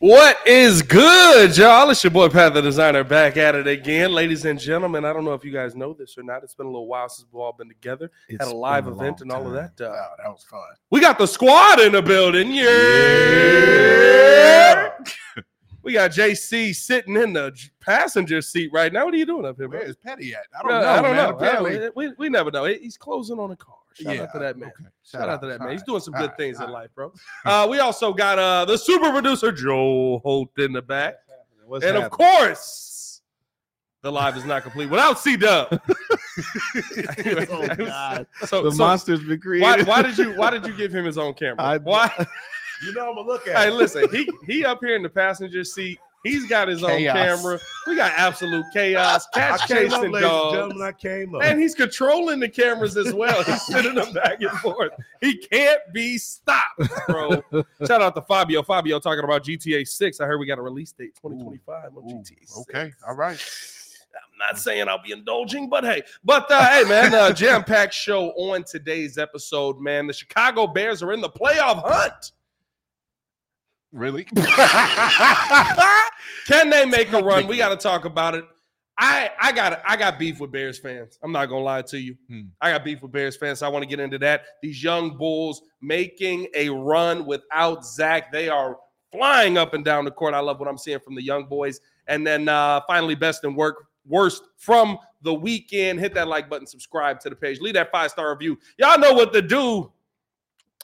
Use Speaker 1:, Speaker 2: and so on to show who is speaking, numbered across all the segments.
Speaker 1: What is good, y'all? It's your boy Pat the Designer back at it again, ladies and gentlemen. I don't know if you guys know this or not. It's been a little while since we've all been together.
Speaker 2: It's
Speaker 1: had a live
Speaker 2: been
Speaker 1: event
Speaker 2: long
Speaker 1: and all of
Speaker 2: time.
Speaker 1: that. Uh,
Speaker 2: Wow, that was fun.
Speaker 1: we got the squad in the building. Yeah.
Speaker 2: Yeah.
Speaker 1: We got JC sitting in the j- passenger seat right now. What are you doing up here, bro?
Speaker 2: Where is Petty at? I
Speaker 1: Uh,
Speaker 2: don't know.
Speaker 1: I don't
Speaker 2: man.
Speaker 1: know.
Speaker 2: Apparently,
Speaker 1: I don't- we, we never know. He- He's closing on a car. Shout out to that man.
Speaker 2: okay.
Speaker 1: Shout, out to that man. He's doing some
Speaker 2: All
Speaker 1: good
Speaker 2: right,
Speaker 1: things
Speaker 2: all
Speaker 1: in
Speaker 2: right.
Speaker 1: life, bro. Uh, we also got uh, the super producer, Joel Holt, in the back.
Speaker 2: What's
Speaker 1: and of
Speaker 2: happening?
Speaker 1: course, the live is not complete without C Dub.
Speaker 2: oh, God.
Speaker 1: So,
Speaker 3: the
Speaker 1: so
Speaker 3: monster's been created.
Speaker 1: why, why did you why did you give him his own camera?
Speaker 3: I-
Speaker 1: why?
Speaker 2: You know I'm gonna look at.
Speaker 1: hey,
Speaker 2: it.
Speaker 1: listen, he he up here in the passenger seat. He's got his
Speaker 3: Chaos.
Speaker 1: own camera. We got absolute chaos,
Speaker 2: I
Speaker 1: catch
Speaker 2: came up,
Speaker 1: chasing
Speaker 2: ladies and
Speaker 1: dogs.
Speaker 2: gentlemen. I came up.
Speaker 1: And he's controlling the cameras as well. He's sending them back and forth. He can't be stopped, bro. Shout out to Fabio. Fabio talking about GTA 6. I heard we got a release date 2025 on
Speaker 2: Ooh,
Speaker 1: GTA 6.
Speaker 2: okay, all right.
Speaker 1: I'm not saying I'll be indulging, but hey, but uh, hey, man, uh, jam packed show on today's episode, man. The Chicago Bears are in the playoff hunt.
Speaker 2: Really?
Speaker 1: Can they make a run? We got to talk about it. I I got I got beef with Bears fans. I'm not gonna lie to you.
Speaker 2: Hmm.
Speaker 1: I got beef with Bears fans. So I want to get into that. These young Bulls making a run without Zach. They are flying up and down the court. I love what I'm seeing from the young boys. And then uh, finally, best and work worst from the weekend. Hit that like button. Subscribe to the page. Leave that five star review. Y'all know what to do.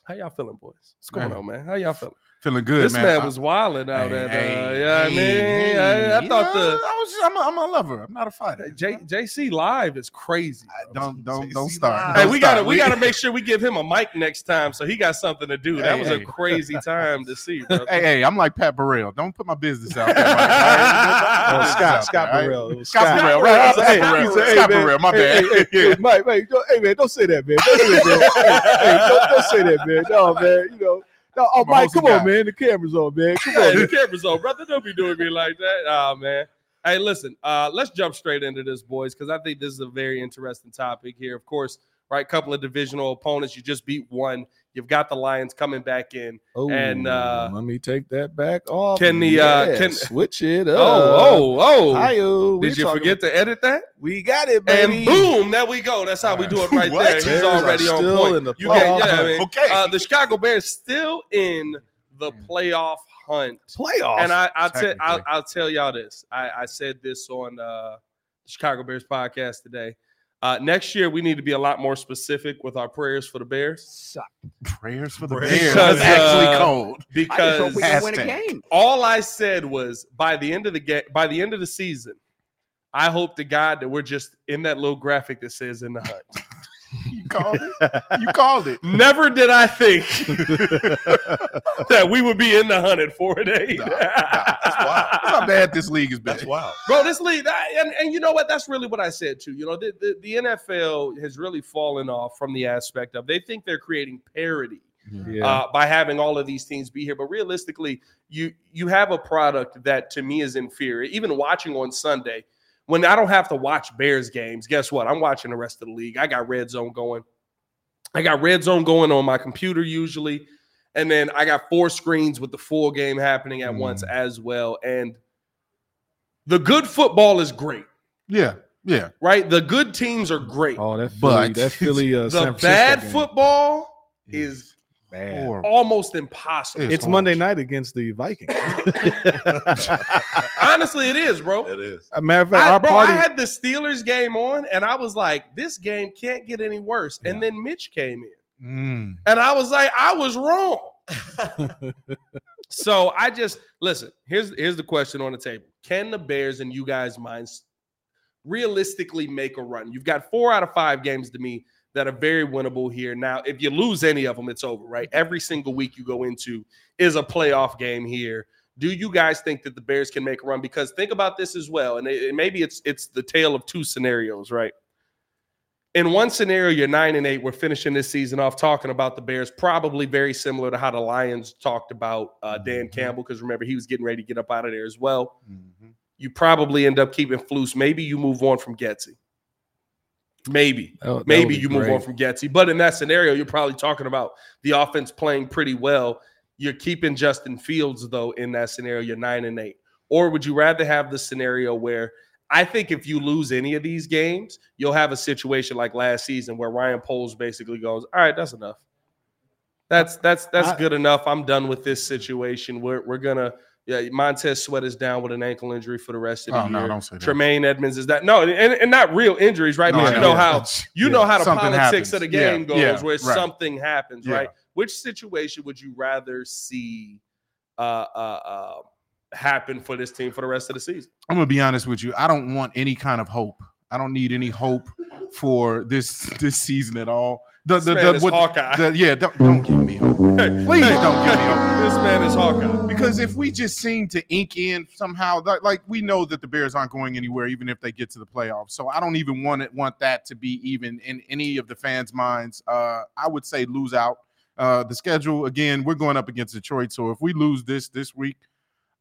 Speaker 1: How y'all feeling, boys? What's going
Speaker 2: Man.
Speaker 1: on, man? How y'all feeling?
Speaker 2: Feeling good,
Speaker 1: this
Speaker 2: man.
Speaker 1: man,
Speaker 2: I-
Speaker 1: was wilding out
Speaker 2: Hey,
Speaker 1: at, uh,
Speaker 2: hey,
Speaker 1: yeah, I
Speaker 2: hey,
Speaker 1: mean, I, I
Speaker 2: hey,
Speaker 1: thought
Speaker 2: you know,
Speaker 1: the
Speaker 2: I was just, I'm, a, I'm a lover. I'm not a fighter.
Speaker 1: J, JC live is crazy.
Speaker 2: I-
Speaker 1: bro.
Speaker 2: don't don't don't
Speaker 3: JC
Speaker 2: start.
Speaker 3: live.
Speaker 1: Hey,
Speaker 2: Don't
Speaker 1: we
Speaker 2: start.
Speaker 1: gotta we gotta make sure we give him a mic next time, so he got something to do. That
Speaker 2: Hey,
Speaker 1: was
Speaker 2: hey.
Speaker 1: a crazy time to see. Bro.
Speaker 2: Hey, hey, I'm like Pat Burrell. Don't put my business out there. Mike. All right? Don't put my
Speaker 3: Oh,
Speaker 2: business
Speaker 3: Scott,
Speaker 2: out
Speaker 3: Scott
Speaker 2: there, all right?
Speaker 3: Burrell. It was
Speaker 2: Scott
Speaker 3: Scott
Speaker 2: Burrell,
Speaker 3: Hey,
Speaker 2: right? Scott
Speaker 3: he
Speaker 2: Burrell.
Speaker 3: said, hey,
Speaker 2: Scott
Speaker 3: man.
Speaker 2: Burrell, my
Speaker 3: Hey,
Speaker 2: bad.
Speaker 3: hey, hey,
Speaker 2: Yeah.
Speaker 3: Mike, Mike, don't, hey, man, don't say that, man. Don't say that, man. hey, don't, don't say that, man. No, man, you know. No, oh,
Speaker 2: I'm a
Speaker 3: Mike, come
Speaker 2: wholesome
Speaker 3: on,
Speaker 2: guy.
Speaker 3: man. The camera's on, man. Come on,
Speaker 1: Hey, the
Speaker 3: man.
Speaker 1: camera's on, brother. Don't be doing me like that. Ah, man. Hey, listen, uh, let's jump straight into this, boys, because I think this is a very interesting topic here. Of course, right, couple of divisional opponents. You just beat one. You've got the Lions coming back in.
Speaker 3: Oh,
Speaker 1: And, uh,
Speaker 3: let me take that back off.
Speaker 1: Can the, uh, can-
Speaker 3: switch it up?
Speaker 1: Oh, oh, oh.
Speaker 3: Hi-yo, we
Speaker 1: Did you
Speaker 3: talking-
Speaker 1: forget to edit that?
Speaker 3: We got it, baby.
Speaker 1: And boom, there we go. That's how we do it right
Speaker 2: What?
Speaker 1: there. He's
Speaker 3: Bears are
Speaker 1: already on
Speaker 3: still
Speaker 1: point.
Speaker 3: in the
Speaker 1: you can, yeah,
Speaker 3: playoff
Speaker 1: I mean,
Speaker 2: Okay.
Speaker 1: uh, the Chicago Bears still in the playoff hunt.
Speaker 3: Playoffs.
Speaker 1: And I, I'll, tell I'll,
Speaker 2: technically.
Speaker 1: I'll tell y'all this. I, I said this on uh, the Chicago Bears podcast today. Uh, next year, we need to be a lot more specific with our prayers for the Bears
Speaker 3: Suck.
Speaker 2: Prayers for the
Speaker 3: Prayers.
Speaker 2: Bears.
Speaker 1: Because,
Speaker 2: That's actually
Speaker 1: uh,
Speaker 2: cold.
Speaker 1: because
Speaker 2: we- Hashtag.
Speaker 4: game.
Speaker 1: all I said was by the end of the game, by the end of the season, I hope to God that we're just in that little graphic that says in the hunt.
Speaker 2: You called it. You called it.
Speaker 1: Never did I think that we would be in the hunted for an eight.
Speaker 2: Nah, nah, that's wild. Look how bad this league has been. That's wild.
Speaker 1: Bro, this league, I- and, and you know what? That's really what I said too. You know, the, the, the NFL has really fallen off from the aspect of they think they're creating parity
Speaker 3: Yeah.
Speaker 1: uh, by having all of these teams be here. But realistically, you you have a product that to me is inferior. Even watching on Sunday, when I don't have to watch Bears games, guess what? I'm watching the rest of the league. I got red zone going. I got red zone going on my computer usually. And then I got four screens with the full game happening at once as well. And the good football is great,
Speaker 2: Yeah. Yeah.
Speaker 1: right? The good teams are great.
Speaker 3: oh, that Philly,
Speaker 2: But-
Speaker 3: that Philly, uh,
Speaker 1: the
Speaker 3: San Francisco
Speaker 1: bad
Speaker 3: game.
Speaker 1: football
Speaker 2: Yeah.
Speaker 1: is
Speaker 4: bad.
Speaker 2: Horrible.
Speaker 1: almost impossible.
Speaker 2: Oh. It's
Speaker 4: It's Monday night against the Vikings.
Speaker 1: Honestly, it is, bro.
Speaker 5: It is.
Speaker 4: A matter of fact,
Speaker 1: I,
Speaker 4: our
Speaker 1: bro,
Speaker 4: party.
Speaker 1: I had the Steelers game on, and I was like, this game can't get any worse. And then Mitch came in,
Speaker 2: Mm.
Speaker 1: and I was like, I was wrong. so I just listen. Here's here's the question on the table: Can the Bears and you guys' minds realistically make a run? You've got four out of five games to me that are very winnable here. Now, if you lose any of them, it's over, right? Every single week you go into is a playoff game here. Do you guys think that the Bears can make a run? Because think about this as well, and it, it- maybe it's it's the tale of two scenarios, right? In one scenario, you're nine and eight. We're finishing this season off talking about the Bears, probably very similar to how the Lions talked about uh, Dan Campbell, because remember he was getting ready to get up out of there as well.
Speaker 2: Mhm.
Speaker 1: You probably end up keeping Flus. Maybe you move on from Getzey. Maybe
Speaker 4: That- that would
Speaker 1: maybe
Speaker 4: be
Speaker 1: you move
Speaker 4: great.
Speaker 1: on from Getzey. But in that scenario, you're probably talking about the offense playing pretty well. You're keeping Justin Fields though in that scenario. You're nine and eight. Or would you rather have the scenario where I think if you lose any of these games, you'll have a situation like last season where Ryan Poles basically goes, "All right, that's enough. That's that's that's
Speaker 4: I-
Speaker 1: good enough. I'm done with this situation. We're we're gonna." Yeah, Montez Sweat is down with an ankle injury for the rest of the
Speaker 2: Oh,
Speaker 1: year.
Speaker 2: no, don't say that.
Speaker 1: Tremaine Edmonds is that no, and, and not real injuries, right?
Speaker 2: No,
Speaker 1: but
Speaker 2: I
Speaker 1: you know
Speaker 2: know.
Speaker 1: how you
Speaker 2: Yeah,
Speaker 1: know how the
Speaker 2: something
Speaker 1: politics of
Speaker 2: happens.
Speaker 1: the
Speaker 2: Yeah,
Speaker 1: game goes,
Speaker 2: yeah,
Speaker 1: where
Speaker 2: right.
Speaker 1: something happens,
Speaker 2: Yeah.
Speaker 1: right? Which situation would you rather see uh, uh, uh, happen for this team for the rest of the season?
Speaker 2: I'm gonna be honest with you. I don't want any kind of hope. I don't need any hope for this this season at all. The,
Speaker 1: This
Speaker 2: the,
Speaker 1: man
Speaker 2: the,
Speaker 1: is
Speaker 2: what-
Speaker 1: Hawkeye.
Speaker 2: the- yeah, don't, don't give me hope. Please don't give me hope.
Speaker 1: This man is Hawkeye.
Speaker 2: Because if we just seem to ink in somehow, like, like we know that the Bears aren't going anywhere, even if they get to the playoffs. So I don't even want it, want that to be even in any of the fans' minds. Uh, I would say lose out. Uh, the schedule again, we're going up against Detroit. So if we lose this this week,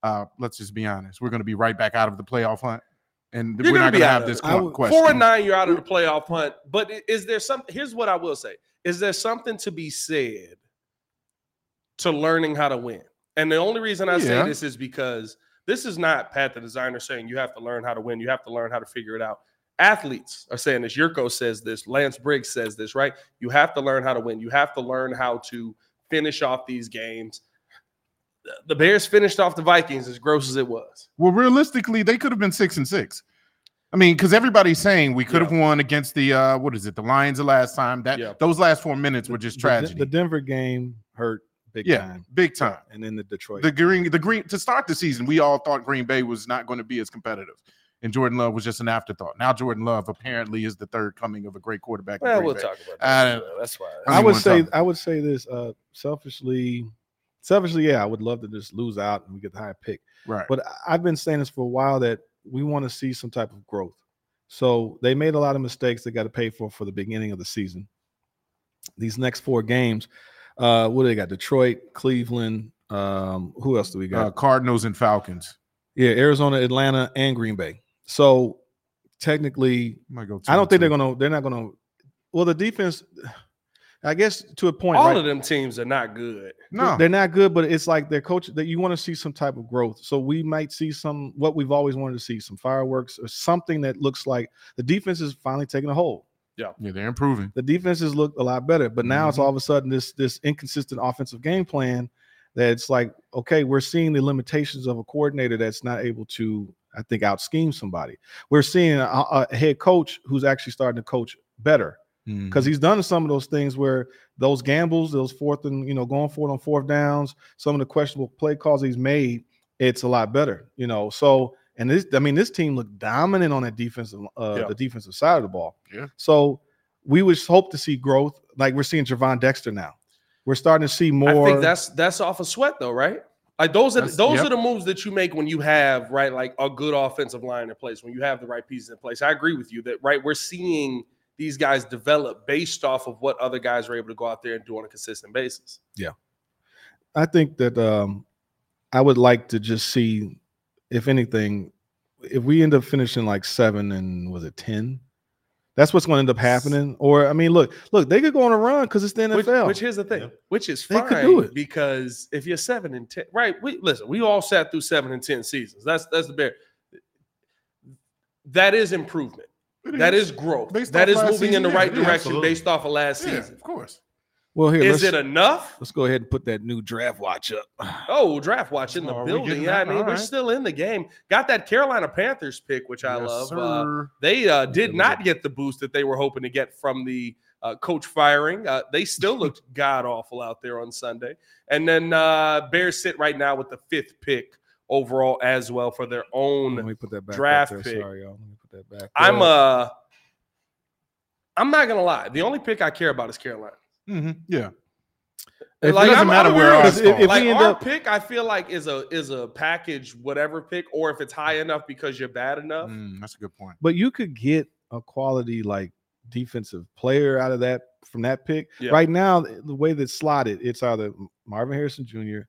Speaker 2: uh, let's just be honest, we're going to be right back out of the playoff hunt, and
Speaker 1: You're
Speaker 2: we're
Speaker 1: gonna
Speaker 2: not
Speaker 1: be
Speaker 2: going to
Speaker 1: out
Speaker 2: have
Speaker 1: of
Speaker 2: this
Speaker 4: it. I would-
Speaker 2: question.
Speaker 1: Four and nine, you're out of the playoff hunt. But i- is there some? Here's what I will say: Is there something to be said to learning how to win? And the only reason I
Speaker 2: Yeah.
Speaker 1: say this is because this is not Pat the designer saying you have to learn how to win. You have to learn how to figure it out. Athletes are saying this. Yurko says this. Lance Briggs says this. Right? You have to learn how to win. You have to learn how to finish off these games. The- The Bears finished off the Vikings as gross as it was.
Speaker 2: Well, realistically, they could have been six and six. I mean, because everybody's saying we could have won against the uh, what is it, the Lions the last time. That
Speaker 1: Yeah.
Speaker 2: those last four minutes were just
Speaker 4: The-
Speaker 2: tragedy.
Speaker 4: The, Denver game hurt big
Speaker 2: yeah,
Speaker 4: time,
Speaker 2: big time.
Speaker 4: and then the Detroit.
Speaker 2: The green, the green to start the season, we all thought Green Bay was not going to be as competitive, and Jordan Love was just an afterthought. Now Jordan Love apparently is the third coming of a great quarterback. in
Speaker 1: Well,
Speaker 2: Green
Speaker 1: we'll
Speaker 2: Bay.
Speaker 1: talk about
Speaker 2: I
Speaker 1: that.
Speaker 2: don't
Speaker 1: That's why.
Speaker 2: I
Speaker 4: I
Speaker 2: don't
Speaker 4: would
Speaker 2: even
Speaker 4: say
Speaker 2: wanna talk.
Speaker 4: I would say this uh, selfishly. Selfishly, yeah, I would love to just lose out and we get the high pick.
Speaker 2: Right,
Speaker 4: But I- I've been saying this for a while that we want to see some type of growth. So they made a lot of mistakes they got to pay for for the beginning of the season. These next four games, uh, what do they got? Detroit, Cleveland. Um, who else do we got?
Speaker 2: uh, Cardinals and Falcons.
Speaker 4: yeah, Arizona, Atlanta, and Green Bay. So technically,
Speaker 2: I might go
Speaker 4: I don't
Speaker 2: two
Speaker 4: think they're
Speaker 2: and
Speaker 4: gonna. They're not gonna. Well, the defense, I guess, to a point.
Speaker 1: All
Speaker 4: right?
Speaker 1: of them teams are not good.
Speaker 2: two. No,
Speaker 4: they're not good, but it's like their coach that you want to see some type of growth. So we might see some what we've always wanted to see, some fireworks or something that looks like the defense is finally taking a hold.
Speaker 2: yeah, they're improving.
Speaker 4: The defenses look a lot better, but now it's
Speaker 2: Mhm.
Speaker 4: all of a sudden this this inconsistent offensive game plan that it's like, okay, we're seeing the limitations of a coordinator that's not able to, I think, out scheme somebody. We're seeing a, a head coach who's actually starting to coach better
Speaker 1: Mm-hmm.
Speaker 4: because he's done some of those things where those gambles, those fourth and you know going for it on fourth downs, some of the questionable play calls he's made, it's a lot better, you know. So and this, I mean, this team looked dominant on that defensive, uh,
Speaker 1: Yeah.
Speaker 4: the defensive side of the ball.
Speaker 2: Yeah.
Speaker 4: So we would hope to see growth, like we're seeing Javon Dexter now. We're starting to see more.
Speaker 1: I think that's that's off of sweat though, right? Like those are
Speaker 2: That's-
Speaker 1: those
Speaker 2: yep.
Speaker 1: are the moves that you make when you have right like a good offensive line in place when you have the right pieces in place. I agree with you that right we're seeing these guys develop based off of what other guys are able to go out there and do on a consistent basis.
Speaker 4: I think that um, I would like to just see, if anything, if we end up finishing like seven and was it ten, that's what's going to end up happening. Or I mean, look, look, they could go on a run because it's the
Speaker 1: Which,
Speaker 4: NFL.
Speaker 1: which here's the thing, which is
Speaker 4: They
Speaker 1: fine
Speaker 4: could do it.
Speaker 1: because if you're seven and ten, right? We listen, we all sat through seven and ten seasons. That's that's the bear. That is improvement. That is growth.
Speaker 2: Based
Speaker 1: that is
Speaker 2: off last
Speaker 1: moving in
Speaker 2: season,
Speaker 1: the
Speaker 2: yeah,
Speaker 1: right
Speaker 2: yeah,
Speaker 1: direction
Speaker 5: absolutely.
Speaker 1: based off of last
Speaker 2: Yeah,
Speaker 1: season.
Speaker 2: of course.
Speaker 4: Well, here
Speaker 1: Is it
Speaker 4: let's,
Speaker 1: enough?
Speaker 4: let's go ahead and put that new draft watch up.
Speaker 1: Oh, draft watch in the
Speaker 2: Oh, are we
Speaker 1: building.
Speaker 2: getting
Speaker 1: Yeah, I
Speaker 2: that?
Speaker 1: mean,
Speaker 2: All
Speaker 1: we're
Speaker 2: right.
Speaker 1: still in the game. Got that Carolina Panthers pick, which I
Speaker 2: Yes,
Speaker 1: love. Uh,
Speaker 2: sir.
Speaker 1: they uh,
Speaker 4: There
Speaker 1: did
Speaker 4: we
Speaker 1: not get the boost that they were hoping to get from the uh, coach firing. Uh, they still looked god awful out there on Sunday. And then uh, Bears sit right now with the fifth pick overall as well for their
Speaker 4: Let
Speaker 2: Oh,
Speaker 1: own.
Speaker 4: me put that back. up
Speaker 1: Draft
Speaker 4: there.
Speaker 1: pick.
Speaker 4: Sorry, y'all. Let me put that back.
Speaker 1: I'm
Speaker 4: up.
Speaker 1: uh I'm not gonna lie. The only pick I care about is Carolina.
Speaker 2: Mhm, Yeah.
Speaker 4: If it
Speaker 1: uh, like,
Speaker 4: doesn't
Speaker 1: I'm-
Speaker 4: matter
Speaker 1: I'm
Speaker 4: where
Speaker 1: real.
Speaker 4: I
Speaker 1: If-
Speaker 4: start.
Speaker 1: If like
Speaker 4: we end
Speaker 1: our
Speaker 4: up-
Speaker 1: pick, I feel like is a is a package whatever pick, or if it's high enough because you're bad enough.
Speaker 2: Mm, that's a good point.
Speaker 4: but you could get a quality like defensive player out of that from that pick.
Speaker 1: Yeah.
Speaker 4: Right now, th- the way that's slotted, it's either M- Marvin Harrison Jr.,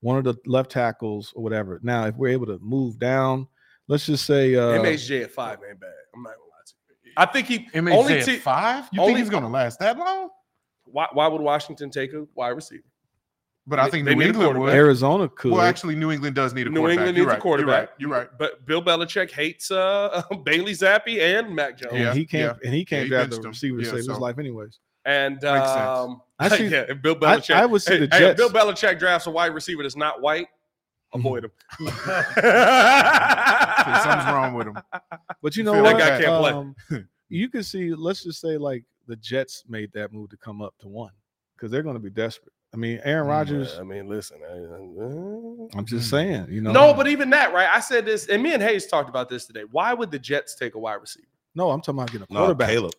Speaker 4: one of the left tackles, or whatever. Now, if we're able to move down, let's just say uh,
Speaker 1: MHJ at five ain't bad. I'm not gonna lie to you. I think he
Speaker 2: MHJ
Speaker 1: only
Speaker 2: at
Speaker 1: te-
Speaker 2: five? You
Speaker 1: only-
Speaker 2: think he's going to last that long?
Speaker 1: why, why would Washington take a wide receiver?
Speaker 2: But I
Speaker 1: They-
Speaker 2: think
Speaker 1: they
Speaker 2: New
Speaker 1: need a
Speaker 2: England would.
Speaker 1: quarterback.
Speaker 4: Arizona could.
Speaker 2: Well, actually, New England does need a
Speaker 1: New
Speaker 2: quarterback.
Speaker 1: England
Speaker 2: You're
Speaker 1: needs
Speaker 2: right.
Speaker 1: a quarterback.
Speaker 2: You're right.
Speaker 1: But Bill Belichick hates uh, Bailey Zappi and Mac Jones.
Speaker 4: and
Speaker 2: yeah,
Speaker 4: he can't and he
Speaker 2: he
Speaker 4: can't grab
Speaker 2: benched
Speaker 4: the
Speaker 2: him.
Speaker 4: receiver to
Speaker 2: Yeah,
Speaker 4: save his
Speaker 2: so-
Speaker 4: life anyways.
Speaker 1: And
Speaker 2: Makes sense.
Speaker 1: um,
Speaker 4: I see-
Speaker 1: yeah, if Bill
Speaker 4: I-
Speaker 1: Belichick.
Speaker 4: I, would see
Speaker 1: hey,
Speaker 4: the
Speaker 1: hey, if
Speaker 4: Jets. Mm-hmm.
Speaker 1: Bill Belichick drafts a wide receiver that's not white. Avoid him.
Speaker 2: You're right. Something's wrong with him.
Speaker 4: But you
Speaker 2: You
Speaker 4: know
Speaker 2: feel
Speaker 4: what?
Speaker 2: like that
Speaker 1: guy
Speaker 4: Um, you can see. Let's just say like the Jets made that move to come up to one because they're going to be desperate. I mean, Aaron
Speaker 2: Mm,
Speaker 4: Rodgers.
Speaker 1: I mean, listen. I-
Speaker 4: I'm just
Speaker 2: Mhm.
Speaker 4: saying. You know.
Speaker 1: no, but even that, right? I said this, and me and Hayes talked about this today. Why would the Jets take a wide receiver?
Speaker 4: no. I'm talking about getting a
Speaker 6: No,
Speaker 4: quarterback.
Speaker 6: Caleb.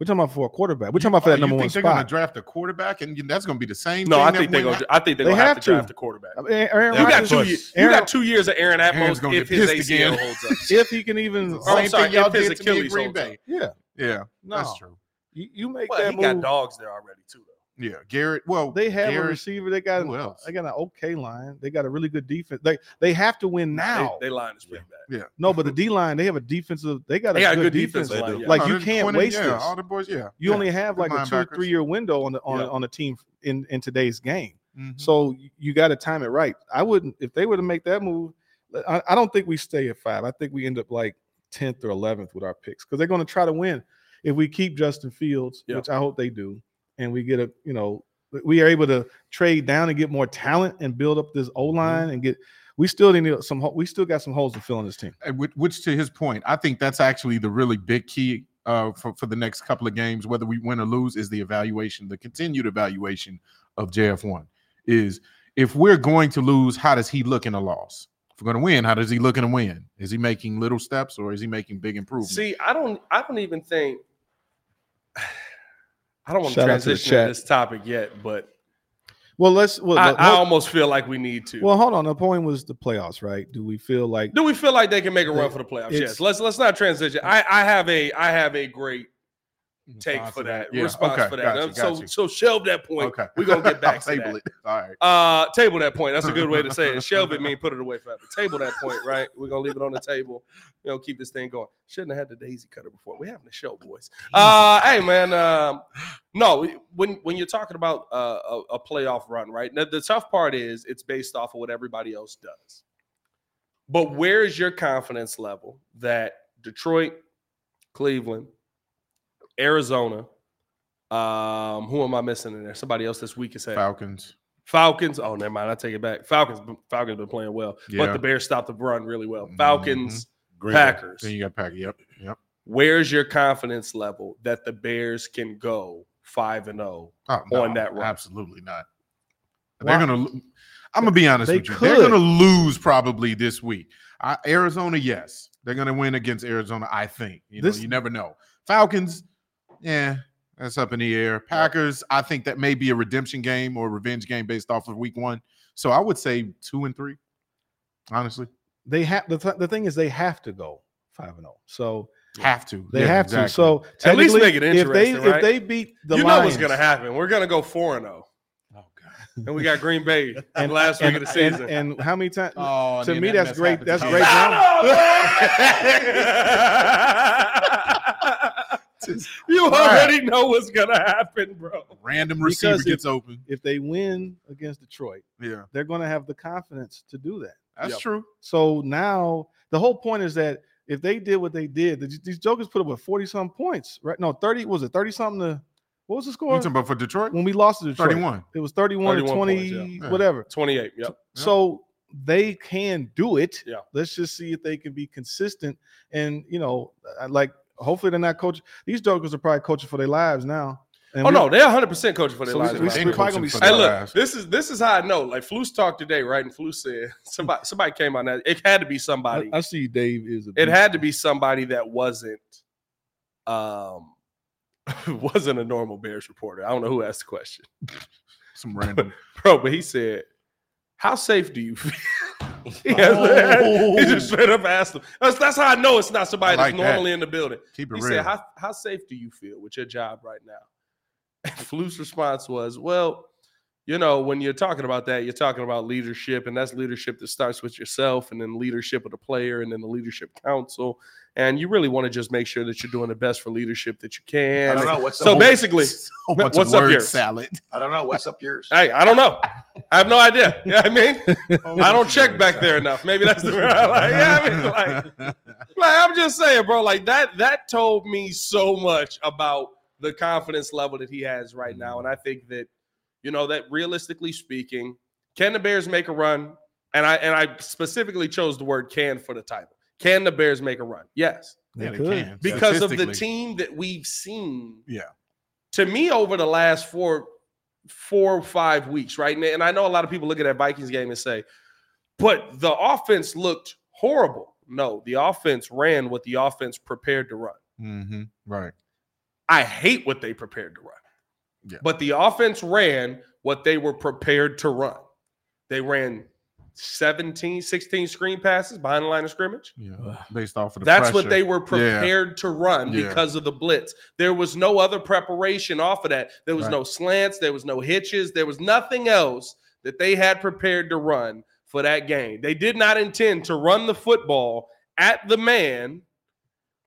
Speaker 4: We're talking about for a quarterback. We're talking about for
Speaker 2: Oh,
Speaker 4: that number
Speaker 2: you
Speaker 4: one
Speaker 2: think they're going
Speaker 4: spot.
Speaker 2: to draft a quarterback, and you- that's going to be the same.
Speaker 1: No,
Speaker 2: thing
Speaker 1: I
Speaker 2: that
Speaker 1: think they're
Speaker 2: when-
Speaker 1: gonna. I think they're
Speaker 4: They
Speaker 1: gonna have,
Speaker 4: have
Speaker 1: to draft
Speaker 4: to.
Speaker 1: a quarterback.
Speaker 4: I mean, Aaron
Speaker 1: You got
Speaker 4: Rodgers,
Speaker 1: two.
Speaker 6: Rodgers.
Speaker 1: ye- You
Speaker 4: Aaron-
Speaker 1: got two years of Aaron at
Speaker 2: Aaron's
Speaker 1: most
Speaker 2: gonna
Speaker 1: if
Speaker 2: get
Speaker 1: his
Speaker 2: pissed
Speaker 1: ACL
Speaker 2: again.
Speaker 1: holds up.
Speaker 4: if he can even,
Speaker 1: Oh, I'm
Speaker 2: Same
Speaker 1: sorry,
Speaker 2: thing y'all
Speaker 1: if his
Speaker 2: did to me in
Speaker 1: Achilles
Speaker 2: Green
Speaker 1: holds up.
Speaker 2: Bay.
Speaker 4: yeah,
Speaker 2: Yeah,
Speaker 4: no,
Speaker 2: that's true.
Speaker 4: You, you make
Speaker 1: Well,
Speaker 4: that
Speaker 1: he got
Speaker 4: move.
Speaker 1: dogs there already too. Though.
Speaker 2: Yeah, Garrett. Well,
Speaker 4: They have a
Speaker 2: Garrett,
Speaker 4: receiver. They got
Speaker 2: who else?
Speaker 4: they got an okay line. They got a really good defense. They they have to win now.
Speaker 1: they, they line is pretty bad.
Speaker 4: no, but the D line they have a defensive. They got
Speaker 1: They
Speaker 4: a
Speaker 1: got
Speaker 4: good, defense.
Speaker 6: line.
Speaker 1: line.
Speaker 6: They do.
Speaker 1: yeah.
Speaker 4: Like
Speaker 2: No,
Speaker 4: you
Speaker 2: there's
Speaker 4: can't
Speaker 2: 20
Speaker 4: waste
Speaker 2: yeah,
Speaker 4: this.
Speaker 2: All the boys. Yeah,
Speaker 4: You only have
Speaker 2: Good
Speaker 4: like a two
Speaker 2: linebackers.
Speaker 4: three year window on the on,
Speaker 1: Yeah.
Speaker 4: on a team in in today's game.
Speaker 2: Mhm.
Speaker 1: Mm-hmm.
Speaker 4: So y- you got to time it right. I wouldn't if they were to make that move. I, I don't think we stay at five. I think we end up like tenth or eleventh with our picks because they're going to try to win. If we keep Justin Fields,
Speaker 1: Yeah.
Speaker 4: which I hope they do, and we get a you know w- we are able to trade down and get more talent and build up this
Speaker 1: Mm-hmm.
Speaker 4: O line and get. We still need some. ho- We still got some holes to fill in this team.
Speaker 2: And uh, which, which to his point, I think that's actually the really big key uh, for for the next couple of games, whether we win or lose, is the evaluation, the continued evaluation of JF one. Is if we're going to lose, how does he look in a loss? If we're going to win, how does he look in a win? Is he making little steps or is he making big improvements?
Speaker 1: See, I don't. I don't even think. I don't want to
Speaker 4: Shout out to the
Speaker 1: transition to
Speaker 4: chat.
Speaker 1: this topic yet, but
Speaker 4: Well, let's. Well,
Speaker 1: I,
Speaker 4: let-
Speaker 1: I almost feel like we need to.
Speaker 4: well, hold on. The point was the playoffs, right? Do we feel like
Speaker 1: Do we feel like they can make a run
Speaker 4: They-
Speaker 1: for the playoffs?
Speaker 4: it's-
Speaker 1: Yes. Let's let's not transition. I I have a I have a great take
Speaker 2: Response
Speaker 1: for
Speaker 2: to
Speaker 1: that.
Speaker 2: Yeah,
Speaker 1: Response
Speaker 2: okay,
Speaker 1: for that.
Speaker 2: got you,
Speaker 1: so
Speaker 2: got you.
Speaker 1: so shelve that point.
Speaker 2: okay,
Speaker 1: We're gonna get back to
Speaker 2: I'll
Speaker 1: that.
Speaker 2: table it. All right.
Speaker 1: Uh, table that point. That's a good way to say it. Shelve it, mean put it away forever. Table that point, right? We're gonna leave it on the table. You know, keep this thing going. Shouldn't have had the daisy cutter before. We having a show, boys. Uh, hey man, um, no. When when you're talking about uh, a, a playoff run, right? Now the tough part is it's based off of what everybody else does. But where is your confidence level that Detroit, Cleveland, Arizona, um, who am I missing in there? Somebody else this week is at
Speaker 2: Falcons.
Speaker 1: Falcons. Oh, never mind. I take it back. Falcons. Falcons been playing well, but
Speaker 2: Yeah.
Speaker 1: the Bears stopped the run really well.
Speaker 4: Mm-hmm.
Speaker 2: Mhm.
Speaker 1: Falcons,
Speaker 6: Green Bay.
Speaker 1: Packers.
Speaker 2: Then you got Pack. Yep. Yep.
Speaker 1: Where's your confidence level that the Bears can go five and zero?
Speaker 2: Oh,
Speaker 1: On that run.
Speaker 2: Absolutely not.
Speaker 4: Why-
Speaker 2: They're gonna. lo- I'm gonna be honest
Speaker 4: They
Speaker 2: with you. They're
Speaker 4: could.
Speaker 2: gonna lose probably this week. I, Arizona, yes, they're gonna win against Arizona. I think. You know,
Speaker 4: This-
Speaker 2: you never know. Falcons, yeah, that's up in the air. Packers, I think that may be a redemption game or a revenge game based off of Week One. So I would say two and three. Honestly,
Speaker 4: they have the, th- the thing is they have to go five and zero. So
Speaker 2: have to.
Speaker 4: they
Speaker 2: Yeah,
Speaker 4: have
Speaker 2: exactly.
Speaker 4: to. So
Speaker 1: At least
Speaker 4: technically,
Speaker 1: make it
Speaker 4: If they
Speaker 1: interesting, right?
Speaker 4: if they beat the
Speaker 1: you know
Speaker 4: Lions,
Speaker 1: what's gonna happen. We're gonna go four and zero,
Speaker 2: Oh, God.
Speaker 1: and we got Green Bay
Speaker 4: And-
Speaker 1: and last week
Speaker 4: and,
Speaker 1: of the season.
Speaker 4: and, and how many times?
Speaker 2: Oh,
Speaker 4: To
Speaker 2: man,
Speaker 4: me,
Speaker 2: that
Speaker 4: that's
Speaker 2: mess
Speaker 4: great-
Speaker 2: happens.
Speaker 4: that's
Speaker 2: Oh,
Speaker 4: great
Speaker 2: yeah.
Speaker 4: now.
Speaker 1: you already know what's gonna happen, bro.
Speaker 2: Random receiver
Speaker 4: Because if-
Speaker 2: gets open.
Speaker 4: if they win against Detroit,
Speaker 2: Yeah,
Speaker 4: they're going to have the confidence to do that.
Speaker 2: that's
Speaker 1: Yep.
Speaker 2: true.
Speaker 4: So now the whole point is that if they did what they did, th- these jokers put up with forty some points, right? No, thirty was it thirty something to What was the
Speaker 2: You
Speaker 4: score?
Speaker 2: talking about for Detroit?
Speaker 4: When we lost to Detroit,
Speaker 2: 31.
Speaker 4: It was 31, to
Speaker 1: 31
Speaker 4: 20,
Speaker 1: points, yeah.
Speaker 2: Yeah.
Speaker 4: whatever.
Speaker 1: 28. Yep.
Speaker 2: Yeah.
Speaker 4: So they can do it.
Speaker 1: Yeah.
Speaker 4: Let's just see if they can be consistent. And you know, I- like hopefully they're not coaching. These jokers are probably coaching for their lives now. And
Speaker 1: Oh
Speaker 4: we-
Speaker 1: no, they're 100 percent coaching for their
Speaker 4: So we-
Speaker 1: lives.
Speaker 4: we-
Speaker 1: right?
Speaker 4: we
Speaker 2: Ain't
Speaker 4: probably
Speaker 2: coaching
Speaker 4: gonna be
Speaker 2: for
Speaker 1: Hey,
Speaker 2: their
Speaker 1: look,
Speaker 2: lives.
Speaker 1: this is this is how I know. Like Flus talked today, right? And Flus said somebody somebody came on that. It had to be somebody.
Speaker 3: I, I see Dave is. A
Speaker 1: It
Speaker 3: beast.
Speaker 1: had to be somebody that wasn't um wasn't a normal Bears reporter. I don't know who asked the question.
Speaker 2: Some random.
Speaker 1: Bro, but he said, How safe do you feel? he, asked-
Speaker 3: Oh.
Speaker 1: he just straight up asked him. That's, that's how I know it's not somebody
Speaker 2: I like
Speaker 1: that's
Speaker 2: that.
Speaker 1: normally in the building.
Speaker 2: Keep it
Speaker 1: He
Speaker 2: real.
Speaker 1: said, how, how safe do you feel with your job right now? And Flu's response was, Well, you know, when you're talking about that, you're talking about leadership, and that's leadership that starts with yourself, and then leadership of the player, and then the leadership council. And you really want to just make sure that you're doing the best for leadership that you
Speaker 5: I
Speaker 1: can.
Speaker 5: don't know what's
Speaker 1: So
Speaker 5: up.
Speaker 1: basically,
Speaker 2: Whole bunch of
Speaker 1: what's up
Speaker 2: word
Speaker 1: yours?
Speaker 2: salad.
Speaker 5: I don't know what's up yours.
Speaker 1: hey, I don't know. I have no idea. You know what I mean? I don't check back there enough. Maybe that's the like, yeah, I mean, like, like, I'm just saying, bro. Like that that told me so much about the confidence level that he has right now, and I think that you know that realistically speaking, can the Bears make a run? And I and I specifically chose the word "can" for the title. Can the Bears make a run? Yes,
Speaker 4: They
Speaker 2: Yeah, they
Speaker 4: could.
Speaker 2: can,
Speaker 1: because of the
Speaker 2: statistically.
Speaker 1: team that we've seen.
Speaker 2: Yeah.
Speaker 1: To me, over the last four, four or five weeks, right? And, and I know a lot of people look at that Vikings game and say, but the offense looked horrible. No, the offense ran what the offense prepared to run.
Speaker 2: Mhm, Right.
Speaker 1: I hate what they prepared to run.
Speaker 2: Yeah.
Speaker 1: But the offense ran what they were prepared to run. They ran 17, 16 screen passes behind the line of scrimmage.
Speaker 2: Yeah. Based off of the
Speaker 1: That's what
Speaker 2: pressure.
Speaker 1: they were prepared to run
Speaker 2: Yeah.
Speaker 1: because of the blitz. There was no other preparation off of that. There was
Speaker 2: Right.
Speaker 1: no slants, there was no hitches, there was nothing else that they had prepared to run for that game. They did not intend to run the football at the man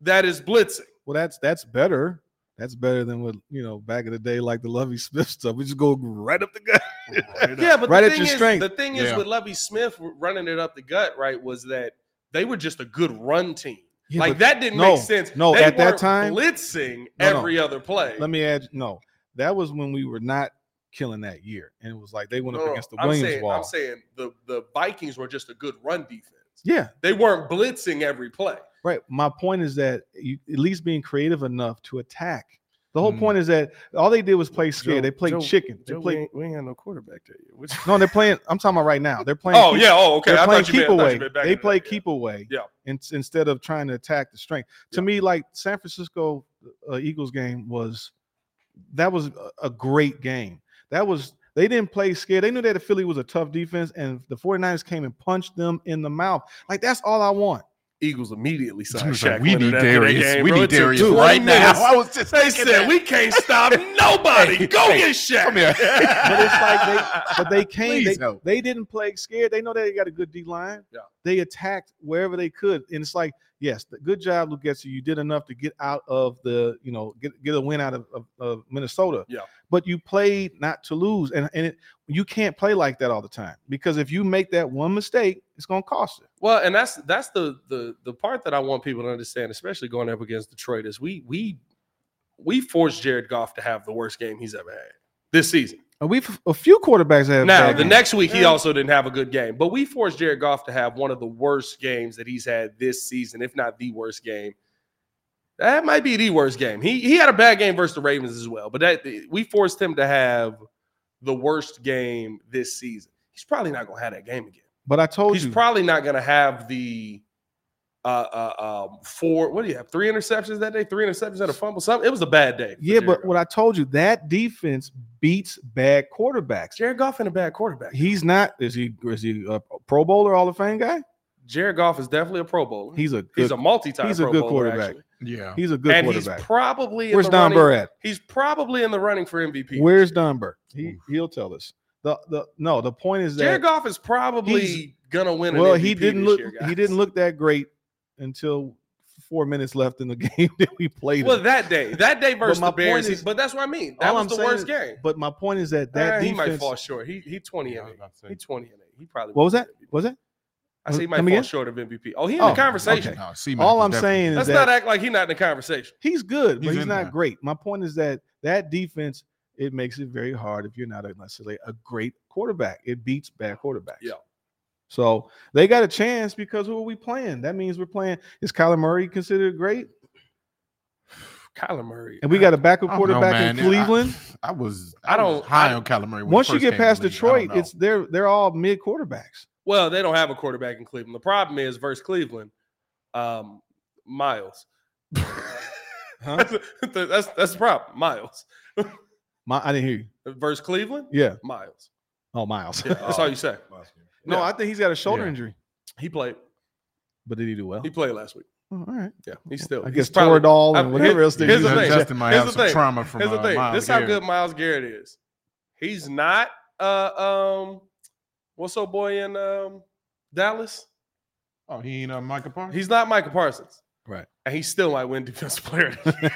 Speaker 1: that is blitzing.
Speaker 4: Well, that's that's better. That's better than what you know back in the day, like the Lovey Smith stuff. We just go right up the gut.
Speaker 1: Yeah, but
Speaker 4: Right
Speaker 1: the
Speaker 4: at
Speaker 1: thing
Speaker 4: your
Speaker 1: is,
Speaker 4: strength.
Speaker 1: the thing is
Speaker 2: Yeah.
Speaker 1: with Lovey Smith running it up the gut, right, was that they were just a good run team.
Speaker 4: Yeah,
Speaker 1: like
Speaker 4: but
Speaker 1: that didn't
Speaker 4: no,
Speaker 1: make sense.
Speaker 4: no,
Speaker 1: They
Speaker 4: at that
Speaker 1: weren't
Speaker 4: time-
Speaker 1: blitzing
Speaker 4: No, no.
Speaker 1: every other play.
Speaker 4: Let me add. No, that was when we were not killing that year, and it was like they went up
Speaker 1: No, no,
Speaker 4: against the
Speaker 1: I'm
Speaker 4: Williams
Speaker 1: saying,
Speaker 4: wall.
Speaker 1: I'm saying the, the Vikings were just a good run defense.
Speaker 4: yeah,
Speaker 1: They weren't blitzing every play.
Speaker 4: Right. My point is that you at least being creative enough to attack. The whole
Speaker 2: Mm.
Speaker 4: point is that all they did was play scared. they played
Speaker 1: Joe-
Speaker 4: chicken. They played
Speaker 1: we ain't had no quarterback there yet. Which,
Speaker 4: no, they're playing. I'm talking about right now. They're playing.
Speaker 1: oh
Speaker 4: keep-
Speaker 1: yeah. Oh okay.
Speaker 4: They're
Speaker 1: I
Speaker 4: playing
Speaker 1: thought you
Speaker 4: keep
Speaker 1: meant, I thought you
Speaker 4: away.
Speaker 1: meant back in
Speaker 4: They
Speaker 1: the
Speaker 4: play
Speaker 1: day, yeah.
Speaker 4: keep away.
Speaker 1: Yeah.
Speaker 4: In, instead of trying to attack the strength. To
Speaker 1: Yeah.
Speaker 4: me, like San Francisco uh, Eagles game was that was a- a great game. That was they didn't play scared. They knew that the Philly was a tough defense, and the 49ers came and punched them in the mouth. Like that's all I want.
Speaker 1: Eagles immediately signed
Speaker 2: Dude's
Speaker 1: Shaq.
Speaker 2: like, we
Speaker 1: Leonard
Speaker 2: need
Speaker 1: after that
Speaker 2: Darius.
Speaker 1: game,
Speaker 2: We
Speaker 1: bro. It
Speaker 2: need
Speaker 1: took
Speaker 2: Darius
Speaker 1: 20
Speaker 2: right now.
Speaker 1: minutes.
Speaker 2: I was just
Speaker 1: They
Speaker 2: thinking
Speaker 1: said
Speaker 2: that.
Speaker 1: we can't stop nobody. Go
Speaker 2: Hey,
Speaker 1: get Shaq.
Speaker 2: Come here.
Speaker 4: But it's like they but they came.
Speaker 2: Please
Speaker 4: They,
Speaker 2: help.
Speaker 4: they didn't play scared. They know they got a good D line.
Speaker 1: Yeah.
Speaker 4: They attacked wherever they could, and it's like, yes, th- good job, Lugetsu. You did enough to get out of the, you know, get get a win out of, of, of Minnesota.
Speaker 1: Yeah.
Speaker 4: But you played not to lose, and and it, you can't play like that all the time because if you make that one mistake, it's gonna cost you.
Speaker 1: Well, and that's that's the the the part that I want people to understand, especially going up against Detroit, is we we we forced Jared Goff to have the worst game he's ever had this season.
Speaker 4: And we've a few quarterbacks that have
Speaker 1: Now,
Speaker 4: bad
Speaker 1: the
Speaker 4: games.
Speaker 1: next week he
Speaker 4: Yeah.
Speaker 1: also didn't have a good game, but we forced Jared Goff to have one of the worst games that he's had this season, if not the worst game. That might be the worst game. He he had a bad game versus the Ravens as well, but that we forced him to have the worst game this season. He's probably not gonna have that game again.
Speaker 4: But I told
Speaker 1: He's
Speaker 4: you,
Speaker 1: probably not gonna have the uh uh um four. What do you have? Three interceptions that day. Three interceptions and a fumble. Something. It was a bad day. for
Speaker 4: yeah. But
Speaker 1: Jared Goff.
Speaker 4: what I told you, that defense beats bad quarterbacks.
Speaker 1: Jared Goff and a bad quarterback.
Speaker 4: He's not. Is he? Is he a Pro Bowler, All of Fame guy?
Speaker 1: Jared Goff is definitely a Pro Bowler.
Speaker 4: He's a good,
Speaker 1: He's a multi-time.
Speaker 4: he's a
Speaker 1: Pro
Speaker 4: good
Speaker 1: Bowler,
Speaker 4: quarterback.
Speaker 1: actually.
Speaker 2: Yeah.
Speaker 4: he's a good
Speaker 1: and he's
Speaker 4: quarterback.
Speaker 1: probably in
Speaker 4: Where's
Speaker 1: the
Speaker 4: Don
Speaker 1: running,
Speaker 4: Burr at?
Speaker 1: He's probably in the running for MVP.
Speaker 4: Where's Don Burr? He
Speaker 2: Oof.
Speaker 4: he'll tell us. The the no. The point is
Speaker 1: Jared
Speaker 4: that
Speaker 1: Goff is
Speaker 4: he's-
Speaker 1: probably gonna win. an
Speaker 4: well he
Speaker 1: MVP
Speaker 4: didn't
Speaker 1: this
Speaker 4: look
Speaker 1: year,
Speaker 4: he
Speaker 1: guys.
Speaker 4: didn't look that great until four minutes left in the game that we played.
Speaker 1: Well,
Speaker 4: him.
Speaker 1: that day, that day versus
Speaker 4: my
Speaker 1: the Bears,
Speaker 4: point
Speaker 1: he-
Speaker 4: is-
Speaker 1: but that's what I mean. That
Speaker 4: all
Speaker 1: was
Speaker 4: I'm
Speaker 1: the
Speaker 4: saying
Speaker 1: worst
Speaker 4: is
Speaker 1: game.
Speaker 4: but my point is that that
Speaker 1: Eh, he might
Speaker 4: defense.
Speaker 1: fall short. He he twenty and eight. He twenty and eight. He probably.
Speaker 4: What
Speaker 1: won't
Speaker 4: was
Speaker 1: win
Speaker 4: that?
Speaker 1: MVP.
Speaker 4: Was it?
Speaker 1: I say he might
Speaker 4: Come
Speaker 1: fall
Speaker 4: again?
Speaker 1: short of MVP. Oh, he in
Speaker 4: Oh,
Speaker 1: the conversation.
Speaker 4: okay.
Speaker 2: No, C-Mac
Speaker 4: All
Speaker 2: is
Speaker 4: I'm
Speaker 2: definitely-
Speaker 4: saying is
Speaker 1: Let's
Speaker 4: that
Speaker 1: not act like he's not in the conversation.
Speaker 4: he's good, but
Speaker 2: He's
Speaker 4: he's
Speaker 2: in
Speaker 4: not
Speaker 2: there.
Speaker 4: great. My point is that That defense, it makes it very hard if you're not a, necessarily a great quarterback. It beats bad quarterbacks.
Speaker 1: Yeah.
Speaker 4: So they got a chance because who are we playing? That means we're playing. Is Kyler Murray considered great?
Speaker 1: Kyler Murray.
Speaker 4: And we got a backup
Speaker 2: I don't know,
Speaker 4: quarterback in
Speaker 2: man. I-
Speaker 4: Cleveland.
Speaker 2: I, was
Speaker 1: I
Speaker 2: I don't
Speaker 1: don't-
Speaker 2: high
Speaker 1: I-
Speaker 2: on Kyler Murray. when he
Speaker 4: Once you
Speaker 2: first
Speaker 4: get
Speaker 2: came to
Speaker 4: past
Speaker 2: the league. I
Speaker 4: Detroit,
Speaker 2: don't know.
Speaker 4: it's they're they're all mid quarterbacks.
Speaker 1: Well, they don't have a quarterback in Cleveland. The problem is versus Cleveland, um, Miles.
Speaker 4: Huh?
Speaker 1: that's, that's that's the problem. Miles
Speaker 4: My, I didn't hear you.
Speaker 1: versus Cleveland,
Speaker 4: Yeah.
Speaker 1: Miles.
Speaker 4: Oh, Miles.
Speaker 1: Yeah, that's all you say.
Speaker 4: oh, no,
Speaker 1: Yeah.
Speaker 4: I think he's got a shoulder
Speaker 2: Yeah.
Speaker 4: injury.
Speaker 1: He played.
Speaker 4: But did he do well?
Speaker 1: He played last week.
Speaker 4: Oh, all right.
Speaker 1: Yeah, he's still.
Speaker 4: I
Speaker 1: he's
Speaker 4: guess
Speaker 1: probably-
Speaker 4: Toradol
Speaker 1: I-
Speaker 4: and whatever else they
Speaker 1: here's the
Speaker 4: use.
Speaker 1: thing.
Speaker 2: Justin might
Speaker 1: Here's
Speaker 2: have
Speaker 1: the
Speaker 2: some
Speaker 1: thing.
Speaker 2: trauma from
Speaker 1: Here's the
Speaker 2: uh,
Speaker 1: thing.
Speaker 2: Miles
Speaker 1: this is how
Speaker 2: Garrett.
Speaker 1: good Miles Garrett is. He's not uh um what's up boy in um Dallas?
Speaker 2: Oh, he ain't uh, Michael Parsons.
Speaker 1: He's not Michael Parsons.
Speaker 4: Right.
Speaker 1: And he still might win defensive player. of the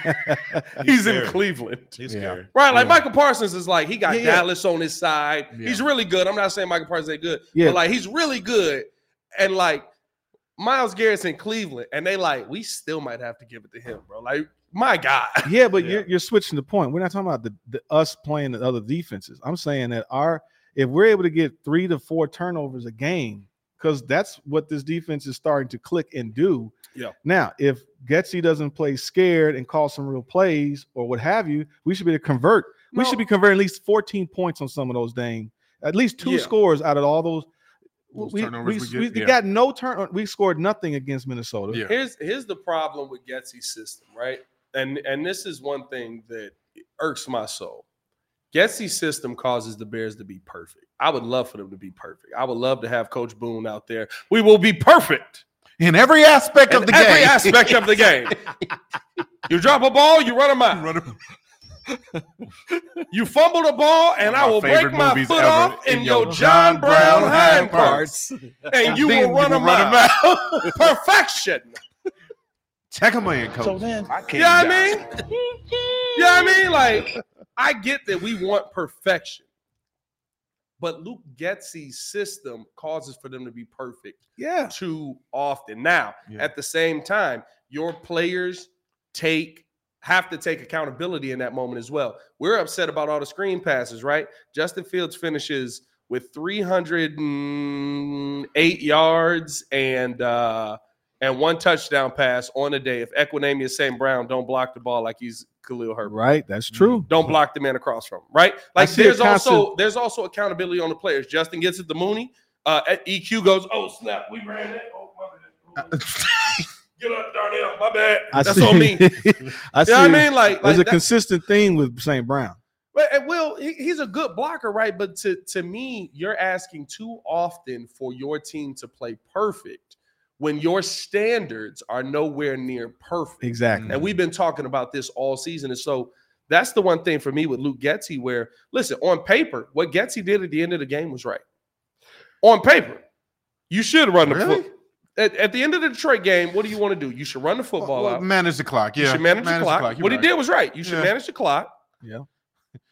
Speaker 1: year.
Speaker 5: He's
Speaker 1: He's in
Speaker 5: scary.
Speaker 1: Cleveland.
Speaker 5: He's
Speaker 2: Yeah.
Speaker 5: scary.
Speaker 1: Right, like
Speaker 2: Yeah.
Speaker 1: Michael Parsons is like he got
Speaker 4: Yeah, yeah.
Speaker 1: Dallas on his side.
Speaker 2: Yeah.
Speaker 1: He's really good. I'm not saying Michael Parsons ain't good,
Speaker 4: Yeah.
Speaker 1: but like he's really good. And like Miles Garrett's in Cleveland, and they like we still might have to give it to him, bro. Like my God,
Speaker 4: Yeah, but
Speaker 5: Yeah.
Speaker 4: You're, you're switching the point. We're not talking about the, the us playing the other defenses. I'm saying that our if we're able to get three to four turnovers a game, because that's what this defense is starting to click and do.
Speaker 1: Yeah.
Speaker 4: Now, if Getsy doesn't play scared and call some real plays or what have you, we should be to convert. We
Speaker 1: No.
Speaker 4: should be converting at least 14 points on some of those dang, at least two
Speaker 1: Yeah.
Speaker 4: scores out of all those.
Speaker 2: Those
Speaker 4: we
Speaker 2: turnovers
Speaker 4: we,
Speaker 2: we
Speaker 4: we,
Speaker 2: get,
Speaker 4: we
Speaker 2: yeah.
Speaker 4: got no turn. We scored nothing against Minnesota.
Speaker 2: Yeah.
Speaker 1: Here's here's the problem with Getsy's system, right? And and this is one thing that irks my soul. Getsy's system causes the Bears to be perfect. I would love for them to be perfect. I would love to have Coach Boone out there. We will be perfect
Speaker 2: in every aspect
Speaker 1: in
Speaker 2: of the
Speaker 1: every
Speaker 2: game.
Speaker 1: aspect of the game. You drop a ball, you run a mile.
Speaker 2: Run a-
Speaker 1: You fumble the ball, and
Speaker 2: One
Speaker 1: I
Speaker 2: of my
Speaker 1: will
Speaker 2: favorite
Speaker 1: break my
Speaker 2: movies
Speaker 1: foot
Speaker 2: ever
Speaker 1: off
Speaker 2: in
Speaker 1: in
Speaker 2: your
Speaker 1: your John Brown hind parts, and you
Speaker 2: Then
Speaker 1: will run a
Speaker 2: run a
Speaker 1: mile. Perfection.
Speaker 2: Check him in, coach.
Speaker 1: You know what I mean? you know what I mean? Like, I get that we want perfection, but Luke Getsy's system causes for them to be perfect
Speaker 4: Yeah.
Speaker 1: too often. Now,
Speaker 2: Yeah.
Speaker 1: at the same time, your players take have to take accountability in that moment as well. We're upset about all the screen passes, right? Justin Fields finishes with 308 yards and uh and one touchdown pass on a day. If Equinamia St. Brown don't block the ball like he's Khalil Herbert.
Speaker 4: Right. That's true.
Speaker 1: Don't block the man across from him, right? Like
Speaker 4: see a
Speaker 1: there's also
Speaker 4: constant-
Speaker 1: there's also accountability on the players. Justin gets it to Mooney. Uh, at EQ goes, oh snap, we ran that. Oh
Speaker 4: Uh,
Speaker 1: my bad. Get up, Darnell. My bad.
Speaker 4: I
Speaker 1: That's
Speaker 4: see,
Speaker 1: on me. You know
Speaker 4: I see.
Speaker 1: what I mean? Like, like
Speaker 4: There's a
Speaker 1: that-
Speaker 4: consistent theme with St. Brown.
Speaker 1: but and Will, he- he's a good blocker, right? But to to me, you're asking too often for your team to play perfect when your standards are nowhere near perfect.
Speaker 4: Exactly.
Speaker 1: And we've been talking about this all season. And so that's the one thing for me with Luke Getzey, where listen, on paper, what Getzey did at the end of the game was right. On paper, you should run the
Speaker 2: Really?
Speaker 1: football. At, at the end of the Detroit game, what do you want to do? You should run the football
Speaker 2: Well,
Speaker 1: out.
Speaker 2: manage the clock. Yeah,
Speaker 1: you should manage, the clock.
Speaker 2: you're
Speaker 1: what
Speaker 2: right.
Speaker 1: he did was right. You should
Speaker 2: Yeah.
Speaker 1: manage the clock.
Speaker 4: Yeah.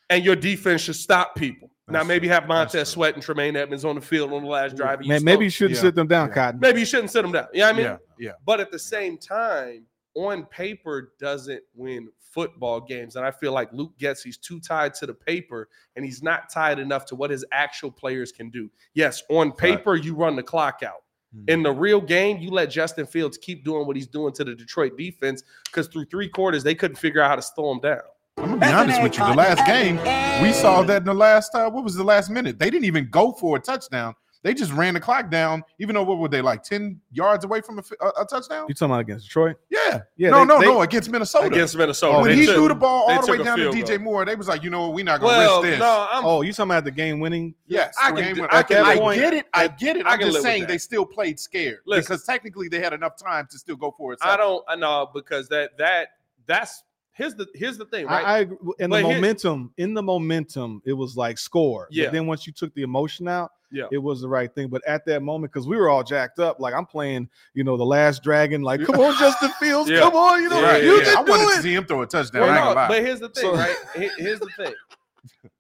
Speaker 1: And your defense should stop people. now
Speaker 2: That's
Speaker 1: maybe
Speaker 2: true.
Speaker 1: have
Speaker 2: That's true.
Speaker 1: Montez Sweat and Tremaine Edmonds on the field on the last drive. and
Speaker 4: Man,
Speaker 1: you
Speaker 4: maybe you
Speaker 1: still-
Speaker 4: shouldn't
Speaker 2: Yeah.
Speaker 4: sit them down,
Speaker 2: Yeah.
Speaker 4: Cotton.
Speaker 1: maybe you shouldn't sit them down. Yeah, you know what I mean,
Speaker 2: yeah, yeah.
Speaker 1: but at the same time, on paper doesn't win football games. And I feel like Luke gets he's too tied to the paper and he's not tied enough to what his actual players can do. Yes, on paper, you run the clock out.
Speaker 2: Mhm.
Speaker 1: In the real game, you let Justin Fields keep doing what he's doing to the Detroit defense because through three quarters, they couldn't figure out how to slow him down.
Speaker 2: I'm gonna be honest with you. The last game, we saw that in the last. Uh, what was the last minute? They didn't even go for a touchdown. They just ran the clock down. Even though what were they like ten yards away from a, fi- a, a touchdown?
Speaker 4: You talking about against Detroit?
Speaker 2: Yeah.
Speaker 4: Yeah.
Speaker 2: no,
Speaker 4: they-
Speaker 2: no,
Speaker 4: they-
Speaker 2: no. Against Minnesota.
Speaker 1: Against Minnesota.
Speaker 4: Oh,
Speaker 2: when
Speaker 1: they
Speaker 2: he
Speaker 1: took-
Speaker 2: threw the ball
Speaker 1: they
Speaker 2: all the
Speaker 1: took
Speaker 2: way
Speaker 1: a
Speaker 2: down to
Speaker 1: field
Speaker 2: DJ
Speaker 1: goal.
Speaker 2: Moore, they was like, you know what, we're not gonna
Speaker 1: Well,
Speaker 2: risk this.
Speaker 1: no, I'm,
Speaker 4: Oh, you talking about the game-winning?
Speaker 2: Yes,
Speaker 1: I
Speaker 2: three
Speaker 1: can do-
Speaker 2: game-
Speaker 1: I
Speaker 2: I,
Speaker 1: can live with
Speaker 2: get it. I get it.
Speaker 1: I
Speaker 2: I'm
Speaker 1: can live with
Speaker 2: just saying
Speaker 1: that.
Speaker 2: they still played scared
Speaker 1: Listen.
Speaker 2: because technically they had enough time to still go for it.
Speaker 1: I don't I know because that that that's here's the here's the thing, right?
Speaker 4: I, I agree. and
Speaker 1: But
Speaker 4: the
Speaker 1: here-
Speaker 4: momentum in the momentum, it was like score.
Speaker 1: Yeah.
Speaker 4: But then once you took the emotion out,
Speaker 1: Yeah.
Speaker 4: it was the right thing. But at that moment, because we were all jacked up, like I'm playing, you know, the last dragon. Like, come on, Justin Fields,
Speaker 1: Yeah.
Speaker 4: come on, you know,
Speaker 1: Yeah,
Speaker 4: you
Speaker 1: yeah,
Speaker 4: can
Speaker 2: I
Speaker 4: do
Speaker 2: wanted to
Speaker 4: it.
Speaker 2: see him throw a touchdown.
Speaker 1: Well,
Speaker 2: I ain't gonna
Speaker 1: no,
Speaker 2: lie.
Speaker 1: but here's the thing,
Speaker 4: So-
Speaker 1: right? Here- Here's the thing.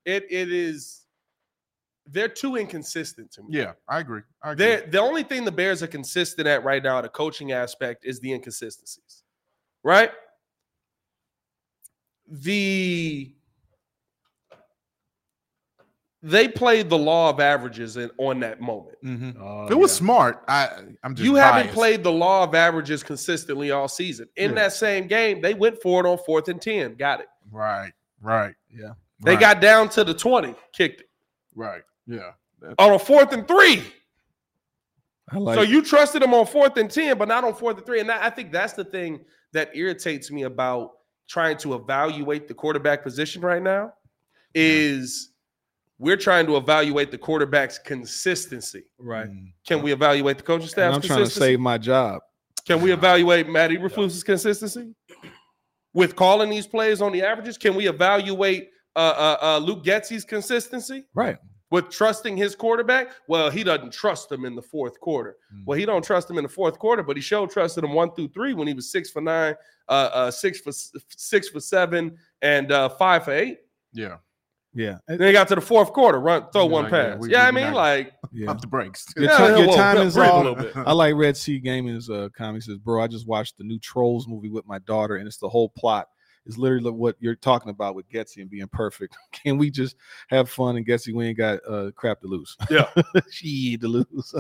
Speaker 1: It it is they're too inconsistent to me.
Speaker 2: yeah, I agree. I agree.
Speaker 1: They're, the only thing the Bears are consistent at right now, the coaching aspect, is the inconsistencies, right? The they played the law of averages in, on that moment.
Speaker 2: Mhm.
Speaker 4: Oh,
Speaker 2: If it was
Speaker 4: yeah.
Speaker 2: smart. I I'm just
Speaker 1: you haven't
Speaker 2: biased.
Speaker 1: played the law of averages consistently all season. In
Speaker 2: Yeah.
Speaker 1: that same game, they went for it on fourth and 10. Got it.
Speaker 2: right, right. Yeah,
Speaker 1: They
Speaker 2: right,
Speaker 1: got down to the 20, kicked it
Speaker 2: right. Yeah,
Speaker 1: on a fourth and three.
Speaker 4: I like
Speaker 1: so you trusted them on fourth and 10, but not on fourth and three. And that, I think that's the thing that irritates me about trying to evaluate the quarterback position right now is we're trying to evaluate the quarterback's consistency.
Speaker 4: right.
Speaker 2: Mm.
Speaker 1: Can we evaluate the coaching
Speaker 4: And
Speaker 1: staff's
Speaker 4: I'm trying to
Speaker 1: consistency?
Speaker 4: save my job.
Speaker 1: Can we evaluate Matt Eberflus's consistency with calling these plays on the averages? Can we evaluate uh, uh, uh, Luke Getzey's consistency
Speaker 4: Right.
Speaker 1: with trusting his quarterback? Well, he doesn't trust him in the fourth quarter.
Speaker 4: Hmm.
Speaker 1: Well, he don't trust him in the fourth quarter, but he showed trusted him one through three when he was six for nine, uh, uh, six for s- six for seven, and uh, five for eight.
Speaker 2: Yeah,
Speaker 4: Yeah.
Speaker 1: Then they got to the fourth quarter, run throw
Speaker 2: We're
Speaker 1: one
Speaker 2: like, yeah,
Speaker 1: pass. Yeah,
Speaker 2: we-
Speaker 1: I
Speaker 2: we're
Speaker 1: mean,
Speaker 2: not-
Speaker 1: like
Speaker 4: Yeah.
Speaker 2: up the brakes.
Speaker 4: Your,
Speaker 1: Yeah,
Speaker 4: ti-
Speaker 1: yeah,
Speaker 4: your
Speaker 1: whoa,
Speaker 4: time
Speaker 1: yeah,
Speaker 4: is
Speaker 1: breathe a
Speaker 4: off.
Speaker 1: little bit.
Speaker 4: I like Red Sea Gaming's uh, comment. He says, "Bro, I just watched the new Trolls movie with my daughter, and it's the whole plot is literally what you're talking about with Getsy and being perfect. Can we just have fun and Getsy? We ain't got uh, crap to lose.
Speaker 1: Yeah.
Speaker 4: she to lose.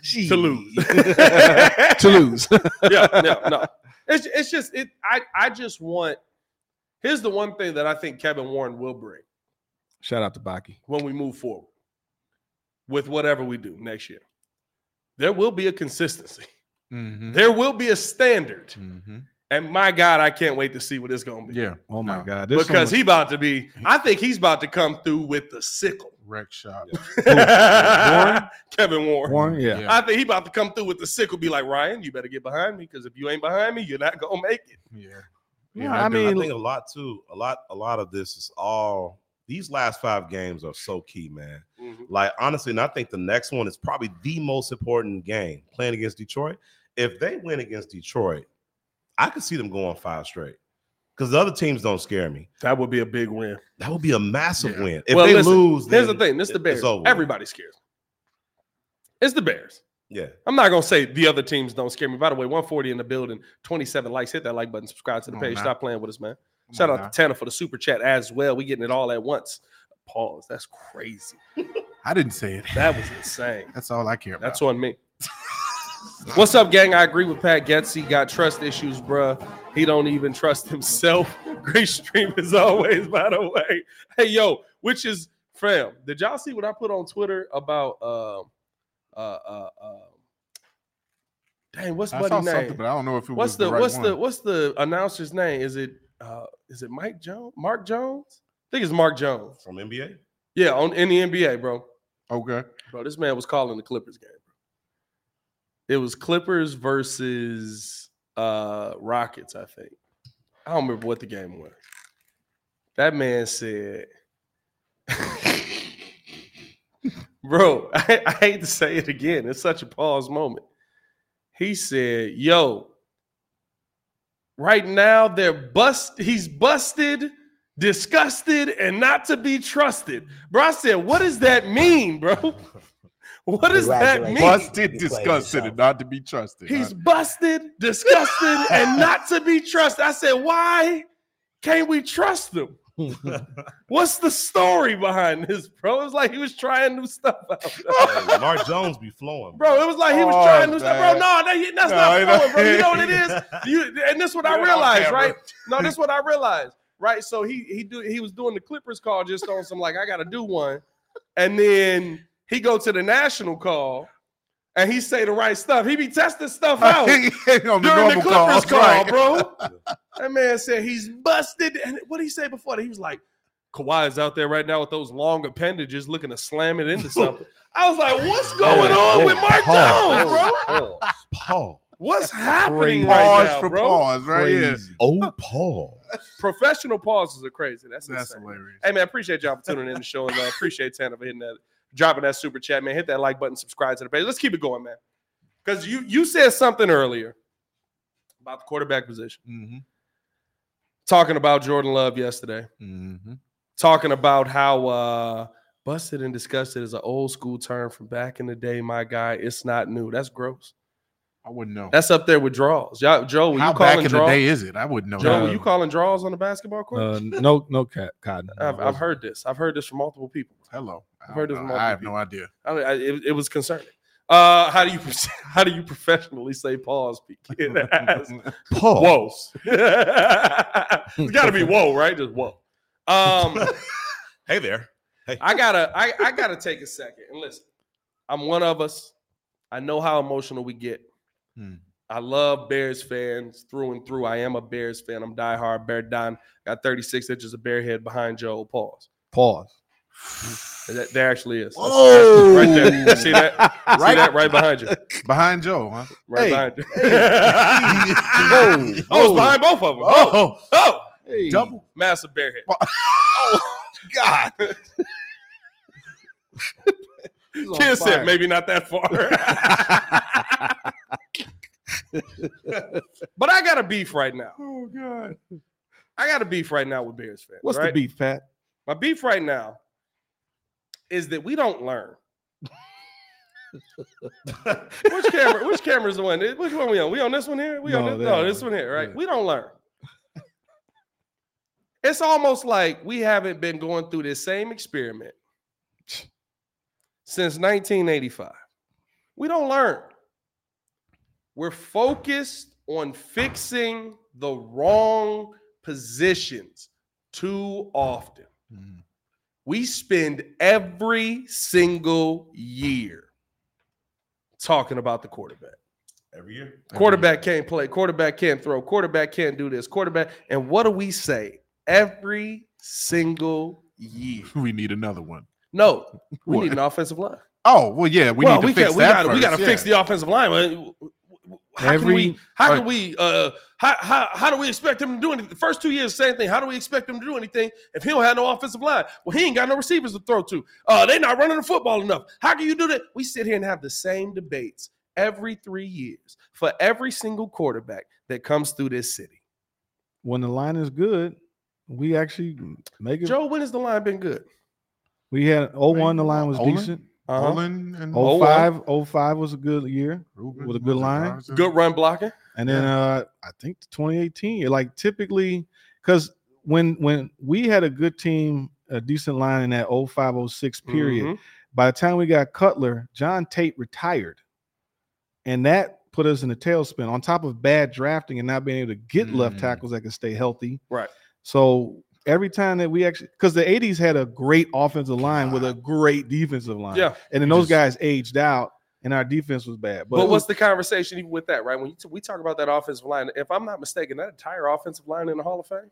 Speaker 4: she
Speaker 1: to lose.
Speaker 4: to lose.
Speaker 1: yeah, no, no. It's it's just it. I I just want. Here's the one thing that I think Kevin Warren will bring
Speaker 4: Shout out to Baki.
Speaker 1: when we move forward with whatever we do next year. There will be a consistency.
Speaker 2: Mm-hmm.
Speaker 1: There will be a standard.
Speaker 2: Mm-hmm.
Speaker 1: And my God, I can't wait to see what it's going to be.
Speaker 2: Yeah,
Speaker 4: Oh my
Speaker 2: No.
Speaker 4: God! There's so
Speaker 1: Because
Speaker 4: much-
Speaker 1: he about to be, I think he's about to come through with the sickle.
Speaker 2: wreck shop.
Speaker 4: Warren?
Speaker 1: Kevin Warren.
Speaker 4: Warren, yeah.
Speaker 1: I think he about to come through with the sickle. Be like Ryan, you better get behind me because if you ain't behind me, you're not gonna make it.
Speaker 2: yeah.
Speaker 4: No, I
Speaker 2: do.
Speaker 5: I
Speaker 4: mean,
Speaker 5: think a lot too. A lot, a lot of this is all these last five games are so key, man. Like honestly, and I think the next one is probably the most important game playing against Detroit. If they win against Detroit, I could see them going five straight. Because the other teams don't scare me.
Speaker 1: That would be a big win.
Speaker 5: That would be a massive
Speaker 2: Yeah.
Speaker 5: win. If
Speaker 1: Well,
Speaker 5: they
Speaker 1: listen,
Speaker 5: lose,
Speaker 1: Here's the
Speaker 5: then
Speaker 1: thing. This the
Speaker 5: it-
Speaker 1: Bears.
Speaker 5: It's over. with.
Speaker 1: Everybody scares. me. It's the Bears.
Speaker 5: Yeah.
Speaker 1: I'm not gonna say the other teams don't scare me. By the way, 140 in the building, 27 likes. Hit that like button. Subscribe to the
Speaker 2: Come on
Speaker 1: page.
Speaker 2: now.
Speaker 1: Stop playing with us, man.
Speaker 2: Oh, Come
Speaker 1: Shout
Speaker 2: on
Speaker 1: out
Speaker 2: now.
Speaker 1: to Tanner for the super chat as well. We getting it all at once. Pause. That's crazy.
Speaker 2: I didn't say it.
Speaker 1: That was insane.
Speaker 2: That's all I care about.
Speaker 1: That's on me. What's up, gang? I agree with Pat Getsy. Got trust issues, bruh. He don't even trust himself. Great stream as always, by the way. Hey, yo, which is fam? Did y'all see what I put on Twitter about um uh uh uh Dang, what's
Speaker 2: I
Speaker 1: buddy
Speaker 2: saw
Speaker 1: name?
Speaker 2: something, but I don't know if it
Speaker 1: what's
Speaker 2: was
Speaker 1: the,
Speaker 2: right
Speaker 1: what's
Speaker 2: one.
Speaker 1: the what's the announcer's name? Is it uh is it Mike Jones? Mark Jones? I think it's Mark Jones.
Speaker 5: From NBA.
Speaker 1: Yeah, on in the NBA, bro.
Speaker 2: okay?
Speaker 1: Bro, this man was calling the Clippers game. Bro. It was Clippers versus uh Rockets, I think. I don't remember what the game was. That man said, Bro, I, I hate to say it again. It's such a pause moment. He said, Yo, right now they're bust, he's busted, disgusted, and not to be trusted. Bro, I said, What does that mean, bro? What does that mean?
Speaker 7: Congratulations.
Speaker 2: Busted,
Speaker 7: You played
Speaker 2: disgusted,
Speaker 7: yourself.
Speaker 2: and not to be trusted.
Speaker 1: He's
Speaker 2: huh?
Speaker 1: busted, disgusted, and not to be trusted. I said, why can't we trust them? What's the story behind this, bro? It was like he was trying new stuff out.
Speaker 5: Hey, Mark Jones be flowing.
Speaker 1: Bro, it was like he was
Speaker 2: Oh,
Speaker 1: trying new stuff. Bro,
Speaker 2: man.
Speaker 1: no, that, that's
Speaker 2: No,
Speaker 1: not
Speaker 2: you know-
Speaker 1: flowing, bro. You know what it is? You and this what
Speaker 2: Put
Speaker 1: I
Speaker 2: it on
Speaker 1: realized,
Speaker 2: camera.
Speaker 1: right? No, this what I realized, right? So he he do he was doing the Clippers call just on some like I gotta do one, and then he go to the national call, and he say the right stuff. He be testing stuff out during
Speaker 2: on the
Speaker 1: the Clippers
Speaker 2: normal call,
Speaker 1: call,
Speaker 2: that's right.
Speaker 1: bro. That man said he's busted. And what did he say before that? He was like, Kawhi is out there right now with those long appendages, looking to slam it into something. I was like, what's going on with Mark Jones, Oh, bro?
Speaker 5: Paul. Paul.
Speaker 1: What's happening right
Speaker 2: Pause
Speaker 1: now,
Speaker 2: for
Speaker 1: bro?
Speaker 2: pause, right here.
Speaker 5: Oh, Paul.
Speaker 1: Professional pauses are crazy. That's,
Speaker 2: That's
Speaker 1: insane.
Speaker 2: hilarious.
Speaker 1: Hey man, appreciate y'all for tuning in the show and uh, appreciate Tanner for hitting that, dropping that super chat, man. Hit that like button, subscribe to the page. Let's keep it going, man. Because you you said something earlier about the quarterback position,
Speaker 2: Mm-hmm.
Speaker 1: talking about Jordan Love yesterday,
Speaker 2: Mm-hmm.
Speaker 1: talking about how uh busted and disgusted is an old school term from back in the day. My guy, it's not new. That's gross.
Speaker 2: I wouldn't know.
Speaker 1: That's up there with draws. Y'all, Joe, when
Speaker 2: How
Speaker 1: you
Speaker 2: back
Speaker 1: calling
Speaker 2: in the
Speaker 1: draws,
Speaker 2: day is it? I wouldn't know.
Speaker 1: Joe,
Speaker 2: that.
Speaker 1: were you calling draws on the basketball court?
Speaker 4: Uh, no, no, Ca- Cotton.
Speaker 1: I've,
Speaker 4: No, I
Speaker 1: I've
Speaker 4: wasn't.
Speaker 1: heard this. I've heard this from multiple people.
Speaker 2: Hello. I,
Speaker 1: I've heard
Speaker 2: don't
Speaker 1: of
Speaker 2: know.
Speaker 1: multiple
Speaker 2: I have no
Speaker 1: people.
Speaker 2: idea.
Speaker 1: I, I, it, it was concerning. Uh, how do you how do you professionally say pause? P? Kid asked. Whoa. it's got to be whoa, right? Just whoa. Um,
Speaker 5: hey there.
Speaker 1: I gotta I, I gotta take a second and listen. I'm one of us. I know how emotional we get.
Speaker 2: Hmm.
Speaker 1: I love Bears fans through and through. I am a Bears fan. I'm diehard Bear Don. Got 36 inches of bear head behind Joe. Pause.
Speaker 4: Pause.
Speaker 1: That, there actually is. That's- that's right there. You See that? See
Speaker 2: Right-
Speaker 1: that right behind you.
Speaker 2: Behind Joe, huh?
Speaker 1: Right
Speaker 4: Hey,
Speaker 1: behind you.
Speaker 2: Oh,
Speaker 1: oh, it's behind both of them. Oh, oh,
Speaker 4: Hey.
Speaker 2: double.
Speaker 1: massive bear head.
Speaker 2: God.
Speaker 1: Kiss it, maybe not that far. but I got a beef right now.
Speaker 2: Oh God.
Speaker 1: I got a beef right now with Bears fans.
Speaker 4: What's
Speaker 1: right?
Speaker 4: the beef, Pat?
Speaker 1: My beef right now is that we don't learn. which camera? Which camera is the one? Which one we on? We on this one here? We on
Speaker 4: No,
Speaker 1: this?
Speaker 4: that
Speaker 1: No,
Speaker 4: one.
Speaker 1: this one here, right?
Speaker 4: Yeah.
Speaker 1: We don't learn. It's almost like we haven't been going through this same experiment since 1985. We don't learn. We're focused on fixing the wrong positions too often.
Speaker 2: Mm.
Speaker 1: We spend every single year talking about the quarterback.
Speaker 5: Every year.
Speaker 1: Quarterback can't play. Quarterback can't throw. Quarterback can't do this. Quarterback. And what do we say every single year?
Speaker 2: We need another one.
Speaker 1: No, we
Speaker 2: What?
Speaker 1: need an offensive line.
Speaker 2: Oh well, yeah. We
Speaker 1: well,
Speaker 2: need to
Speaker 1: we
Speaker 2: fix
Speaker 1: can't. We
Speaker 2: that.
Speaker 1: gotta, we
Speaker 2: first,
Speaker 1: gotta
Speaker 2: yeah.
Speaker 1: fix the offensive line. man. How can
Speaker 4: Every-
Speaker 1: we? How
Speaker 2: all
Speaker 1: can we? Uh, how, how how do we expect him to do anything? The first two years, same thing. How do we expect him to do anything if he don't have no offensive line? Well, he ain't got no receivers to throw to. Uh, they not running the football enough. How can you do that? We sit here and have the same debates every three years for every single quarterback that comes through this city.
Speaker 4: When the line is good, we actually make it.
Speaker 1: Joe, when has the line been good?
Speaker 4: We had 01, the line was
Speaker 2: Olin?
Speaker 4: decent. Uh-huh.
Speaker 2: Olin and
Speaker 1: Oh,
Speaker 4: 05, 05 was a good year.
Speaker 2: Ruben
Speaker 4: with a good line.
Speaker 2: Johnson.
Speaker 1: Good run blocking.
Speaker 4: And then uh I think 2018, yeah, like typically because when when we had a good team, a decent line in that 0506 period,
Speaker 1: Mhm.
Speaker 4: by the time we got Cutler, John Tate retired. And that put us in a tailspin on top of bad drafting and not being able to get left
Speaker 2: Mm.
Speaker 4: tackles that can stay healthy.
Speaker 1: Right.
Speaker 4: So every time that we actually because the 80s had a great offensive line with a great defensive line.
Speaker 1: Yeah.
Speaker 4: And then
Speaker 2: You
Speaker 4: those
Speaker 2: just-
Speaker 4: guys aged out and our defense was bad.
Speaker 1: But,
Speaker 4: But, it was-
Speaker 1: what's the conversation even with that, right? When you t- we talk about that offensive line, if I'm not mistaken, that entire offensive line in the Hall of Fame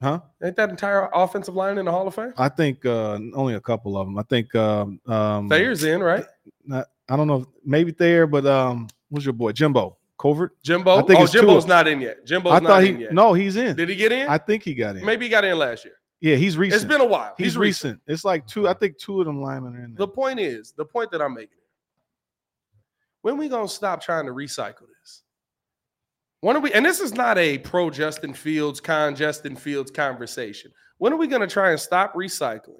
Speaker 4: huh?
Speaker 1: ain't that entire offensive line in the Hall of Fame?
Speaker 4: I think uh, only a couple of them. I think um, um,
Speaker 1: Thayer's in, right?
Speaker 4: not- I don't know, if- maybe Thayer, but um, what's your boy Jimbo Covert?
Speaker 1: Jimbo.
Speaker 4: I think
Speaker 1: oh,
Speaker 4: it's two
Speaker 1: Jimbo's
Speaker 4: of-
Speaker 1: not in yet. Jimbo's
Speaker 4: I
Speaker 1: not
Speaker 4: thought he
Speaker 1: in yet.
Speaker 4: no, he's in.
Speaker 1: Did he get in?
Speaker 4: I think he got in.
Speaker 1: Maybe he got in last year.
Speaker 4: yeah, he's recent.
Speaker 1: It's been a while.
Speaker 4: he's, recent. It's like two. I think two of them linemen are in.
Speaker 1: The
Speaker 4: There.
Speaker 1: point is, the point that I'm making. When we gonna stop trying to recycle this? When are we? And this is not a pro Justin Fields, con Justin Fields conversation. When are we gonna try and stop recycling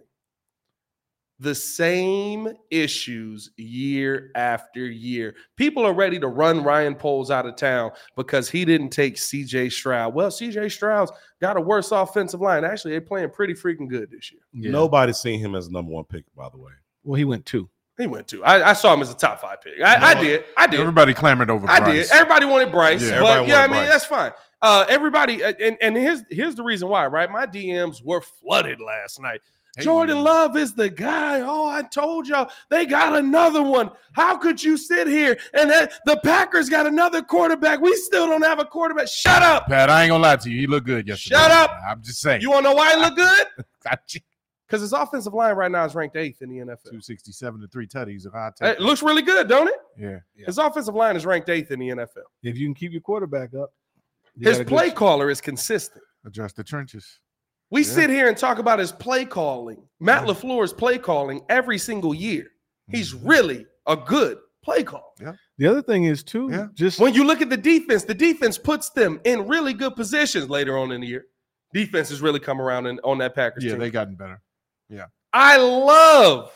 Speaker 1: the same issues year after year? People are ready to run Ryan Poles out of town because he didn't take C.J. Stroud. Well, C.J. Stroud's got a worse offensive line. Actually, they're playing pretty freaking good this year.
Speaker 4: Yeah.
Speaker 5: Nobody's seen him as number one pick, by the way.
Speaker 4: Well, he went two.
Speaker 1: He went to. I, I saw him as a top five pick. I, I
Speaker 5: No.
Speaker 1: did. I did.
Speaker 2: Everybody clamored over.
Speaker 1: I
Speaker 2: Bryce.
Speaker 1: did. Everybody wanted Bryce.
Speaker 2: Yeah,
Speaker 1: but
Speaker 5: everybody
Speaker 1: yeah, I
Speaker 5: wanted
Speaker 1: mean,
Speaker 5: Bryce.
Speaker 1: that's fine. Uh, everybody, and, and here's here's the reason why, right? My DMs were flooded last night.
Speaker 2: Hey.
Speaker 1: Jordan Love is the guy. Oh, I told y'all they got another one. How could you sit here and that, the Packers got another quarterback? We still don't have a quarterback. Shut up.
Speaker 2: Pat, I ain't gonna lie to you. He looked good yesterday.
Speaker 1: Shut up.
Speaker 2: I'm just saying.
Speaker 1: You want to know why it look good?
Speaker 2: Got you.
Speaker 1: Because his offensive line right now is ranked eighth in the NFL.
Speaker 2: 267 to three tutties. If I
Speaker 1: Hey,
Speaker 2: take
Speaker 1: It looks really good, don't it?
Speaker 2: yeah.
Speaker 1: His offensive line is ranked eighth in the NFL.
Speaker 4: If you can keep your quarterback up, you
Speaker 1: His
Speaker 4: got a good
Speaker 1: play
Speaker 4: sh-
Speaker 1: caller is consistent.
Speaker 2: Adjust the trenches.
Speaker 1: We
Speaker 2: Yeah.
Speaker 1: sit here and talk about his play calling, Matt LaFleur's play calling every single year. He's
Speaker 2: Mm-hmm.
Speaker 1: really a good play call.
Speaker 4: The other thing is too,
Speaker 2: Yeah.
Speaker 4: just
Speaker 1: When you look at the defense, the defense puts them in really good positions later on in the year. Defense has really come around in, on that Packers
Speaker 2: Yeah,
Speaker 1: team.
Speaker 2: they gotten better.
Speaker 1: I love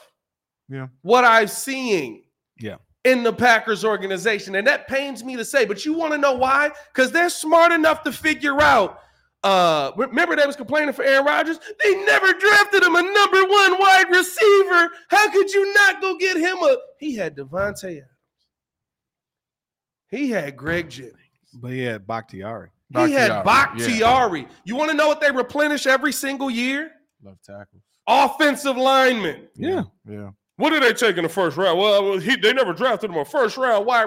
Speaker 2: Yeah.
Speaker 1: what I'm seeing.
Speaker 4: Yeah.
Speaker 1: in the Packers organization. And that pains me to say, but you want to know why? Because they're smart enough to figure out. Uh, remember they was complaining for Aaron Rodgers. They never drafted him a number one wide receiver. How could you not go get him a? He had Devontae Adams. He had Greg Jennings.
Speaker 4: But he had Bakhtiari.
Speaker 1: He had
Speaker 2: Bakhtiari, yeah.
Speaker 1: Bakhtiari. You want to know what they replenish every single year?
Speaker 2: Left tackles.
Speaker 1: Offensive linemen.
Speaker 4: Yeah.
Speaker 2: Yeah.
Speaker 1: What did they take in the first round? Well, he, they never drafted him a first round wide.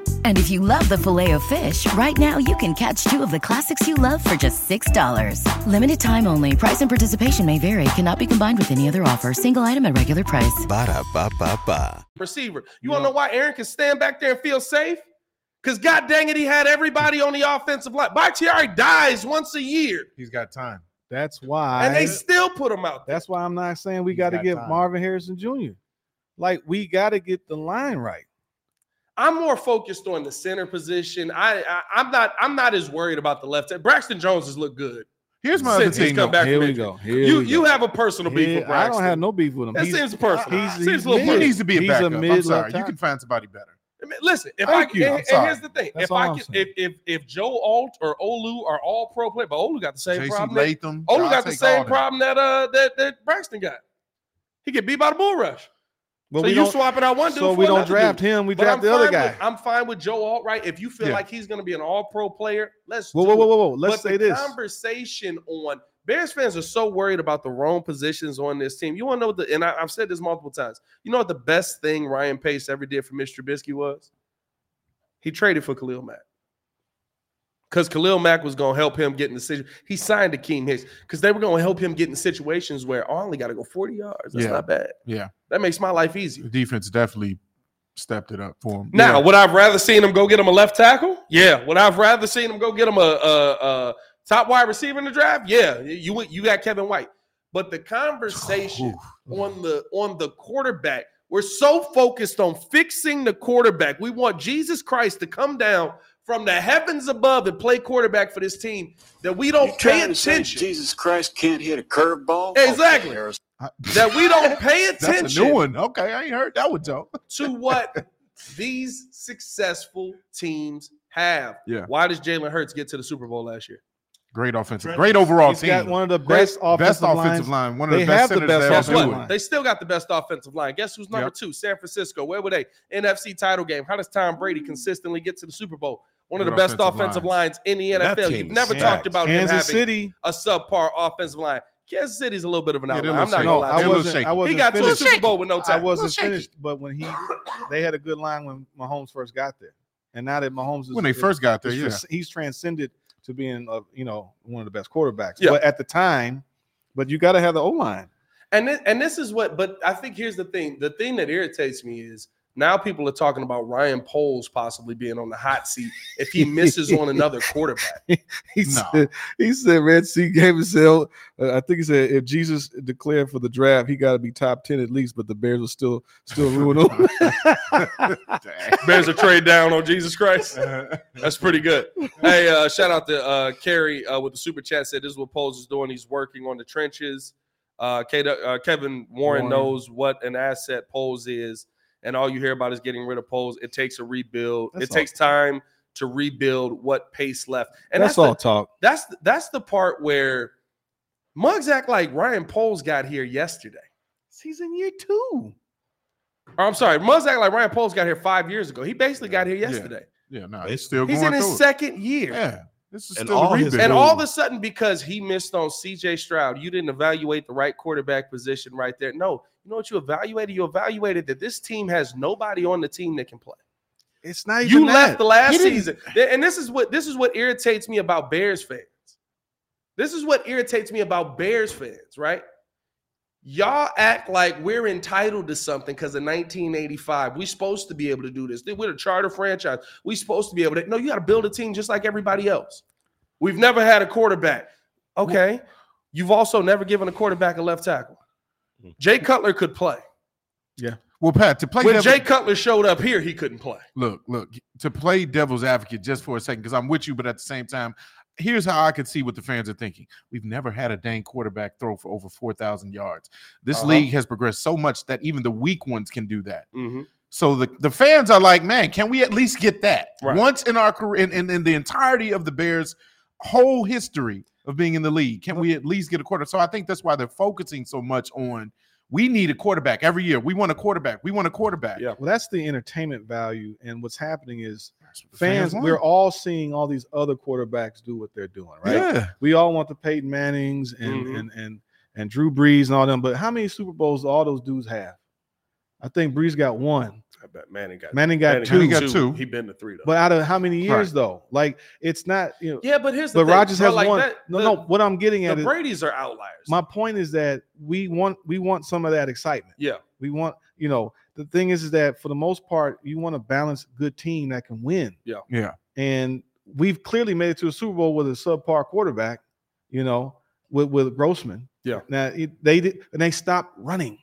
Speaker 8: And if you love the filet of fish, right now you can catch two of the classics you love for just $6. Limited time only. Price and participation may vary. Cannot be combined with any other offer. Single item at regular price.
Speaker 6: Ba-da-ba-ba-ba.
Speaker 1: receiver. You want to know why Aaron can stand back there and feel safe? Because God dang it, he had everybody on the offensive line. Bakhtiari dies once a year,
Speaker 2: He's got time.
Speaker 4: That's why.
Speaker 1: and they still put him out there.
Speaker 4: That's why I'm not saying we
Speaker 2: You
Speaker 4: got to
Speaker 2: got
Speaker 4: get
Speaker 2: time.
Speaker 4: Marvin Harrison Jr. Like we got to get the line right.
Speaker 1: I'm more focused on the center position. I, I I'm not I'm not as worried about the left. Braxton Jones has looked good.
Speaker 2: Here's my other
Speaker 1: Since he's
Speaker 2: thing.
Speaker 1: come
Speaker 2: though.
Speaker 1: back
Speaker 4: Here
Speaker 1: from
Speaker 4: we
Speaker 1: injury.
Speaker 4: go. Here
Speaker 1: You
Speaker 4: we go.
Speaker 1: you have a personal beef with
Speaker 4: Yeah, I
Speaker 1: Braxton.
Speaker 4: don't have no beef with him.
Speaker 1: that
Speaker 4: He's-
Speaker 1: seems personal.
Speaker 4: he's-
Speaker 1: seems a little
Speaker 2: He
Speaker 4: he's
Speaker 1: personal.
Speaker 2: needs to be a
Speaker 4: He's a
Speaker 2: backup. i I'm
Speaker 4: mid-left
Speaker 2: sorry. You
Speaker 4: tackle.
Speaker 2: can find somebody better.
Speaker 1: I mean, Listen, if
Speaker 2: Thank
Speaker 1: I
Speaker 2: you.
Speaker 1: and,
Speaker 2: I'm
Speaker 1: and
Speaker 2: sorry.
Speaker 1: here's the thing,
Speaker 4: That's
Speaker 1: if
Speaker 4: all
Speaker 1: I
Speaker 4: I'm
Speaker 1: can, if,
Speaker 4: saying.
Speaker 1: if if Joe Alt or Olu are all pro play, but Olu got the same
Speaker 2: Jason
Speaker 1: problem.
Speaker 2: Latham.
Speaker 1: Olu
Speaker 2: I'll
Speaker 1: got the
Speaker 2: take all
Speaker 1: same
Speaker 2: that.
Speaker 1: problem that uh that that Braxton got. He get beat by the bull rush.
Speaker 4: Well,
Speaker 1: so
Speaker 4: we
Speaker 1: you
Speaker 4: don't-
Speaker 1: swapping out one dude.
Speaker 4: so
Speaker 1: for
Speaker 4: we don't
Speaker 1: another
Speaker 4: draft
Speaker 1: dude.
Speaker 4: him. We
Speaker 1: But
Speaker 4: draft
Speaker 1: I'm
Speaker 4: the other
Speaker 1: fine
Speaker 4: guy.
Speaker 1: With, I'm fine with Joe Albright. If you feel
Speaker 4: Yeah.
Speaker 1: like he's going to be an All Pro player, let's.
Speaker 4: whoa,
Speaker 1: do
Speaker 4: whoa, whoa,
Speaker 1: it.
Speaker 4: whoa, whoa. Let's
Speaker 1: but
Speaker 4: say
Speaker 1: the
Speaker 4: this.
Speaker 1: conversation on Bears fans are so worried about the wrong positions on this team. You want to know what the and I, have said this multiple times. You know what the best thing Ryan Pace ever did for Mr. Trubisky was? He traded for Khalil Mack. Because Khalil Mack was going to help him get in the situation. He signed Akeem Hicks because they were going to help him get in situations where oh, I only got to go 40 yards. That's
Speaker 2: Yeah.
Speaker 1: not bad.
Speaker 2: Yeah.
Speaker 1: That makes my life easier.
Speaker 2: The defense definitely stepped it up for him.
Speaker 1: Now,
Speaker 2: Yeah.
Speaker 1: would I've rather seen him go get him a left tackle? Yeah. Would I've rather seen him go get him a, a, a top wide receiver in the draft? Yeah. You went- you got Kevin White, but the conversation on the on the quarterback, we're so focused on fixing the quarterback. We want Jesus Christ to come down from the heavens above and play quarterback for this team that we don't pay attention.
Speaker 7: Jesus Christ can't hit a curveball.
Speaker 1: Exactly. That we don't pay attention.
Speaker 2: That's a new one. Okay, I ain't heard that one, Joe.
Speaker 1: to what these successful teams have.
Speaker 2: Yeah.
Speaker 1: Why does Jalen Hurts get to the Super Bowl last year?
Speaker 2: Great offensive, great overall
Speaker 4: He's
Speaker 2: team.
Speaker 4: got one of the
Speaker 2: Great-
Speaker 4: best offensive lines.
Speaker 2: line. One of
Speaker 4: They
Speaker 2: the best
Speaker 4: have the
Speaker 2: centers
Speaker 4: best
Speaker 1: Guess
Speaker 2: they
Speaker 4: offensive
Speaker 2: ever
Speaker 1: what?
Speaker 4: Absolutely.
Speaker 2: played.
Speaker 1: They still got the best offensive line. Guess who's number two? San Francisco. Where were they? NFC title game. How does Tom Brady consistently get to the Super Bowl? One of
Speaker 2: Good
Speaker 1: the best
Speaker 2: offensive
Speaker 1: offensive lines.
Speaker 2: lines.
Speaker 1: in the
Speaker 5: That
Speaker 1: NFL.
Speaker 5: team
Speaker 1: You've
Speaker 5: is
Speaker 1: never
Speaker 5: stacked.
Speaker 1: talked about him having
Speaker 4: Kansas City.
Speaker 1: a subpar offensive line. Kansas City's a little bit of an
Speaker 2: Yeah,
Speaker 1: outlier.
Speaker 2: they're
Speaker 1: I'm not
Speaker 2: shaky.
Speaker 1: gonna
Speaker 4: No,
Speaker 1: lie.
Speaker 2: They're a
Speaker 4: I
Speaker 1: to you.
Speaker 2: little
Speaker 4: wasn't. I
Speaker 2: shaky.
Speaker 1: He
Speaker 4: wasn't
Speaker 1: got to the
Speaker 4: finished.
Speaker 1: Super Bowl with no
Speaker 4: I
Speaker 1: time.
Speaker 4: wasn't finished. But when he, they had a good line when Mahomes first got there, and now that Mahomes is
Speaker 2: when they
Speaker 4: is-
Speaker 2: first got there,
Speaker 4: he's
Speaker 2: yeah.
Speaker 4: trans- he's transcended to being uh, you know one of the best quarterbacks.
Speaker 1: Yeah.
Speaker 4: But at the time, but you got to have the O line.
Speaker 1: And this, and this is what, but I think here's the thing: the thing that irritates me is now people are talking about Ryan Poles possibly being on the hot seat if he misses on another quarterback.
Speaker 4: He
Speaker 2: No.
Speaker 4: said, he said, Red Sea gave himself. Uh, I think he said, if Jesus declared for the draft, he got to be top ten at least. But the Bears will still still ruin him.
Speaker 1: Bears a trade down on Jesus Christ. That's pretty good. Hey, uh, shout out to uh, Kerry uh, with the super chat. Said this is what Poles is doing. He's working on the trenches. Uh, K- uh, Kevin Warren,
Speaker 2: Warren.
Speaker 1: knows what an asset Poles is, and all you hear about is getting rid of Poles. It takes a rebuild.
Speaker 4: That's
Speaker 1: it
Speaker 4: all.
Speaker 1: takes time to rebuild what pace left, and
Speaker 4: that's
Speaker 1: the-
Speaker 4: all talk.
Speaker 1: That's that's the part where mugs act like Ryan Poles got here yesterday.
Speaker 4: He's in year two.
Speaker 1: Or I'm sorry, mugs act like Ryan Poles got here five years ago. He basically got here
Speaker 2: Yeah.
Speaker 1: yesterday.
Speaker 2: yeah, no,
Speaker 5: He's
Speaker 2: it's still
Speaker 1: He's in
Speaker 2: going
Speaker 1: his
Speaker 2: through. it.
Speaker 1: second year.
Speaker 2: Yeah, this is
Speaker 5: And
Speaker 2: still
Speaker 5: all
Speaker 2: a
Speaker 5: his
Speaker 2: rebuild.
Speaker 1: And all of a sudden, because he missed on CJ Stroud, you didn't evaluate the right quarterback position right there. No, you know what you evaluated? You evaluated that this team has nobody on the team that can play.
Speaker 4: It's not even
Speaker 1: you
Speaker 4: that.
Speaker 1: left the last
Speaker 4: He didn't-
Speaker 1: season Th- and this is what this is what irritates me about bears fans this is what irritates me about bears fans right y'all act like we're entitled to something because in 1985 we're supposed to be able to do this we're a charter franchise we're supposed to be able to no you got to build a team just like everybody else we've never had a quarterback okay you've also never given a quarterback a left tackle jay cutler could play
Speaker 4: Yeah.
Speaker 2: Well, Pat, to play
Speaker 1: When
Speaker 2: devil-
Speaker 1: Jay Cutler showed up here, he couldn't play.
Speaker 2: look, look, to play devil's advocate just for a second, because I'm with you, but at the same time, here's how I could see what the fans are thinking. We've never had a dang quarterback throw for over 4,000 yards. This
Speaker 1: Uh-huh.
Speaker 2: league has progressed so much that even the weak ones can do that.
Speaker 1: Mm-hmm.
Speaker 2: So the, the fans are like, man, can we at least get that
Speaker 1: Right.
Speaker 2: once in our career, in, in, in the entirety of the Bears' whole history of being in the league? Can we at least get a quarter? So I think that's why they're focusing so much on we need a quarterback every year. We want a quarterback. We want a quarterback.
Speaker 1: Yeah.
Speaker 4: Well, that's the entertainment value. And what's happening is
Speaker 2: That's what the
Speaker 4: fans,
Speaker 2: want.
Speaker 4: we're all seeing all these other quarterbacks do what they're doing, right?
Speaker 2: Yeah.
Speaker 4: We all want the Peyton Mannings and
Speaker 1: Mhm.
Speaker 4: and and and Drew Brees and all them. But how many Super Bowls do all those dudes have? I think Brees got one.
Speaker 1: I bet Manning got
Speaker 4: Manning got
Speaker 1: Manning
Speaker 4: two.
Speaker 2: Manning got two.
Speaker 1: He been to three though.
Speaker 4: But out of how many years
Speaker 2: Right.
Speaker 4: though? Like it's not you know.
Speaker 1: yeah, but here's the
Speaker 4: but
Speaker 1: thing,
Speaker 4: Rogers
Speaker 1: bro,
Speaker 4: has
Speaker 1: like
Speaker 4: one.
Speaker 1: that-
Speaker 4: no,
Speaker 1: the-
Speaker 4: no. What I'm getting at
Speaker 1: the
Speaker 4: is
Speaker 1: Brady's are outliers.
Speaker 4: my point is that we want we want some of that excitement.
Speaker 1: Yeah.
Speaker 4: We want you know the thing is is that for the most part you want a balanced good team that can win.
Speaker 2: Yeah.
Speaker 4: and we've clearly made it to a Super Bowl with a subpar quarterback, you know, with with Grossman.
Speaker 1: Yeah.
Speaker 4: Now it, they did, and they stopped running,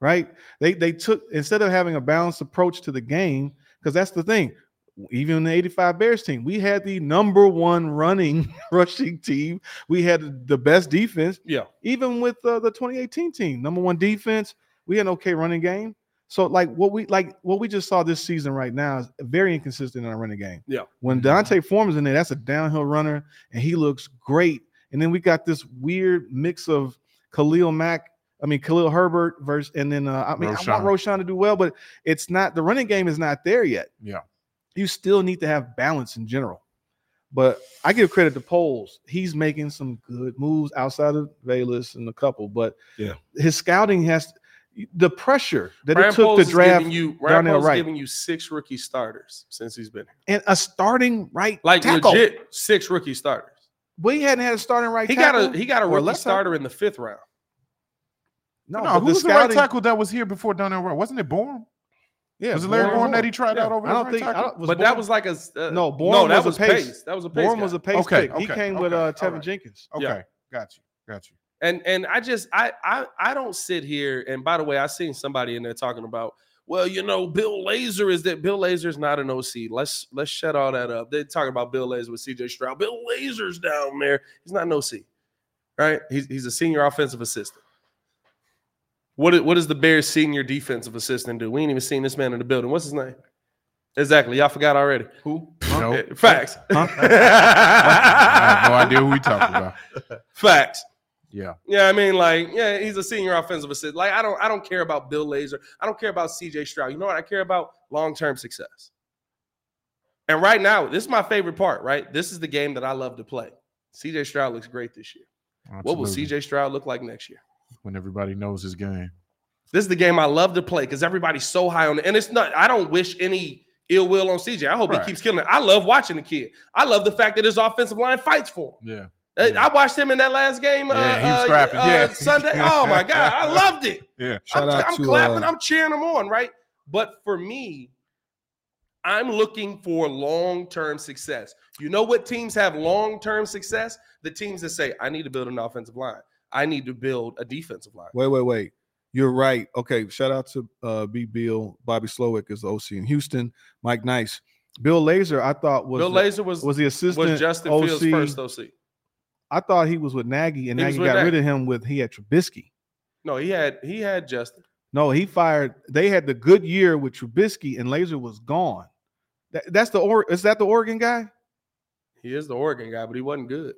Speaker 4: right? They they took instead of having a balanced approach to the game because that's the thing. Even the '85 Bears team, we had the number one running rushing team. We had the best defense.
Speaker 1: yeah,
Speaker 4: Even with uh, the 2018 team, number one defense, we had an okay running game. So like what we like what we just saw this season right now is very inconsistent in our running game.
Speaker 1: Yeah.
Speaker 4: When Dante Foreman's in there, that's a downhill runner, and he looks great. And then we got this weird mix of Khalil Mack, I mean Khalil Herbert versus, and then uh, I mean I want Roshan to do well, but it's not the running game is not there yet.
Speaker 2: Yeah.
Speaker 4: You still need to have balance in general. But I give credit to Poles. He's making some good moves outside of Bayless and a couple, but
Speaker 5: Yeah.
Speaker 4: his scouting has the pressure that
Speaker 1: Ryan
Speaker 4: it took
Speaker 1: Poles
Speaker 4: to
Speaker 1: is
Speaker 4: draft
Speaker 1: giving you Ryan
Speaker 4: Darnell
Speaker 1: Poles is
Speaker 4: Wright.
Speaker 1: giving you six rookie starters since he's been here.
Speaker 4: and a starting right
Speaker 1: Like
Speaker 4: tackle.
Speaker 1: legit six rookie starters.
Speaker 4: We hadn't had a starting right
Speaker 1: He got
Speaker 4: tackle.
Speaker 1: a he got a
Speaker 4: or
Speaker 1: rookie
Speaker 4: left
Speaker 1: starter in the fifth round.
Speaker 4: No,
Speaker 2: no,
Speaker 4: but
Speaker 2: who
Speaker 4: the
Speaker 2: was the right
Speaker 4: scouting-
Speaker 2: tackle that was here before Donnell Rowe? Wasn't it Bourne?
Speaker 4: Yeah,
Speaker 2: was it Larry Bourne,
Speaker 4: Bourne
Speaker 2: that he tried
Speaker 1: Yeah.
Speaker 2: out over
Speaker 4: I
Speaker 2: the
Speaker 4: don't
Speaker 2: right
Speaker 4: think. I
Speaker 2: tackle?
Speaker 4: don't, was
Speaker 1: but
Speaker 4: Bourne-
Speaker 1: that was like a s- uh,
Speaker 4: No, Bourne
Speaker 1: no, that
Speaker 4: was a
Speaker 1: was
Speaker 4: pace.
Speaker 1: That was a pace.
Speaker 4: Bourne
Speaker 1: guy.
Speaker 4: was a pace
Speaker 2: Okay,
Speaker 4: pick. he
Speaker 2: okay,
Speaker 4: came with
Speaker 2: okay,
Speaker 4: uh, Tevin
Speaker 2: alright.
Speaker 4: Jenkins.
Speaker 3: Oh,
Speaker 2: Okay,
Speaker 1: Yeah.
Speaker 2: got you, got you.
Speaker 1: And and I just I I I don't sit here. And by the way, I seen somebody in there talking about, well, you know, Bill Lazor is that Bill Lazor's not an OC. Let's let's shut all that up. They're talking about Bill Lazor with CJ Stroud. Bill Lazor's down there. He's not an OC, right? He's he's a senior offensive assistant. What i- what does the Bears senior defensive assistant do? We ain't even seen this man in the building. What's his name? Exactly. Y'all forgot already. Who?
Speaker 2: Nope.
Speaker 1: Facts.
Speaker 2: I have no idea who we talking about.
Speaker 1: Facts.
Speaker 2: Yeah.
Speaker 1: Yeah, I mean, like, yeah, he's a senior offensive assistant. Like, I don't, I don't care about Bill Lazor. I don't care about C.J. Stroud. You know what? I care about long-term success. And right now, this is my favorite part. Right, this is the game that I love to play. C.J. Stroud looks great this year. What will
Speaker 2: Absolutely.
Speaker 1: C.J. Stroud look like next year?
Speaker 2: When everybody knows his game.
Speaker 1: This is the game I love to play because everybody's so high on it. And it's not, I don't wish any ill will on CJ. I hope
Speaker 2: Right.
Speaker 1: he keeps killing it. I love watching the kid. I love the fact that his offensive line fights for him.
Speaker 2: Yeah.
Speaker 1: Uh,
Speaker 2: Yeah.
Speaker 1: I watched him in that last game.
Speaker 2: Yeah, he was
Speaker 1: uh, uh,
Speaker 2: scrapping.
Speaker 1: uh,
Speaker 2: Yeah.
Speaker 1: Sunday. Oh my god, I loved it.
Speaker 2: Yeah.
Speaker 3: Shout
Speaker 1: I'm,
Speaker 3: out
Speaker 1: I'm
Speaker 3: to,
Speaker 1: clapping.
Speaker 3: uh,
Speaker 1: I'm cheering him on. Right, but for me, I'm looking for long term success. You know what teams have long term success? The teams that say, "I need to build an offensive line. I need to build a defensive line."
Speaker 3: Wait, wait, wait. You're right. Okay, shout out to uh, B. Bill. Bobby Slowick is the OC in Houston. Mike Nice. Bill Laser, I thought was
Speaker 1: Bill
Speaker 3: the-
Speaker 1: Lazor was was,
Speaker 4: was the assistant
Speaker 1: Justin
Speaker 4: OC.
Speaker 1: Fields' first OC.
Speaker 4: I thought he was with Nagy, and
Speaker 1: He was
Speaker 4: Nagy
Speaker 1: with
Speaker 4: got rid
Speaker 1: Nagy.
Speaker 4: of him with he had Trubisky.
Speaker 1: No, he had he had Justin.
Speaker 4: No, he fired. They had the good year with Trubisky, and Laser was gone. That, that's the or is that the Oregon guy?
Speaker 1: He is the Oregon guy, but he wasn't good.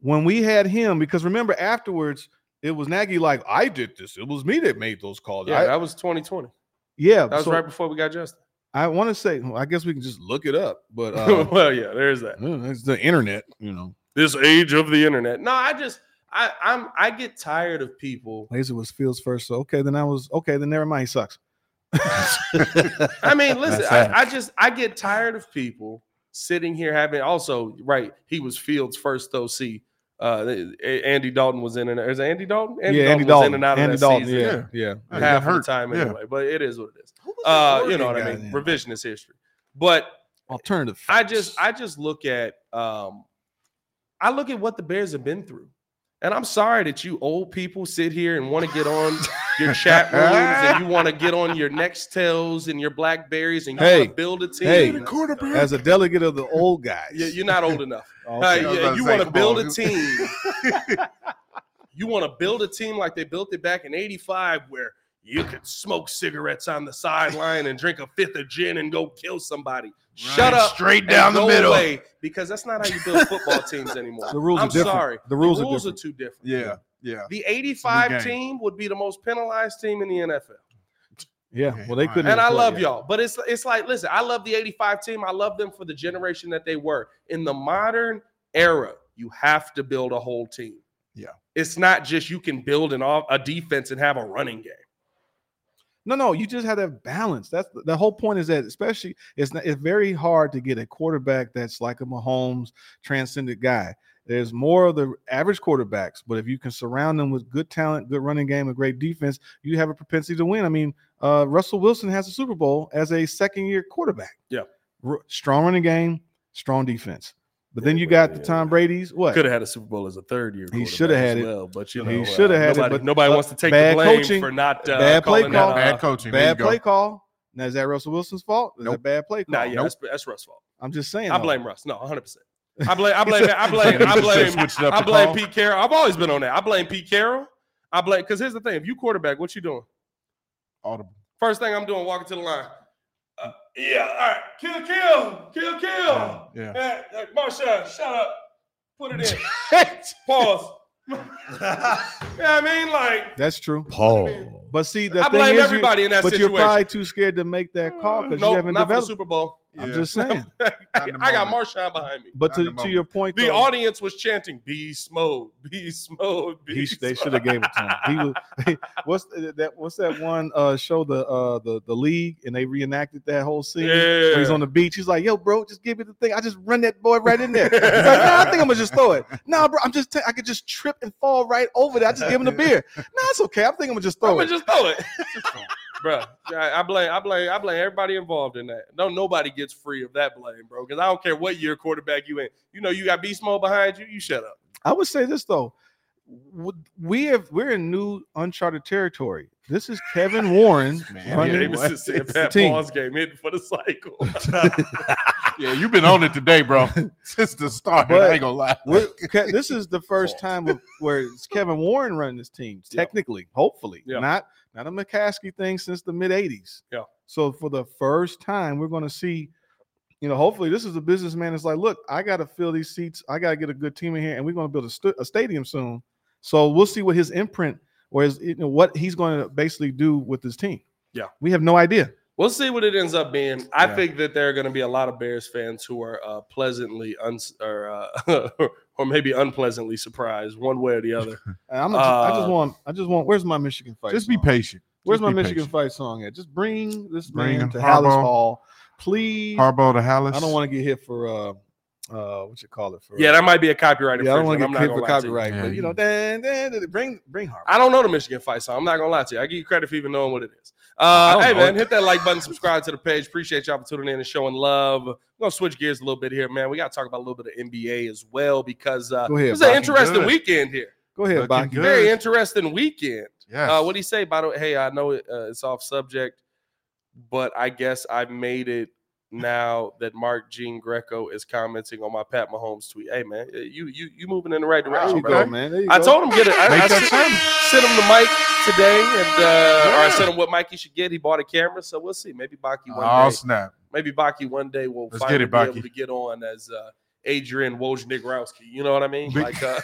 Speaker 4: When we had him, because remember afterwards it was Nagy like I did this. It was me that made those calls.
Speaker 1: Yeah,
Speaker 4: I-
Speaker 1: that was 2020.
Speaker 4: yeah.
Speaker 1: That was
Speaker 4: so
Speaker 1: right before we got Justin.
Speaker 4: I want to say. well, I guess we can just look it up, but uh,
Speaker 1: well, yeah, there's that.
Speaker 4: mm, it's the internet, you know.
Speaker 1: this age of the internet. No, I just I I'm I get tired of people.
Speaker 4: Laser was Fields first. So okay, then I was okay. Then never mind. He sucks.
Speaker 1: I mean, listen,
Speaker 2: That's
Speaker 1: I, I just I get tired of people sitting here having also right. He was Fields first OC. Uh, A- Andy Dalton was in and is it Andy Dalton?
Speaker 4: yeah, Andy
Speaker 1: was
Speaker 4: Dalton.
Speaker 1: in and out of
Speaker 4: Andy
Speaker 1: that
Speaker 4: Dalton.
Speaker 1: season.
Speaker 4: Yeah, yeah.
Speaker 2: Yeah, he
Speaker 1: half
Speaker 2: got
Speaker 1: of the time
Speaker 2: Yeah.
Speaker 1: anyway. But it is what it is. Uh, you know what I
Speaker 4: guy
Speaker 1: mean?
Speaker 4: then?
Speaker 1: Revisionist history. But
Speaker 4: Alternative.
Speaker 1: I just
Speaker 4: facts.
Speaker 1: I just look at um I look at what the Bears have been through. And I'm sorry that you old people sit here and want to get on your chat rooms and you want to get on your Nextels and your Blackberries and you
Speaker 4: Hey,
Speaker 1: want to build a team.
Speaker 4: hey,
Speaker 1: No,
Speaker 4: As a delegate of the old guys,
Speaker 1: you- You're not old enough.
Speaker 4: Okay.
Speaker 1: Uh,
Speaker 2: I was
Speaker 1: yeah,
Speaker 2: about to
Speaker 1: you
Speaker 2: say,
Speaker 1: want to
Speaker 2: come
Speaker 1: build
Speaker 2: on.
Speaker 1: a team. you want to build a team like they built it back in 85 where you could smoke cigarettes on the sideline and drink a fifth of gin and go kill somebody. Shut up.
Speaker 2: Straight
Speaker 1: and
Speaker 2: down the
Speaker 1: go
Speaker 2: middle.
Speaker 1: away, because that's not how you build football teams anymore.
Speaker 4: The rules are
Speaker 1: I'm
Speaker 4: different.
Speaker 1: sorry.
Speaker 4: The rules are
Speaker 1: are, too different.
Speaker 2: Yeah, yeah.
Speaker 1: The 85
Speaker 2: It's a new
Speaker 1: team would be the most penalized team in the NFL.
Speaker 4: yeah.
Speaker 2: Okay,
Speaker 4: Well, they
Speaker 2: fine.
Speaker 4: couldn't.
Speaker 1: And
Speaker 4: even
Speaker 1: I
Speaker 4: play
Speaker 1: love
Speaker 4: yet.
Speaker 1: y'all, but it's it's like listen, I love the 85 team. I love them for the generation that they were. In the modern era, you have to build a whole team.
Speaker 2: Yeah.
Speaker 1: It's not just you can build an off a defense and have a running game.
Speaker 4: No, no, you just have to have balance. That's the, the whole point. Is that especially it's not, it's very hard to get a quarterback that's like a Mahomes transcendent guy. There's more of the average quarterbacks, but if you can surround them with good talent, good running game, and great defense, you have a propensity to win. I mean, uh, Russell Wilson has a Super Bowl as a second year quarterback.
Speaker 1: Yeah.
Speaker 4: R- strong running game, strong defense. But then
Speaker 5: Yeah,
Speaker 4: you
Speaker 5: but-
Speaker 4: got the
Speaker 5: yeah,
Speaker 4: Tom
Speaker 5: yeah.
Speaker 4: Brady's what?
Speaker 1: Could have had a Super Bowl as a third year.
Speaker 4: He shoulda
Speaker 1: quarterback
Speaker 4: had
Speaker 1: as
Speaker 4: it.
Speaker 1: well, but you know, uh,
Speaker 4: He shoulda had it,
Speaker 1: nobody-
Speaker 4: but-
Speaker 1: nobody
Speaker 4: but
Speaker 1: wants to take
Speaker 4: bad
Speaker 1: the blame
Speaker 4: coaching,
Speaker 1: for not uh,
Speaker 4: bad play
Speaker 1: calling
Speaker 4: call.
Speaker 1: that, uh,
Speaker 2: Bad coaching. there you
Speaker 4: Bad
Speaker 2: go.
Speaker 4: play call. Now is that Russell Wilson's fault? Is that
Speaker 2: Nope.
Speaker 4: bad play call?
Speaker 1: Nah, yeah,
Speaker 4: Nope.
Speaker 1: that's, that's Russ' fault.
Speaker 4: I'm just saying.
Speaker 1: I
Speaker 4: though.
Speaker 1: blame Russ. No, 100. percent I blame. I blame. I blame. I
Speaker 2: He just
Speaker 1: blame.
Speaker 2: switched up
Speaker 1: I
Speaker 2: the
Speaker 1: blame
Speaker 2: call.
Speaker 1: Pete Carroll. I've always been on that. I blame Pete Carroll. I blame because here's the thing: if you quarterback, what you doing?
Speaker 2: Audible.
Speaker 1: First thing I'm doing, walking to the line. Uh, yeah, all right, kill, kill, kill, kill.
Speaker 2: Yeah.
Speaker 1: Uh, uh, Marshawn, shut up. Put it in. Pause. yeah, I mean, like
Speaker 4: That's true.
Speaker 5: Paul.
Speaker 4: But see, the
Speaker 1: I
Speaker 4: thing
Speaker 1: blame
Speaker 4: is, you-
Speaker 1: everybody in that
Speaker 4: but
Speaker 1: situation. Uh,
Speaker 4: you're probably too scared to make that call because
Speaker 1: Nope,
Speaker 4: you haven't
Speaker 1: not for the
Speaker 4: developed.
Speaker 1: Super Bowl.
Speaker 4: I'm
Speaker 2: Yeah.
Speaker 4: just saying.
Speaker 2: Not in the
Speaker 1: I got
Speaker 2: moment.
Speaker 1: Marshawn behind me.
Speaker 4: But
Speaker 2: Not in
Speaker 4: to,
Speaker 2: the
Speaker 4: to your point,
Speaker 1: The
Speaker 4: though,
Speaker 1: audience was chanting, "Beast mode, beast mode,
Speaker 4: he,
Speaker 1: beast."
Speaker 4: they should have gave it to him. He was what's th- that? What's that one uh, show? The uh, the the league, and they reenacted that whole scene. When he's
Speaker 1: Yeah.
Speaker 4: on the beach. He's like, "Yo, bro, just give me the thing. I just run that boy right in there." He's like, nah, I think I'm gonna just throw it. Nah, bro, I'm just t- I could just trip and fall right over there. I just give him the beer. Nah, it's okay. I'm thinking I'm gonna just
Speaker 1: I'm
Speaker 4: throw
Speaker 1: gonna
Speaker 4: it.
Speaker 1: just throw it, bro. I, I blame, I blame, I blame everybody involved in that. No, nobody gets free of that blame, bro. Because I don't care what year quarterback you in. You know, you got beast mode behind you. You shut up.
Speaker 4: I would say this though. W- We have we're in new uncharted territory. This is Kevin Warren
Speaker 2: Man,
Speaker 1: Yeah,
Speaker 4: running
Speaker 1: they was just saying
Speaker 4: it's the
Speaker 1: Pat
Speaker 4: team.
Speaker 1: Paul's game hitting for the cycle.
Speaker 2: Yeah, you've been on it today, bro. Since the start,
Speaker 4: But
Speaker 2: I ain't gonna lie.
Speaker 4: We're- Ke- this is the first time of, where it's Kevin Warren running this team.
Speaker 1: Yeah.
Speaker 4: Technically, hopefully,
Speaker 1: Yeah.
Speaker 4: not not a McCaskey thing since the mid '80s.
Speaker 1: Yeah.
Speaker 4: So for the first time, we're going to see. You know, hopefully, this is a businessman. that's like, look, I got to fill these seats. I got to get a good team in here, and we're going to build a, stu- a stadium soon. So we'll see what his imprint or his, you know, what he's going to basically do with this team.
Speaker 1: Yeah.
Speaker 4: we have no idea.
Speaker 1: We'll see what it ends up being. I
Speaker 2: Yeah.
Speaker 1: think that there are going to be a lot of Bears fans who are uh, pleasantly uns- or uh, or maybe unpleasantly surprised one way or the other.
Speaker 4: And I'm a, I just
Speaker 1: Uh,
Speaker 4: want, I just want. Where's my Michigan fight?
Speaker 2: Just be
Speaker 4: song?
Speaker 2: patient.
Speaker 4: Where's
Speaker 2: Just
Speaker 4: my
Speaker 2: be
Speaker 4: Michigan
Speaker 2: patient.
Speaker 4: fight song at? Just bring this
Speaker 2: Bring
Speaker 4: man to
Speaker 2: Harbaugh.
Speaker 4: Hallis Hall, please.
Speaker 2: Harbaugh to Hallis.
Speaker 4: I don't want to get hit for uh, uh, what you call it for?
Speaker 1: yeah, that might be a copyright.
Speaker 4: yeah, I don't want
Speaker 1: infringement.
Speaker 4: to
Speaker 1: I'm
Speaker 4: get
Speaker 1: not gonna
Speaker 4: hit for
Speaker 1: lie to you.
Speaker 4: copyright, but you know, dan, dan, dan, bring bring Harbaugh.
Speaker 1: I don't know the Michigan fight song. I'm not gonna lie to you. I give you credit for even knowing what it is. Uh,
Speaker 2: don't
Speaker 1: hey
Speaker 2: know
Speaker 1: man,
Speaker 2: it.
Speaker 1: hit that like button, subscribe to the page. Appreciate y'all for tuning in and showing love. We're gonna switch gears a little bit here, man. We gotta talk about a little bit of NBA as well because uh,
Speaker 4: Go ahead,
Speaker 1: it was an
Speaker 4: Baki.
Speaker 1: interesting
Speaker 2: Good.
Speaker 1: weekend here.
Speaker 4: Go ahead,
Speaker 2: Looking
Speaker 4: Baki.
Speaker 2: good.
Speaker 1: Very interesting weekend.
Speaker 2: Yes.
Speaker 1: Uh, what do you say? By the way, hey, I know it, uh, it's off subject, but I guess I made it now that Mark Jean Greco is commenting on my Pat Mahomes tweet. Hey man, you you you moving in the right
Speaker 4: There
Speaker 1: direction,
Speaker 4: you
Speaker 1: bro.
Speaker 4: go, man. There you
Speaker 1: I
Speaker 4: go.
Speaker 1: told him get it. I,
Speaker 2: Make
Speaker 1: I
Speaker 2: that
Speaker 1: sent, sent him the mic today, and uh, or I sent him what mic he should get. He bought a camera, so we'll see. Maybe Baki one
Speaker 2: oh
Speaker 1: day.
Speaker 2: snap!
Speaker 1: Maybe Baki one day will
Speaker 2: Let's
Speaker 1: finally
Speaker 2: get it,
Speaker 1: be able
Speaker 2: Baki.
Speaker 1: to get on as uh, Adrian Wojnarowski. You know what I mean?
Speaker 2: Big-
Speaker 1: Like, uh,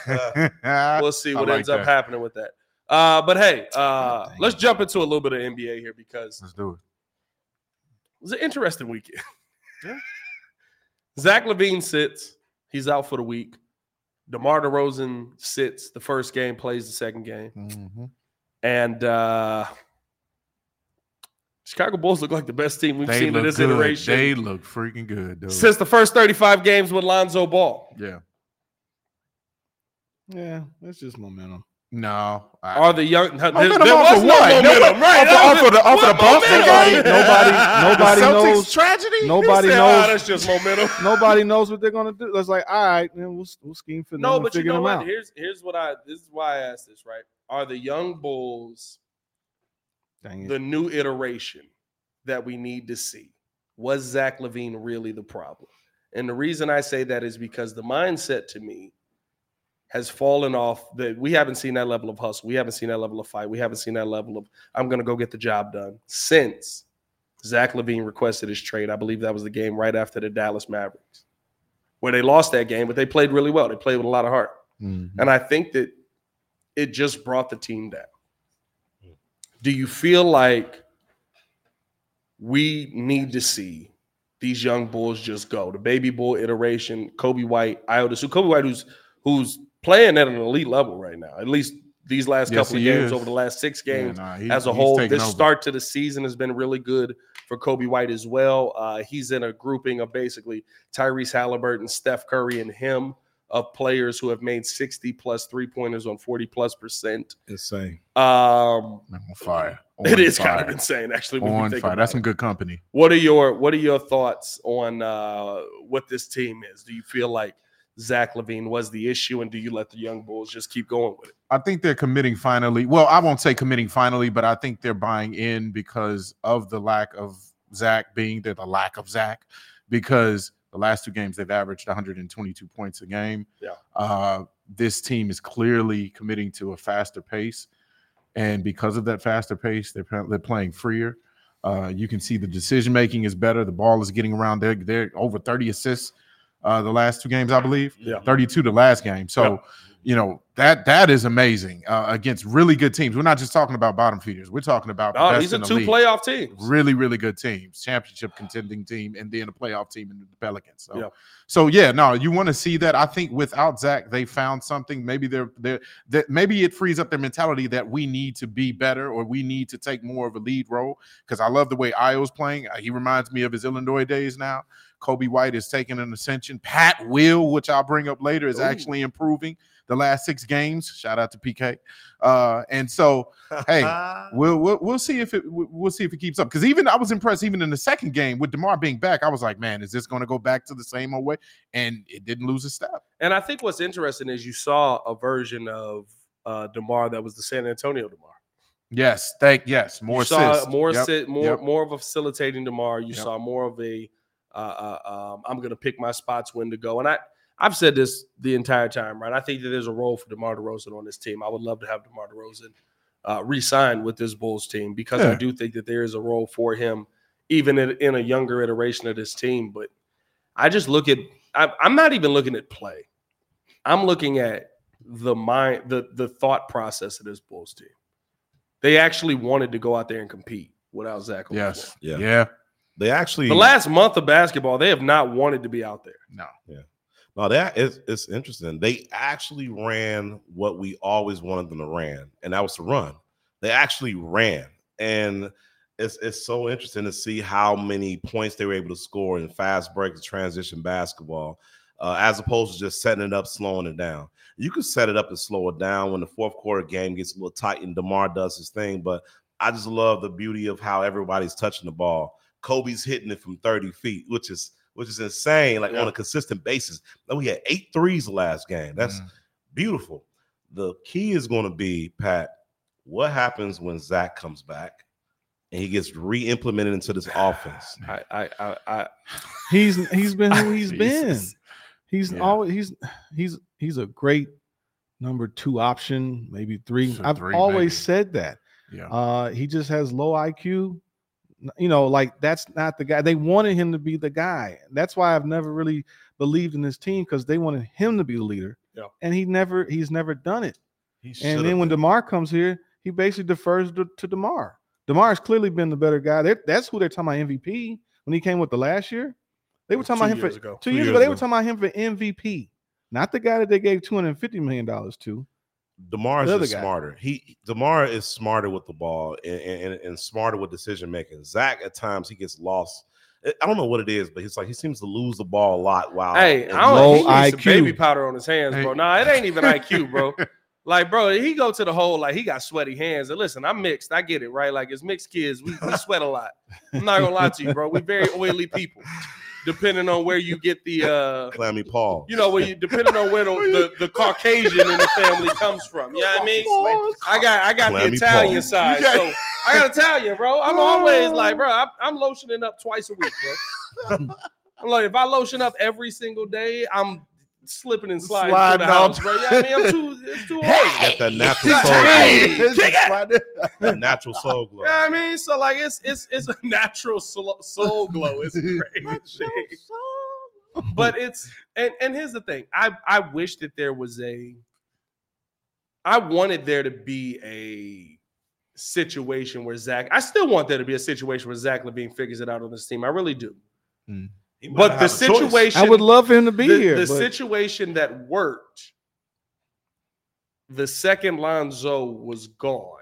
Speaker 2: I
Speaker 1: we'll see
Speaker 2: I
Speaker 1: what
Speaker 2: like
Speaker 1: ends up
Speaker 2: that. Oh,
Speaker 1: happening with that. Uh, but hey, uh,
Speaker 2: Dang.
Speaker 1: let's jump into a little bit of NBA here because
Speaker 2: Let's do
Speaker 1: it was an interesting weekend.
Speaker 2: Yeah.
Speaker 1: Zach Levine sits. He's out for the week. DeMar DeRozan sits the first game, plays the second game.
Speaker 2: it.
Speaker 1: And uh Chicago Bulls look like the best team we've
Speaker 2: They
Speaker 1: seen in
Speaker 2: look
Speaker 1: this
Speaker 2: good.
Speaker 1: iteration
Speaker 2: They look freaking good, dude.
Speaker 1: since the first 35 games with Lonzo Ball.
Speaker 2: yeah,
Speaker 4: Yeah, that's just momentum.
Speaker 2: No, I,
Speaker 1: Are the young? There,
Speaker 2: Momentum
Speaker 1: there
Speaker 2: off
Speaker 1: was
Speaker 2: of
Speaker 1: no
Speaker 2: what?
Speaker 1: momentum,
Speaker 2: Nobody-
Speaker 1: right?
Speaker 2: off of- off of the- off of
Speaker 1: What
Speaker 2: the Boston
Speaker 1: momentum?
Speaker 2: game?
Speaker 3: Nobody, nobody
Speaker 2: the Celtics
Speaker 3: knows.
Speaker 2: tragedy.
Speaker 3: Nobody
Speaker 1: He said, "Ah,
Speaker 3: knows.
Speaker 1: that's just momentum.
Speaker 3: Nobody knows what they're gonna do. That's like, all right, man, we'll, we'll scheme for them
Speaker 1: no,
Speaker 3: and
Speaker 1: but you
Speaker 3: figure
Speaker 1: know
Speaker 3: them
Speaker 1: what?
Speaker 3: out.
Speaker 1: Here's here's what I. This is why I asked this. Right? Are the young Bulls
Speaker 3: Dang it.
Speaker 1: the new iteration that we need to see? Was Zach Levine really the problem? And the reason I say that is because the mindset to me has fallen off that we haven't seen that level of hustle. We haven't seen that level of fight. We haven't seen that level of I'm going to go get the job done since Zach Levine requested his trade. I believe that was the game right after the Dallas Mavericks where they lost that game, but they played really well. They played with a lot of heart.
Speaker 2: Mm-hmm.
Speaker 1: And I think that it just brought the team down. Do you feel like we need to see these young bulls just go? The baby bull iteration, Kobe White, Iota Sue, Kobe White, who's who's playing at an elite level right now, at least these last
Speaker 2: Yes,
Speaker 1: couple of
Speaker 2: he
Speaker 1: games
Speaker 2: is.
Speaker 1: over the last six
Speaker 2: Yeah,
Speaker 1: games
Speaker 2: nah, he-
Speaker 1: as a
Speaker 2: he's
Speaker 1: whole.
Speaker 2: taking
Speaker 1: This
Speaker 2: over.
Speaker 1: start to the season has been really good for Kobe White as well. Uh, he's in a grouping of basically Tyrese Halliburton, Steph Curry, and him of players who have made 60 plus three pointers on 40 plus percent.
Speaker 5: Insane.
Speaker 1: Um,
Speaker 2: I'm on fire.
Speaker 1: it
Speaker 2: On
Speaker 1: is
Speaker 2: fire.
Speaker 1: kind of insane, actually. When you
Speaker 2: on
Speaker 1: think
Speaker 2: fire.
Speaker 1: about
Speaker 2: That's
Speaker 1: it.
Speaker 2: some good company.
Speaker 1: What are your What are your thoughts on uh, what this team is? Do you feel like Zach Levine was the issue, and do you let the young Bulls just keep going with it?
Speaker 2: I think they're committing finally. Well, I won't say committing finally, but I think they're buying in because of the lack of Zach being there, the lack of Zach, because the last two games they've averaged 122 points a game.
Speaker 1: Yeah.
Speaker 2: Uh, this team is clearly committing to a faster pace. And because of that faster pace, they're, pa- they're playing freer. Uh, you can see the decision making is better. The ball is getting around. They're, they're over 30 assists uh, the last two games, I believe.
Speaker 1: Yeah.
Speaker 2: 32 the last game. So, you know, that that is amazing uh, against really good teams. We're not just talking about bottom feeders. We're talking about the
Speaker 1: Oh,
Speaker 2: best
Speaker 1: these are
Speaker 2: in the
Speaker 1: two
Speaker 2: league.
Speaker 1: playoff teams.
Speaker 2: Really, really good teams, championship contending team, and then a playoff team in the Pelicans. So,
Speaker 1: Yeah.
Speaker 2: so yeah, no, you want to see that. I think without Zach, they found something. Maybe they're they're that maybe it frees up their mentality that we need to be better or we need to take more of a lead role. Because I love the way Io's playing. Uh, He reminds me of his Illinois days now. Kobe White is taking an ascension. Pat Will, which I'll bring up later, is
Speaker 1: Ooh.
Speaker 2: actually improving the last six games. Shout out to PK. Uh, and so Hey, we'll, we'll we'll see if it we'll we'll see if it keeps up. Because even I was impressed even in the second game with Demar being back. I was like, man, is this going to go back to the same old way? And it didn't lose a step.
Speaker 1: And I think what's interesting is you saw a version of uh, Demar that was the San Antonio Demar.
Speaker 2: Yes, thank yes, more
Speaker 1: you saw
Speaker 2: assists.
Speaker 1: more
Speaker 2: Yep.
Speaker 1: assi- more
Speaker 2: yep.
Speaker 1: more of a facilitating Demar. You
Speaker 2: Yep.
Speaker 1: saw more of a uh, uh, um, I'm going to pick my spots when to go. And I I've said this the entire time, right? I think that there's a role for Demar Derozan on this team. I would love to have Demar Derozan uh, re-sign with this Bulls team because I
Speaker 2: Yeah.
Speaker 1: do think that there is a role for him, even in, in a younger iteration of this team. But I just look at I, I'm not even looking at play. I'm looking at the mind, the the thought process of this Bulls team. They actually wanted to go out there and compete without Zach. on the floor.
Speaker 2: Yes,
Speaker 5: Yeah.
Speaker 2: yeah.
Speaker 5: They actually
Speaker 1: The last month of basketball, they have not wanted to be out there.
Speaker 2: No,
Speaker 5: No, that is it's interesting. They actually ran what we always wanted them to run, and that was to run. They actually ran, and it's it's so interesting to see how many points they were able to score in fast break and transition basketball, uh, as opposed to just setting it up, slowing it down. You can set it up and slow it down when the fourth quarter game gets a little tight and Demar does his thing, but I just love the beauty of how everybody's touching the ball. Kobe's hitting it from 30 feet, which is which is insane, like on
Speaker 1: Yeah.
Speaker 5: a consistent basis. Now we had eight threes the last game. That's
Speaker 2: Mm.
Speaker 5: beautiful. The key is going to be, Pat, what happens when Zach comes back and he gets re-implemented into this
Speaker 1: Ah,
Speaker 5: offense?
Speaker 1: I I I, I
Speaker 3: He's he's been who he's been.
Speaker 2: Mm. Jesus.
Speaker 3: He's
Speaker 2: Yeah.
Speaker 3: always he's he's he's a great number two option, maybe three.
Speaker 2: So
Speaker 3: I've
Speaker 2: three,
Speaker 3: always
Speaker 2: maybe.
Speaker 3: said that.
Speaker 2: yeah.
Speaker 3: Uh, he just has low IQ. N- You know, like that's not the guy. They wanted him to be the guy. That's why I've never really believed in this team because they wanted him to be the leader.
Speaker 1: Yeah.
Speaker 3: And he never he's never done it.
Speaker 5: He should've
Speaker 3: And then when
Speaker 5: been.
Speaker 3: Demar comes here, he basically defers to, to Demar. Demar's clearly been the better guy. They're, that's who they're talking about MVP when he came with the last year. They were talking about him for
Speaker 1: years ago.
Speaker 3: two years ago. They were talking about him for MVP, not the guy that they gave two hundred and fifty million dollars to.
Speaker 5: Demar is
Speaker 3: The other
Speaker 5: just
Speaker 3: guy.
Speaker 5: smarter. He Demar is smarter with the ball and, and, and smarter with decision making. Zach at times he gets lost. I- I don't know what it is, but he's like he seems to lose the ball Ah, a lot. While
Speaker 1: Hey,
Speaker 5: and
Speaker 1: I don't
Speaker 3: Low
Speaker 1: he needs some
Speaker 3: IQ.
Speaker 1: baby powder on his hands,
Speaker 2: Hey.
Speaker 1: bro. Nah, it ain't even IQ, bro. Like, bro, he go to the hole like he got sweaty hands. And listen, I'm mixed. I get it, right? Like, as mixed kids, we, we sweat a lot. I'm not gonna lie to you, bro. We very oily people, depending on where you get the uh
Speaker 5: Clammy Paul.
Speaker 1: you know, where you depending on where the, the, the Caucasian in the family comes from. You know what I mean? I got I got the
Speaker 5: Clammy
Speaker 1: Italian
Speaker 5: Paul.
Speaker 1: side, so I got Italian, bro. I'm always like, bro, I'm, I'm lotioning up twice a week, bro. I'm like, if I lotion up every single day, I'm slipping and sliding,
Speaker 2: Sliding
Speaker 1: through the house,
Speaker 2: up.
Speaker 1: bro. You know what I mean? I'm too, it's too hard.
Speaker 5: Got that natural soul. glow. That natural soul glow.
Speaker 1: You know what I mean? So like, it's it's it's a natural soul, soul glow. It's crazy. but it's and and here's the thing i i wish that there was a i wanted there to be a situation where zach i still want there to be a situation where zach levine figures it out on this team i really do
Speaker 5: He might
Speaker 1: but the
Speaker 5: not have a choice.
Speaker 1: situation
Speaker 4: I would love for him to be
Speaker 1: the,
Speaker 4: here.
Speaker 1: the
Speaker 4: but-
Speaker 1: situation that worked the second lonzo was gone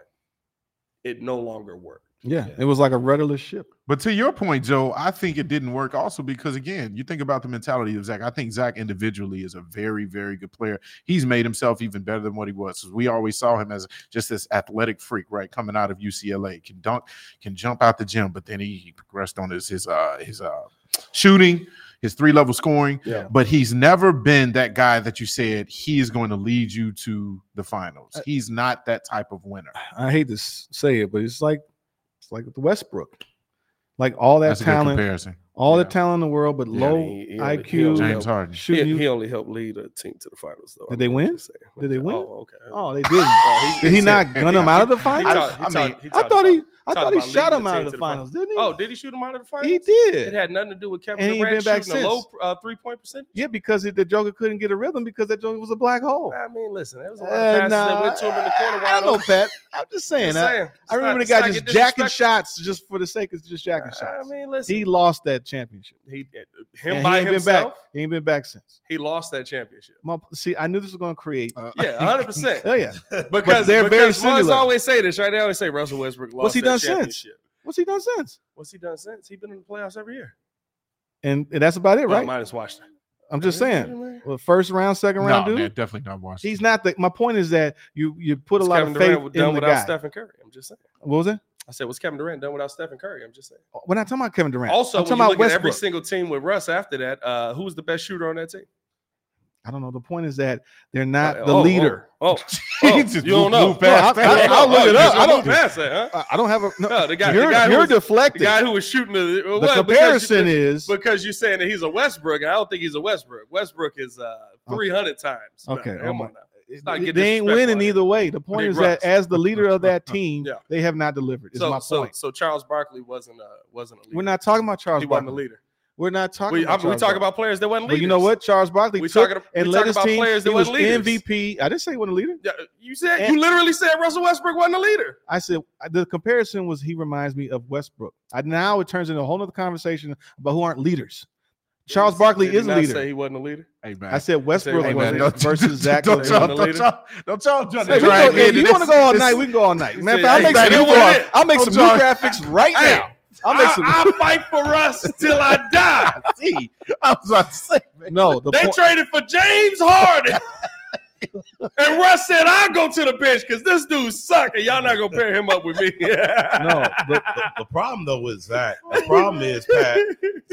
Speaker 1: it no longer worked
Speaker 4: yeah, it was like a rudderless ship.
Speaker 2: But to your point, Joe, I think it didn't work also because again, you think about the mentality of Zach. I think Zach individually is a very, very good player. He's made himself even better than what he was. We always saw him as just this athletic freak, right? Coming out of UCLA, can dunk, can jump out the gym, but then he, he progressed on his his uh his uh shooting, his three level scoring.
Speaker 4: Yeah.
Speaker 2: But he's never been that guy that you said he is going to lead you to the finals. He's not that type of winner.
Speaker 4: I hate to s- say it, but it's like it's like the Westbrook, like all that
Speaker 2: That's a good
Speaker 4: talent,
Speaker 2: comparison.
Speaker 4: all
Speaker 2: yeah.
Speaker 4: the talent in the world, but low
Speaker 1: he- he-
Speaker 4: IQ.
Speaker 1: he-
Speaker 2: James Harden.
Speaker 4: shooting you-
Speaker 1: only helped lead a team to the finals though
Speaker 4: Did they win? Did they win?
Speaker 1: oh okay
Speaker 4: Oh, they didn't.
Speaker 1: Oh,
Speaker 4: Did he
Speaker 2: said-
Speaker 4: not gun him out of the finals?
Speaker 2: talked- I mean,
Speaker 4: I
Speaker 1: talked
Speaker 4: thought he,
Speaker 1: about-
Speaker 4: I
Speaker 1: talked
Speaker 4: thought he
Speaker 1: about
Speaker 4: shot
Speaker 1: leading
Speaker 4: him
Speaker 1: the team
Speaker 4: out of
Speaker 1: to
Speaker 4: the
Speaker 1: the finals.
Speaker 4: finals, didn't he?
Speaker 1: Oh, did he shoot him out of the finals?
Speaker 4: He
Speaker 1: It
Speaker 4: did.
Speaker 1: had nothing to do with Kevin
Speaker 4: And he ain't
Speaker 1: Durant
Speaker 4: been back
Speaker 1: shooting a low
Speaker 4: since.
Speaker 1: uh, three point percentage.
Speaker 4: Yeah, because it, the Joker couldn't get a rhythm because that Joker was a black hole.
Speaker 1: I mean, listen, there was a lot
Speaker 4: Uh,
Speaker 1: of passes
Speaker 4: nah,
Speaker 1: that went to him in the corner
Speaker 4: I
Speaker 1: wide
Speaker 4: know,
Speaker 1: open.
Speaker 4: Pat. I'm just saying.
Speaker 1: Just
Speaker 4: I,
Speaker 1: saying. It's
Speaker 4: I remember
Speaker 1: not-
Speaker 4: the guy
Speaker 1: it's
Speaker 4: just
Speaker 1: not
Speaker 4: jacking
Speaker 1: disrespectful.
Speaker 4: shots just for the sake of just jacking shots.
Speaker 1: I mean, listen,
Speaker 4: he lost that championship.
Speaker 1: he, him
Speaker 4: And
Speaker 1: by
Speaker 4: he ain't been
Speaker 1: himself,
Speaker 4: back. He ain't been back since.
Speaker 1: he lost that championship.
Speaker 4: My- see, I knew this was going to create.
Speaker 1: Yeah, 100. percent
Speaker 4: oh yeah,
Speaker 1: Because
Speaker 4: they're
Speaker 1: because
Speaker 4: very
Speaker 1: Russ
Speaker 4: similar.
Speaker 1: always say this, right? They always say Russell Westbrook lost.
Speaker 4: he
Speaker 1: that
Speaker 4: done since?
Speaker 1: championship.
Speaker 4: what's he done since?
Speaker 1: What's he done since? He's been in the playoffs every year,
Speaker 4: And, and that's about it,
Speaker 1: Well,
Speaker 4: right?
Speaker 1: Minus Washington.
Speaker 4: I'm just saying. Well, first round, second
Speaker 2: No,
Speaker 4: round, dude.
Speaker 2: man, definitely not Washington.
Speaker 4: He's not the. My point is that you you put a
Speaker 1: What's
Speaker 4: lot
Speaker 1: Kevin
Speaker 4: of faith
Speaker 1: Durant done
Speaker 4: in the
Speaker 1: without
Speaker 4: guy.
Speaker 1: Stephen Curry. I'm just saying.
Speaker 4: What was it?
Speaker 1: I said, what's Kevin Durant done without Stephen Curry? I'm just saying.
Speaker 4: We're not talking about Kevin Durant.
Speaker 1: Also,
Speaker 4: I'm
Speaker 1: when you
Speaker 4: talking
Speaker 1: look
Speaker 4: about
Speaker 1: at every
Speaker 4: Westbrook.
Speaker 1: single team with Russ after that, uh, who was the best shooter on that team?
Speaker 4: I don't know. The point is that they're not the
Speaker 1: Oh, oh,
Speaker 4: leader.
Speaker 1: Oh, oh,
Speaker 2: Jesus,
Speaker 1: you don't
Speaker 2: move-
Speaker 1: know.
Speaker 2: move past
Speaker 1: No,
Speaker 4: that.
Speaker 1: I,
Speaker 4: I'll
Speaker 1: will look it up. I don't
Speaker 4: move
Speaker 1: pass that, huh?
Speaker 4: I- I don't have a. No,
Speaker 1: No, the guy,
Speaker 4: you're
Speaker 1: the guy, who
Speaker 4: you're
Speaker 1: was, the
Speaker 4: deflecting.
Speaker 1: guy who was shooting the, well,
Speaker 4: the
Speaker 1: because you-
Speaker 4: comparison
Speaker 1: because,
Speaker 4: is
Speaker 1: because you're saying that he's a Westbrook. and I don't think he's a Westbrook. Westbrook is uh, 300 times. better.
Speaker 4: Okay, oh
Speaker 1: come
Speaker 4: my-
Speaker 1: on now. Let's not get
Speaker 4: they ain't
Speaker 1: disrespectful
Speaker 4: winning
Speaker 1: out here.
Speaker 4: either way. The point
Speaker 1: Big
Speaker 4: is
Speaker 1: Russ.
Speaker 4: that as the leader of that team,
Speaker 1: Yeah.
Speaker 4: they have not delivered. Is
Speaker 1: So,
Speaker 4: my
Speaker 1: so,
Speaker 4: point.
Speaker 1: so Charles Barkley wasn't a wasn't a leader.
Speaker 4: We're not talking about Charles
Speaker 1: He wasn't a
Speaker 4: Barkley.
Speaker 1: leader.
Speaker 4: We're not talking.
Speaker 1: We,
Speaker 4: about
Speaker 1: I'm, we talking
Speaker 4: Charles Barkley.
Speaker 1: about players that wasn't
Speaker 4: But
Speaker 1: leaders.
Speaker 4: you know what? Charles Barkley
Speaker 1: We
Speaker 4: took
Speaker 1: talking- we
Speaker 4: and led
Speaker 1: talking
Speaker 4: his
Speaker 1: about
Speaker 4: team.
Speaker 1: players that
Speaker 4: he was
Speaker 1: wasn't leaders.
Speaker 4: MVP. I didn't say he wasn't a leader.
Speaker 1: Yeah, You said
Speaker 4: And-
Speaker 1: you literally said Russell Westbrook wasn't a leader.
Speaker 4: I said the comparison was he reminds me of Westbrook. I, now it turns into a whole other conversation about who aren't leaders. Charles Barkley
Speaker 1: Did he
Speaker 4: is a
Speaker 1: not
Speaker 4: leader.
Speaker 1: Say he wasn't a leader.
Speaker 2: Hey, man.
Speaker 4: I said Westbrook
Speaker 1: Hey,
Speaker 4: was
Speaker 1: man,
Speaker 4: it
Speaker 2: don't-
Speaker 4: versus Zach.
Speaker 2: don't
Speaker 4: Levine.
Speaker 2: y'all,
Speaker 1: the
Speaker 2: don't
Speaker 1: leader.
Speaker 2: y'all, don't y'all jump
Speaker 4: Hey, we
Speaker 2: drag
Speaker 4: go- if
Speaker 2: into
Speaker 4: you
Speaker 2: this-
Speaker 4: want to go all
Speaker 2: this-
Speaker 4: night? We can go all night.
Speaker 1: He
Speaker 4: Matter of
Speaker 1: said, hey,
Speaker 4: fact, I'll make some
Speaker 1: you
Speaker 4: new
Speaker 1: want it?
Speaker 4: graph- I'll make
Speaker 2: I'm
Speaker 4: some new graphics right
Speaker 1: Hey,
Speaker 4: now. I'll make
Speaker 1: I,
Speaker 4: some.
Speaker 1: I fight for Russ till I die.
Speaker 2: See, I was about to say,
Speaker 4: No, the
Speaker 1: They
Speaker 4: point,
Speaker 1: traded for James Harden. and Russ said, I'll go to the bench because this dude suck and y'all not going to pair him up with me.
Speaker 4: no, the,
Speaker 5: the, the problem though with Zach, the problem is Pat.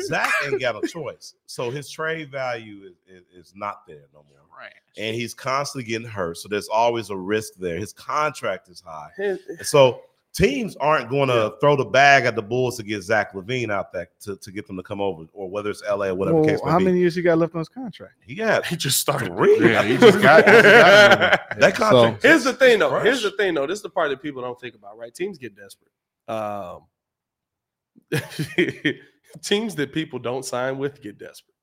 Speaker 5: Zach ain't got a choice, so his trade value is, is, is not there no more.
Speaker 2: Right.
Speaker 5: And he's constantly getting hurt, so there's always a risk there. His contract is high, And so teams aren't going to throw the bag at the Bulls to get Zach Levine out there to, to get them to come over, or whether it's LA or whatever
Speaker 4: well,
Speaker 5: the case may
Speaker 4: how
Speaker 5: be.
Speaker 4: many years he got left on his contract?
Speaker 5: he got
Speaker 1: He just started.
Speaker 5: three.
Speaker 2: Yeah, he just got- he just got another
Speaker 5: that contract.
Speaker 1: Here's the thing, though.
Speaker 5: Fresh.
Speaker 1: Here's the thing, though. This is the part that people don't think about, right? Teams get desperate. Um, teams that people don't sign with get desperate,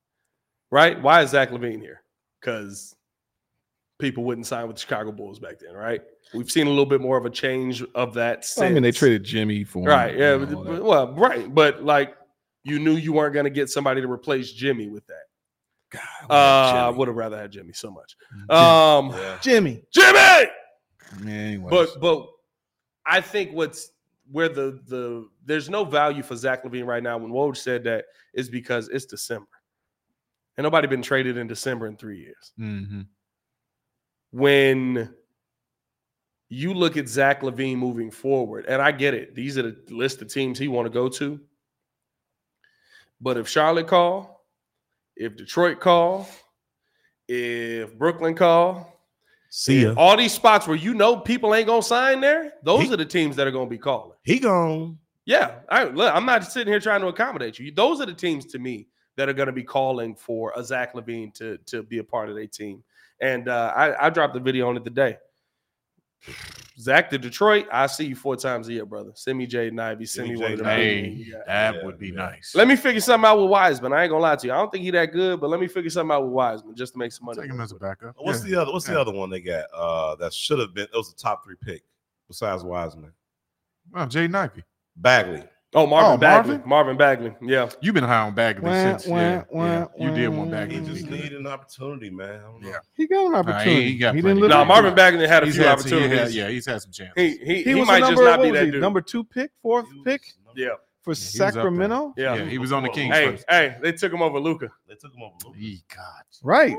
Speaker 1: right? Why is Zach Levine here? Because people wouldn't sign with the Chicago Bulls back then, right? We've seen a little bit more of a change of that. Since.
Speaker 4: I mean, they traded Jimmy for him
Speaker 1: right? Yeah,
Speaker 4: and
Speaker 1: but-
Speaker 4: all that.
Speaker 1: well, right, but like you knew you weren't going to get somebody to replace Jimmy with that.
Speaker 4: God,
Speaker 1: Uh, I
Speaker 4: Jimmy.
Speaker 1: would have rather had Jimmy so much. Um,
Speaker 5: Yeah.
Speaker 4: Jimmy.
Speaker 1: Jimmy.
Speaker 4: Yeah, anyways.
Speaker 1: But but I think what's where the the there's no value for Zach Levine right now. When Woj said that is because it's December, and nobody been traded in December in three years.
Speaker 2: Mm-hmm.
Speaker 1: When you look at Zach Levine moving forward, and I get it. These are the list of teams he want to go to. But if Charlotte call, if Detroit call, if Brooklyn call,
Speaker 5: See ya.
Speaker 1: if all these spots where you know people ain't gonna sign there, those
Speaker 5: He-
Speaker 1: are the teams that are gonna be calling.
Speaker 5: He gone.
Speaker 1: Yeah, I look, I'm not sitting here trying to accommodate you. Those are the teams to me that are going to be calling for a Zach Levine to to be a part of their team. And uh, I, I dropped the video on it today. Zach to Detroit, I see you four times a year, brother. Send me Jaden Ivey. Send me
Speaker 5: Give me
Speaker 1: one of
Speaker 5: Jaden
Speaker 1: them.
Speaker 5: Ivey.
Speaker 1: Yeah.
Speaker 2: that
Speaker 5: Yeah,
Speaker 2: would be
Speaker 5: yeah.
Speaker 2: nice.
Speaker 1: Let me figure something out with Wiseman. I ain't gonna lie to you. I don't think he that good, but let me figure something out with Wiseman just to make some money.
Speaker 2: take him as a backup.
Speaker 5: What's
Speaker 2: Yeah.
Speaker 5: the other? What's
Speaker 2: Yeah.
Speaker 5: the other one they got? Uh, that should have been. It was a top three pick besides Wiseman.
Speaker 2: Oh, Jaden Ivey.
Speaker 5: Bagley.
Speaker 1: Oh, Marvin
Speaker 2: Oh,
Speaker 1: Bagley. Marvin
Speaker 2: Marvin?
Speaker 1: Bagley. Yeah.
Speaker 2: You've been high on Bagley
Speaker 3: Wah,
Speaker 2: since.
Speaker 3: wah,
Speaker 2: yeah,
Speaker 3: wah,
Speaker 2: yeah. You did
Speaker 3: wah.
Speaker 2: one Bagley.
Speaker 5: He
Speaker 3: Mm.
Speaker 1: Mm-hmm.
Speaker 5: just needed an opportunity, man. I don't know.
Speaker 2: Yeah.
Speaker 3: He got an
Speaker 2: he-
Speaker 3: opportunity.
Speaker 2: he got
Speaker 3: didn't
Speaker 2: plenty.
Speaker 3: live
Speaker 1: No,
Speaker 3: up
Speaker 2: Nah,
Speaker 3: to
Speaker 1: Marvin
Speaker 3: it.
Speaker 1: Bagley had a
Speaker 2: He's
Speaker 1: few
Speaker 2: had some- he had-
Speaker 1: opportunities.
Speaker 2: yeah, he's had some chances.
Speaker 1: He he, he,
Speaker 3: He, was
Speaker 1: might
Speaker 3: the
Speaker 1: just
Speaker 3: number,
Speaker 1: not
Speaker 3: what
Speaker 1: be
Speaker 3: was
Speaker 1: that
Speaker 3: he,
Speaker 1: dude.
Speaker 3: number two pick, fourth
Speaker 5: He was
Speaker 3: pick
Speaker 5: number-
Speaker 1: yeah.
Speaker 3: for
Speaker 2: Yeah, he was up there.
Speaker 3: Sacramento.
Speaker 1: Yeah.
Speaker 2: Yeah, he was on the Kings
Speaker 1: Hey,
Speaker 2: first.
Speaker 1: hey, they took him over Luca.
Speaker 5: They took him over.
Speaker 2: Ye God.
Speaker 3: Right.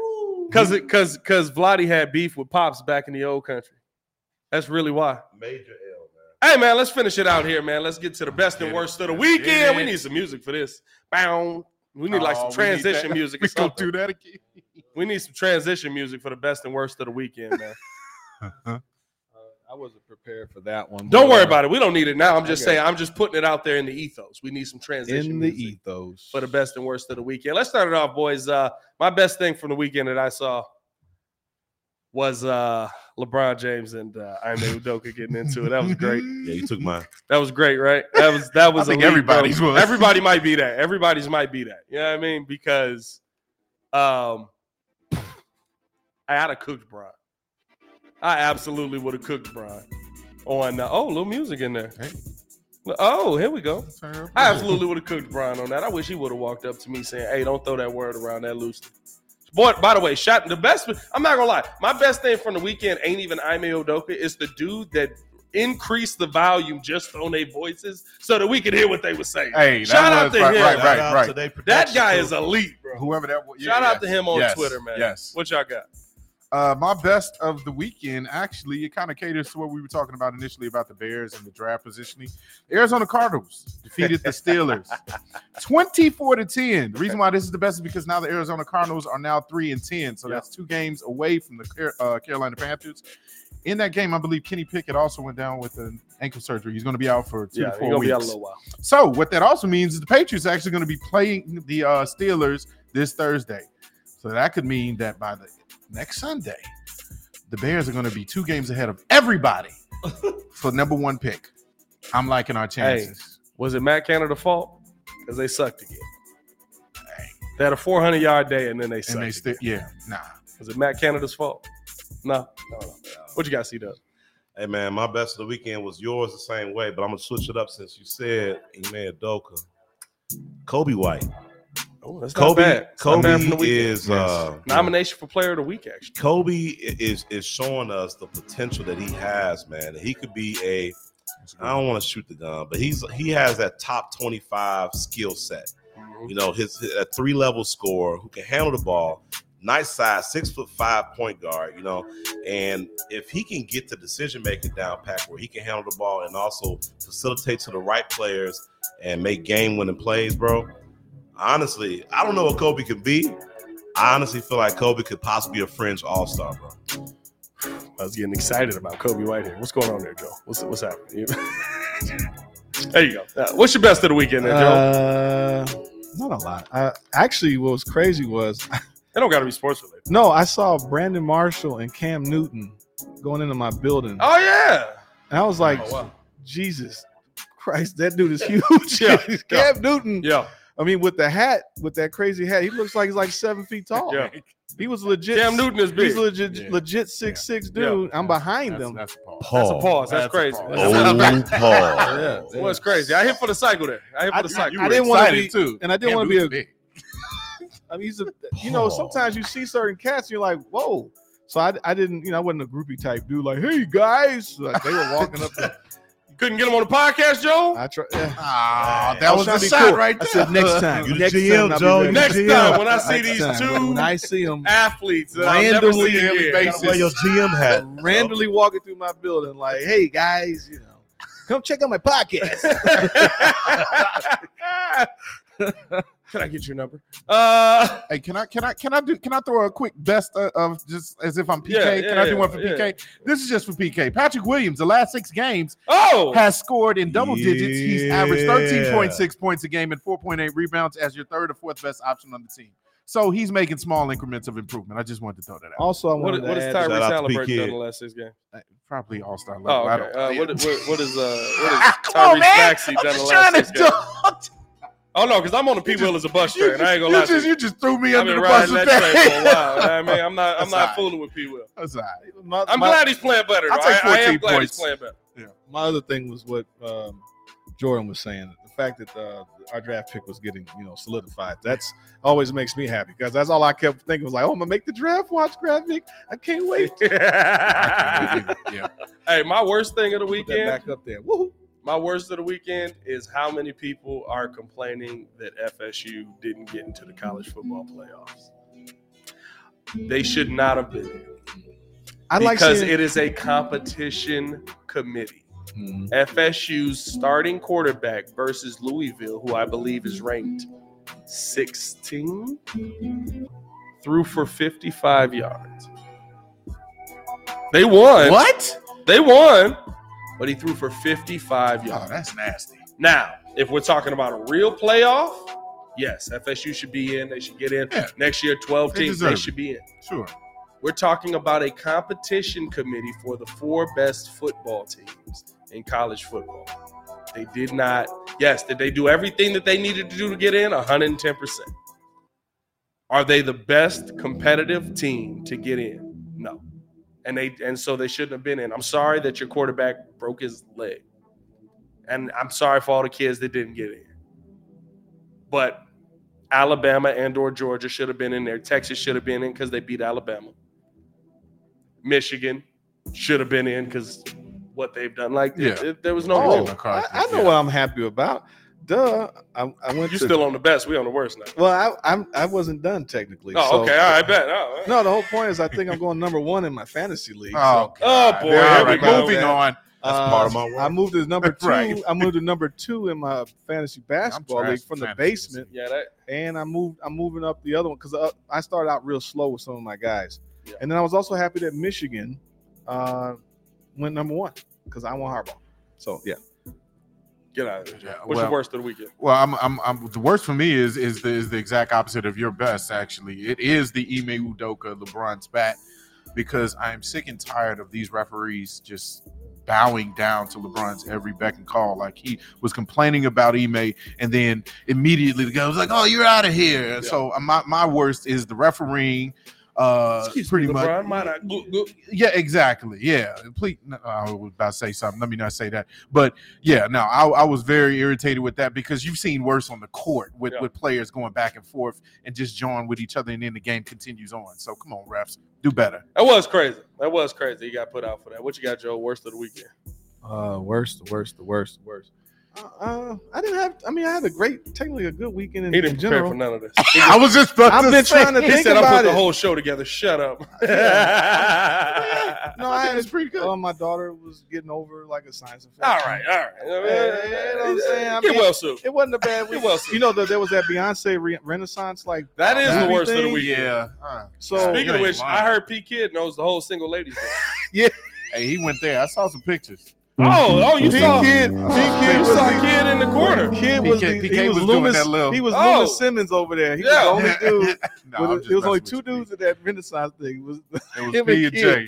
Speaker 1: Cause it cause cause Vladdy had beef with Pops back in the old country. That's really why.
Speaker 5: Major L, man.
Speaker 1: Hey man, let's finish it out here, man. Let's get to the best and
Speaker 2: Get it.
Speaker 1: worst of the
Speaker 2: Get
Speaker 1: weekend. We
Speaker 2: it.
Speaker 1: need some music for this. Bow. We need like some
Speaker 2: Oh, we need
Speaker 1: transition
Speaker 2: that.
Speaker 1: music or
Speaker 2: We gonna
Speaker 1: something.
Speaker 2: do that again.
Speaker 1: We need some transition music for the best and worst of the weekend, man.
Speaker 4: I wasn't prepared for that one.
Speaker 1: don't worry about it. We don't need it now. I'm just
Speaker 4: Okay.
Speaker 1: saying, I'm just putting it out there in the ethos. We need some transition
Speaker 4: In the
Speaker 1: music.
Speaker 4: ethos.
Speaker 1: for the best and worst of the weekend. Let's start it off, boys. Uh, my best thing from the weekend that I saw was uh, LeBron James and uh, Ime Udoka getting into it. That was great.
Speaker 5: Yeah, you took mine.
Speaker 1: That was great, right? That was that was
Speaker 2: I think
Speaker 1: elite,
Speaker 2: everybody's
Speaker 1: bro.
Speaker 2: was.
Speaker 1: Everybody might be that. Everybody's might be that. You know what I mean? Because um, I had a cooked Bron. I absolutely would have cooked Bron on. Uh, oh, little music in there.
Speaker 2: Hey.
Speaker 1: Oh, here we go. I absolutely would have cooked Brian on that. I wish he would have walked up to me saying, "Hey, don't throw that word around that loose." Boy, by the way, shot the best. I'm not gonna lie. My best thing from the weekend ain't even Ime Odoka. It's the dude that increased the volume just on their voices so that we could hear what they were saying.
Speaker 2: Hey, that
Speaker 1: Shout out
Speaker 2: was-
Speaker 1: to
Speaker 2: right,
Speaker 1: him.
Speaker 2: right,
Speaker 5: Shout
Speaker 2: right,
Speaker 5: out
Speaker 2: right.
Speaker 5: to their
Speaker 1: That
Speaker 5: production
Speaker 1: guy
Speaker 5: crew.
Speaker 1: is elite, bro.
Speaker 2: Whoever that was.
Speaker 1: Shout out to him on
Speaker 2: Yes.
Speaker 1: Twitter, man.
Speaker 2: Yes.
Speaker 1: What y'all got?
Speaker 2: Uh, my best of the weekend, actually, it kind of caters to what we were talking about initially about the Bears and the draft positioning. Arizona Cardinals defeated the Steelers 24 to 10. The reason why this is the best is because now the Arizona Cardinals are now 3 and 10. So that's two games away from the Car- uh, Carolina Panthers. In that game, I believe Kenny Pickett also went down with an ankle surgery. He's going to be out for two
Speaker 1: Yeah,
Speaker 2: to
Speaker 1: he's
Speaker 2: four
Speaker 1: gonna
Speaker 2: weeks.
Speaker 1: be out a little while.
Speaker 2: So what that also means is the Patriots are actually going to be playing the uh, Steelers this Thursday. So that could mean that by the next Sunday, the Bears are going to be two games ahead of everybody for number one pick. I'm liking our chances.
Speaker 1: Was it Matt Canada's fault? Because they sucked again. They had a 400 yard day and then they
Speaker 2: and
Speaker 1: sucked.
Speaker 2: they
Speaker 1: again.
Speaker 2: still, yeah, nah.
Speaker 1: Was it Matt Canada's fault? No, no, no. What you got, C Dub?
Speaker 5: Hey man, my best of the weekend was yours the same way, but I'm gonna switch it up since you said Ime Doka. Kobe White.
Speaker 1: Oh, that's
Speaker 5: Kobe.
Speaker 1: That's not
Speaker 5: Kobe
Speaker 1: bad from the weekend.
Speaker 5: is uh,
Speaker 1: nomination for Player of the Week. Actually,
Speaker 5: Kobe i- is is showing us the potential that he has, man. He could be a I don't want to shoot the gun, but he's he has that top 25 skill set. You know, his, his a three level scorer who can handle the ball, nice size, six foot five point guard, you know. And if he can get the decision making down pack where he can handle the ball and also facilitate to the right players and make game winning plays, bro. Honestly, I don't know what Kobe could be. I honestly feel like Kobe could possibly be a fringe all star, bro.
Speaker 1: I was getting excited about Kobe White here. What's going on there, Joe? What's what's happening? there you go. Uh, what's your best of the weekend, there, Joe?
Speaker 3: Uh, not a lot. I, actually, what was crazy was
Speaker 1: it don't got to be sports related.
Speaker 3: no, I saw Brandon Marshall and Cam Newton going into my building,
Speaker 1: Oh yeah.
Speaker 3: and I was like,
Speaker 1: Oh, wow.
Speaker 3: Jesus Christ, that dude is huge.
Speaker 1: Yeah, yeah.
Speaker 3: Cam Newton.
Speaker 1: Yeah.
Speaker 3: I mean, with the hat, with that crazy hat, he looks like he's like seven feet tall.
Speaker 4: Oh,
Speaker 1: Yeah.
Speaker 3: He was legit.
Speaker 1: Cam Newton is big.
Speaker 3: He's legit,
Speaker 2: Yeah.
Speaker 3: legit six six dude. I'm behind
Speaker 2: That's-
Speaker 3: him.
Speaker 2: That's, a pause.
Speaker 1: That's a pause. That's,
Speaker 2: That's a
Speaker 1: crazy.
Speaker 2: pause.
Speaker 1: That's
Speaker 2: Oh,
Speaker 1: not bad.
Speaker 5: Paul.
Speaker 1: Well, it's crazy. I hit for the cycle there. I hit for
Speaker 3: I-
Speaker 1: the
Speaker 3: you-
Speaker 1: cycle.
Speaker 3: I didn't wanna be-
Speaker 2: too,
Speaker 3: and I didn't
Speaker 2: Cam
Speaker 3: wanna be a-
Speaker 2: Newton's big.
Speaker 3: I mean, he's a,
Speaker 1: Oh.
Speaker 3: you know, sometimes you see certain cats, and you're like, whoa. So I, I didn't, you know, I wasn't a groupie type dude. Like, hey guys, like they were walking up. to-
Speaker 1: couldn't get him on the podcast, Joe.
Speaker 4: I try. yeah.
Speaker 2: Ah,
Speaker 4: I
Speaker 2: that was
Speaker 4: trying
Speaker 2: the
Speaker 4: to be
Speaker 2: shot
Speaker 4: cool.
Speaker 2: right
Speaker 4: I
Speaker 2: there.
Speaker 4: said next time.
Speaker 5: You the
Speaker 4: next
Speaker 5: GM,
Speaker 4: time, I'll be
Speaker 5: Joe.
Speaker 4: ready.
Speaker 5: You the
Speaker 1: Next
Speaker 5: GM.
Speaker 1: time when I see
Speaker 4: Next
Speaker 1: these
Speaker 4: time.
Speaker 1: two
Speaker 4: when I see them
Speaker 1: athletes, that I'll never see
Speaker 2: Randomly
Speaker 1: again.
Speaker 2: basis.
Speaker 5: Wear your GM hat.
Speaker 4: randomly walking through my building, like, "Hey guys, you know, come check out my podcast."
Speaker 1: Can I get your number? Uh,
Speaker 2: Hey, can I can I can I do can I throw a quick best of, of just as if I'm PK?
Speaker 1: Yeah, yeah,
Speaker 2: can I do one
Speaker 1: yeah,
Speaker 2: for
Speaker 1: yeah.
Speaker 2: PK? This is just for PK. Patrick Williams, the last six games,
Speaker 1: oh,
Speaker 2: has scored in double digits. He's averaged
Speaker 5: Yeah.
Speaker 2: 13.6 points a game and 4.8 rebounds as your third or fourth best option on the team. So he's making small increments of improvement. I just wanted to throw that out.
Speaker 4: also, I
Speaker 1: what,
Speaker 4: wanted
Speaker 1: what
Speaker 4: to
Speaker 1: has
Speaker 4: add,
Speaker 5: Shout
Speaker 1: Tyrese
Speaker 5: out to
Speaker 1: Halliburton
Speaker 5: P.
Speaker 1: done
Speaker 5: Kidd.
Speaker 1: the last six games?
Speaker 2: Probably all star level.
Speaker 1: Oh,
Speaker 2: I
Speaker 1: okay.
Speaker 2: don't-
Speaker 1: Uh,
Speaker 2: yeah.
Speaker 1: what, what, what is uh, what is
Speaker 2: Come on,
Speaker 1: Tyrese
Speaker 2: man.
Speaker 1: Maxey
Speaker 2: I'm
Speaker 1: done the
Speaker 2: just
Speaker 1: last
Speaker 2: trying
Speaker 1: six
Speaker 2: to
Speaker 1: games?
Speaker 2: talk.
Speaker 1: Oh no, because I'm on the P
Speaker 2: You
Speaker 1: wheel as a bus
Speaker 2: You
Speaker 1: train. I ain't gonna
Speaker 2: you
Speaker 1: lie to
Speaker 2: just,
Speaker 1: you.
Speaker 2: you just threw me
Speaker 1: I've
Speaker 2: under
Speaker 1: been
Speaker 2: the bus
Speaker 1: riding
Speaker 2: with
Speaker 1: that train for a
Speaker 2: that.
Speaker 1: while. you know what I mean, I'm not. I'm
Speaker 2: That's
Speaker 1: not
Speaker 2: all right.
Speaker 1: fooling with P wheel.
Speaker 2: That's all right.
Speaker 4: my,
Speaker 1: I'm
Speaker 4: my-
Speaker 1: glad he's playing better.
Speaker 2: I'll
Speaker 1: though.
Speaker 2: take
Speaker 1: I, I am
Speaker 2: 14
Speaker 1: glad he's
Speaker 2: points.
Speaker 1: playing better.
Speaker 4: my other thing was what um, Jordan was saying. The fact that uh, our draft pick was getting, you know, solidified. That's always makes me happy because that's all I kept thinking was like, oh, I'm gonna make the draft watch graphic. I can't wait.
Speaker 2: yeah.
Speaker 1: hey, my worst thing of the
Speaker 4: Put that
Speaker 1: weekend.
Speaker 4: back up there. Woohoo.
Speaker 1: My worst of the weekend is how many people are complaining that FSU didn't get into the college football playoffs. They should not have been there
Speaker 4: I like
Speaker 1: because
Speaker 4: seeing-
Speaker 1: it is a competition committee.
Speaker 2: Mm-hmm.
Speaker 1: FSU's starting quarterback versus Louisville, who I believe is ranked 16, threw for 55 yards. They won.
Speaker 2: What?
Speaker 1: They won, but he threw for 55
Speaker 2: Oh,
Speaker 1: yards.
Speaker 2: that's nasty.
Speaker 1: Now, if we're talking about a real playoff, yes, FSU should be in. They should get in.
Speaker 2: Yeah.
Speaker 1: Next year, 12
Speaker 2: They
Speaker 1: teams,
Speaker 2: deserve
Speaker 1: they
Speaker 2: it.
Speaker 1: should be in.
Speaker 2: Sure.
Speaker 1: We're talking about a competition committee for the four best football teams in college football. They did not, yes, did they do everything that they needed to do to get in? 110%. Are they the best competitive team to get in? No. And they and so they shouldn't have been in. I'm sorry that your quarterback broke his leg. And I'm sorry for all the kids that didn't get in. But Alabama and or Georgia should have been in there. Texas should have been in because they beat Alabama. Michigan should have been in because what they've done. Like
Speaker 2: Yeah.
Speaker 1: it- it- there was no
Speaker 2: Oh,
Speaker 1: rule.
Speaker 4: I, I know what I'm happy about. Duh. I, I went
Speaker 1: You
Speaker 4: to
Speaker 1: still on the best. We on the worst now.
Speaker 4: well, I I'm, I wasn't done technically.
Speaker 1: Oh,
Speaker 4: so-
Speaker 1: okay. All right, bet. All right.
Speaker 4: No, the whole point is I think I'm going number one in my fantasy league.
Speaker 2: Oh,
Speaker 1: Oh boy,
Speaker 2: all
Speaker 1: here we
Speaker 2: right,
Speaker 1: go.
Speaker 2: moving on.
Speaker 5: That's part of my work.
Speaker 4: um, I moved to number two.
Speaker 2: Right.
Speaker 4: I moved to number two in my fantasy basketball
Speaker 2: trash
Speaker 4: league
Speaker 2: at
Speaker 4: from the
Speaker 2: fantasies.
Speaker 4: basement,
Speaker 1: Yeah, that
Speaker 4: and I moved. I'm moving up the other one because uh, I started out real slow with some of my guys,
Speaker 1: Yeah.
Speaker 4: and then I was also happy that Michigan uh, went number one because I want Harbaugh. So yeah,
Speaker 1: get out of here.
Speaker 2: Yeah,
Speaker 1: What's
Speaker 2: well-
Speaker 1: the worst of the weekend?
Speaker 2: Well, I'm, I'm, I'm, the worst for me is is the, is the exact opposite of your best. Actually, it is the Ime Udoka LeBron spat because I am sick and tired of these referees just bowing down to LeBron's every beck and call. Like he was complaining about Ime, and then immediately the guy was like, "Oh, you're out of here." So uh, my my worst is the refereeing. Uh, pretty much.
Speaker 1: LeBron, might I go- go-
Speaker 2: Yeah, exactly. Yeah, please. No, I was about to say something. Let me not say that. But yeah, no, I, I was very irritated with that because you've seen worse on the court with,
Speaker 1: Yeah.
Speaker 2: with players going back and forth and just jawing with each other, and then the game continues on. So come on, refs, do better.
Speaker 1: That was crazy. That was crazy. He got put out for that. What you got, Joe? Worst of the weekend?
Speaker 4: uh, worst, the worst, the worst, the worst. Uh, uh, I didn't have. I mean, I had a great, technically a good weekend in,
Speaker 1: He didn't
Speaker 4: in
Speaker 1: prepare
Speaker 4: general.
Speaker 1: for none of this.
Speaker 2: I was just. About
Speaker 4: I've
Speaker 2: to
Speaker 4: been
Speaker 2: say-
Speaker 4: trying to
Speaker 1: He
Speaker 4: think
Speaker 1: said, "I put
Speaker 4: about
Speaker 1: the
Speaker 4: it.
Speaker 1: whole show together." Shut up.
Speaker 4: Yeah. No,
Speaker 2: I
Speaker 4: I
Speaker 2: think
Speaker 4: had
Speaker 2: it's pretty good.
Speaker 4: Uh, my daughter was getting over like a science infection.
Speaker 1: All right, all right. You know
Speaker 4: know what I'm saying? I
Speaker 1: Get
Speaker 4: mean-
Speaker 1: well soon.
Speaker 4: It wasn't a bad
Speaker 1: It
Speaker 4: week.
Speaker 1: wasn't.
Speaker 4: You know, that there was that Beyonce re- Renaissance, like
Speaker 1: That is the
Speaker 4: movie
Speaker 1: worst of the
Speaker 4: thing.
Speaker 1: week.
Speaker 2: Yeah. Uh,
Speaker 4: So
Speaker 1: Speaking of
Speaker 2: You
Speaker 1: which,
Speaker 2: ain't
Speaker 1: I
Speaker 2: lying.
Speaker 1: heard P Kid knows the whole single ladies. Thing.
Speaker 2: hey, he went there. I saw some pictures.
Speaker 1: oh, oh, you saw
Speaker 4: Kid,
Speaker 1: you
Speaker 4: Kid was
Speaker 1: saw
Speaker 4: the
Speaker 1: Kid in the corner.
Speaker 4: Kid
Speaker 2: PK
Speaker 4: was the,
Speaker 2: PK
Speaker 4: he was,
Speaker 2: was doing
Speaker 4: Loomis.
Speaker 2: that little-
Speaker 4: He was
Speaker 1: Oh.
Speaker 4: Loomis Simmons over there. He
Speaker 1: Yeah.
Speaker 4: was the only dude.
Speaker 2: No, I'm
Speaker 4: with-
Speaker 2: just
Speaker 4: it was only
Speaker 2: messing
Speaker 4: two
Speaker 2: with you.
Speaker 4: dudes at that Renaissance thing. It was,
Speaker 2: It was
Speaker 4: him and
Speaker 2: me and
Speaker 4: Kid.
Speaker 2: Jay.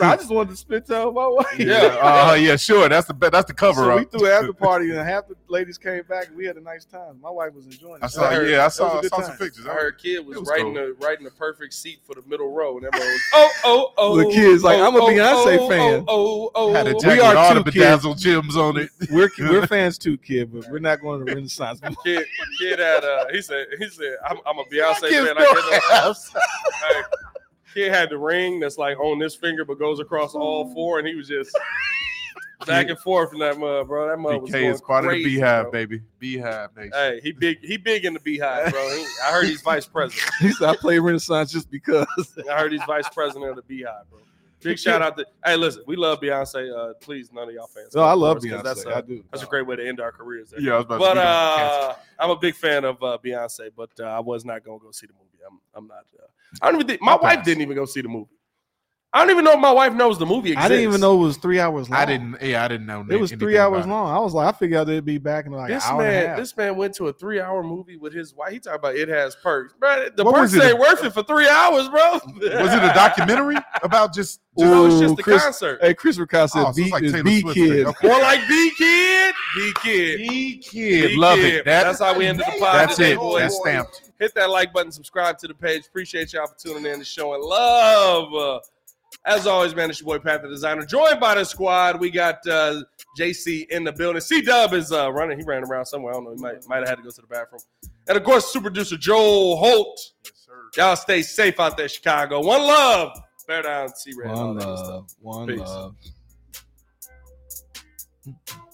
Speaker 4: like, I just wanted to spit out my wife.
Speaker 1: Yeah.
Speaker 2: Uh, yeah, sure. That's the be- that's the cover
Speaker 4: So
Speaker 2: up.
Speaker 4: we threw an after party, and half the ladies came back, and we had a nice time. My wife was enjoying it.
Speaker 2: I saw,
Speaker 1: I heard-
Speaker 2: yeah, I
Speaker 4: was a
Speaker 2: saw, I
Speaker 4: good
Speaker 2: saw
Speaker 4: time.
Speaker 2: some pictures.
Speaker 1: I heard Kid was,
Speaker 2: It was
Speaker 1: writing
Speaker 2: cool.
Speaker 1: the writing the perfect seat for the middle row, and everyone was, "Oh, oh, oh."
Speaker 4: The Kid's like, "I'm a
Speaker 1: oh,
Speaker 4: Beyonce
Speaker 1: oh,
Speaker 4: fan."
Speaker 1: Oh, oh, oh.
Speaker 2: had a
Speaker 4: jack-
Speaker 2: jacket with
Speaker 4: are
Speaker 2: all
Speaker 4: two
Speaker 2: the bedazzled gems on it.
Speaker 4: We're we're fans too, Kid, but we're not going to the Renaissance.
Speaker 1: Kid, kid had uh, he said he said I'm, I'm a Beyonce
Speaker 2: I can't
Speaker 1: fan. I
Speaker 2: spell
Speaker 1: can't
Speaker 2: abs.
Speaker 1: Hey, kid had the ring that's like on this finger but goes across all four, and he was just back and forth in that mud, bro. That mud was
Speaker 2: BK
Speaker 1: going
Speaker 2: is part
Speaker 1: crazy,
Speaker 2: of the beehive,
Speaker 1: bro.
Speaker 2: baby. Beehive nation.
Speaker 1: Hey, he big, he big in the beehive, bro. He- I heard he's vice president.
Speaker 4: He said, I play Renaissance just because.
Speaker 1: I heard he's vice president of the beehive, bro. Big shout out to hey, listen, we love Beyonce. Uh, please, none of y'all fans.
Speaker 4: No,
Speaker 1: come
Speaker 4: I
Speaker 1: for
Speaker 4: love
Speaker 1: us, 'cause
Speaker 4: Beyonce.
Speaker 1: That's
Speaker 4: I
Speaker 1: a,
Speaker 4: do.
Speaker 1: that's a great way to end our careers. There.
Speaker 2: Yeah, I was about
Speaker 1: but
Speaker 2: to.
Speaker 1: uh, I'm a big fan of uh, Beyonce, but uh, I was not gonna go see the movie. I'm, I'm not. Uh, I don't even think my
Speaker 2: I'll
Speaker 1: wife
Speaker 2: pass.
Speaker 1: didn't even go see the movie. I don't even know if my wife knows the movie exists.
Speaker 4: I didn't even know it was three hours long.
Speaker 2: I didn't. Yeah, I didn't know.
Speaker 4: It was three hours long. I was like, I figured out it'd be back in like
Speaker 1: this
Speaker 4: an hour and a
Speaker 1: man.
Speaker 4: half.
Speaker 1: This man went to a three-hour movie with his wife. He talking about it has perks, bro. The
Speaker 2: What was
Speaker 1: perks
Speaker 2: it?
Speaker 1: ain't worth it for three hours, bro. was
Speaker 2: Was it a documentary about just?
Speaker 1: Just, no, it's just
Speaker 4: Ooh,
Speaker 1: the
Speaker 4: Chris-
Speaker 1: concert.
Speaker 4: Hey, Chris Ricard said,
Speaker 2: Oh, so it's
Speaker 4: B,
Speaker 2: like
Speaker 4: is
Speaker 2: Taylor
Speaker 4: B
Speaker 2: Swift
Speaker 4: kid.
Speaker 2: thing. Okay.
Speaker 1: More like B Kid, B Kid,
Speaker 2: E
Speaker 1: B
Speaker 2: kid, love
Speaker 1: Kid.
Speaker 2: it. That-
Speaker 1: That's how we ended the pod.
Speaker 2: That's
Speaker 1: today,
Speaker 2: it.
Speaker 1: boys.
Speaker 2: That's stamped.
Speaker 1: hit that like button, subscribe to the page. Appreciate y'all for tuning in and showing love. Uh, as always, man, it's your boy Pat the Designer, joined by the squad. We got uh, JC in the building. C Dub is uh, running. He ran around somewhere. I don't know. He might might have had to go to the bathroom. And of course, super producer Joel Holt. Y'all stay safe out there, Chicago. One love. Bear down, C Red. all
Speaker 4: One
Speaker 1: that good stuff.
Speaker 4: love. One
Speaker 1: Peace.
Speaker 4: love.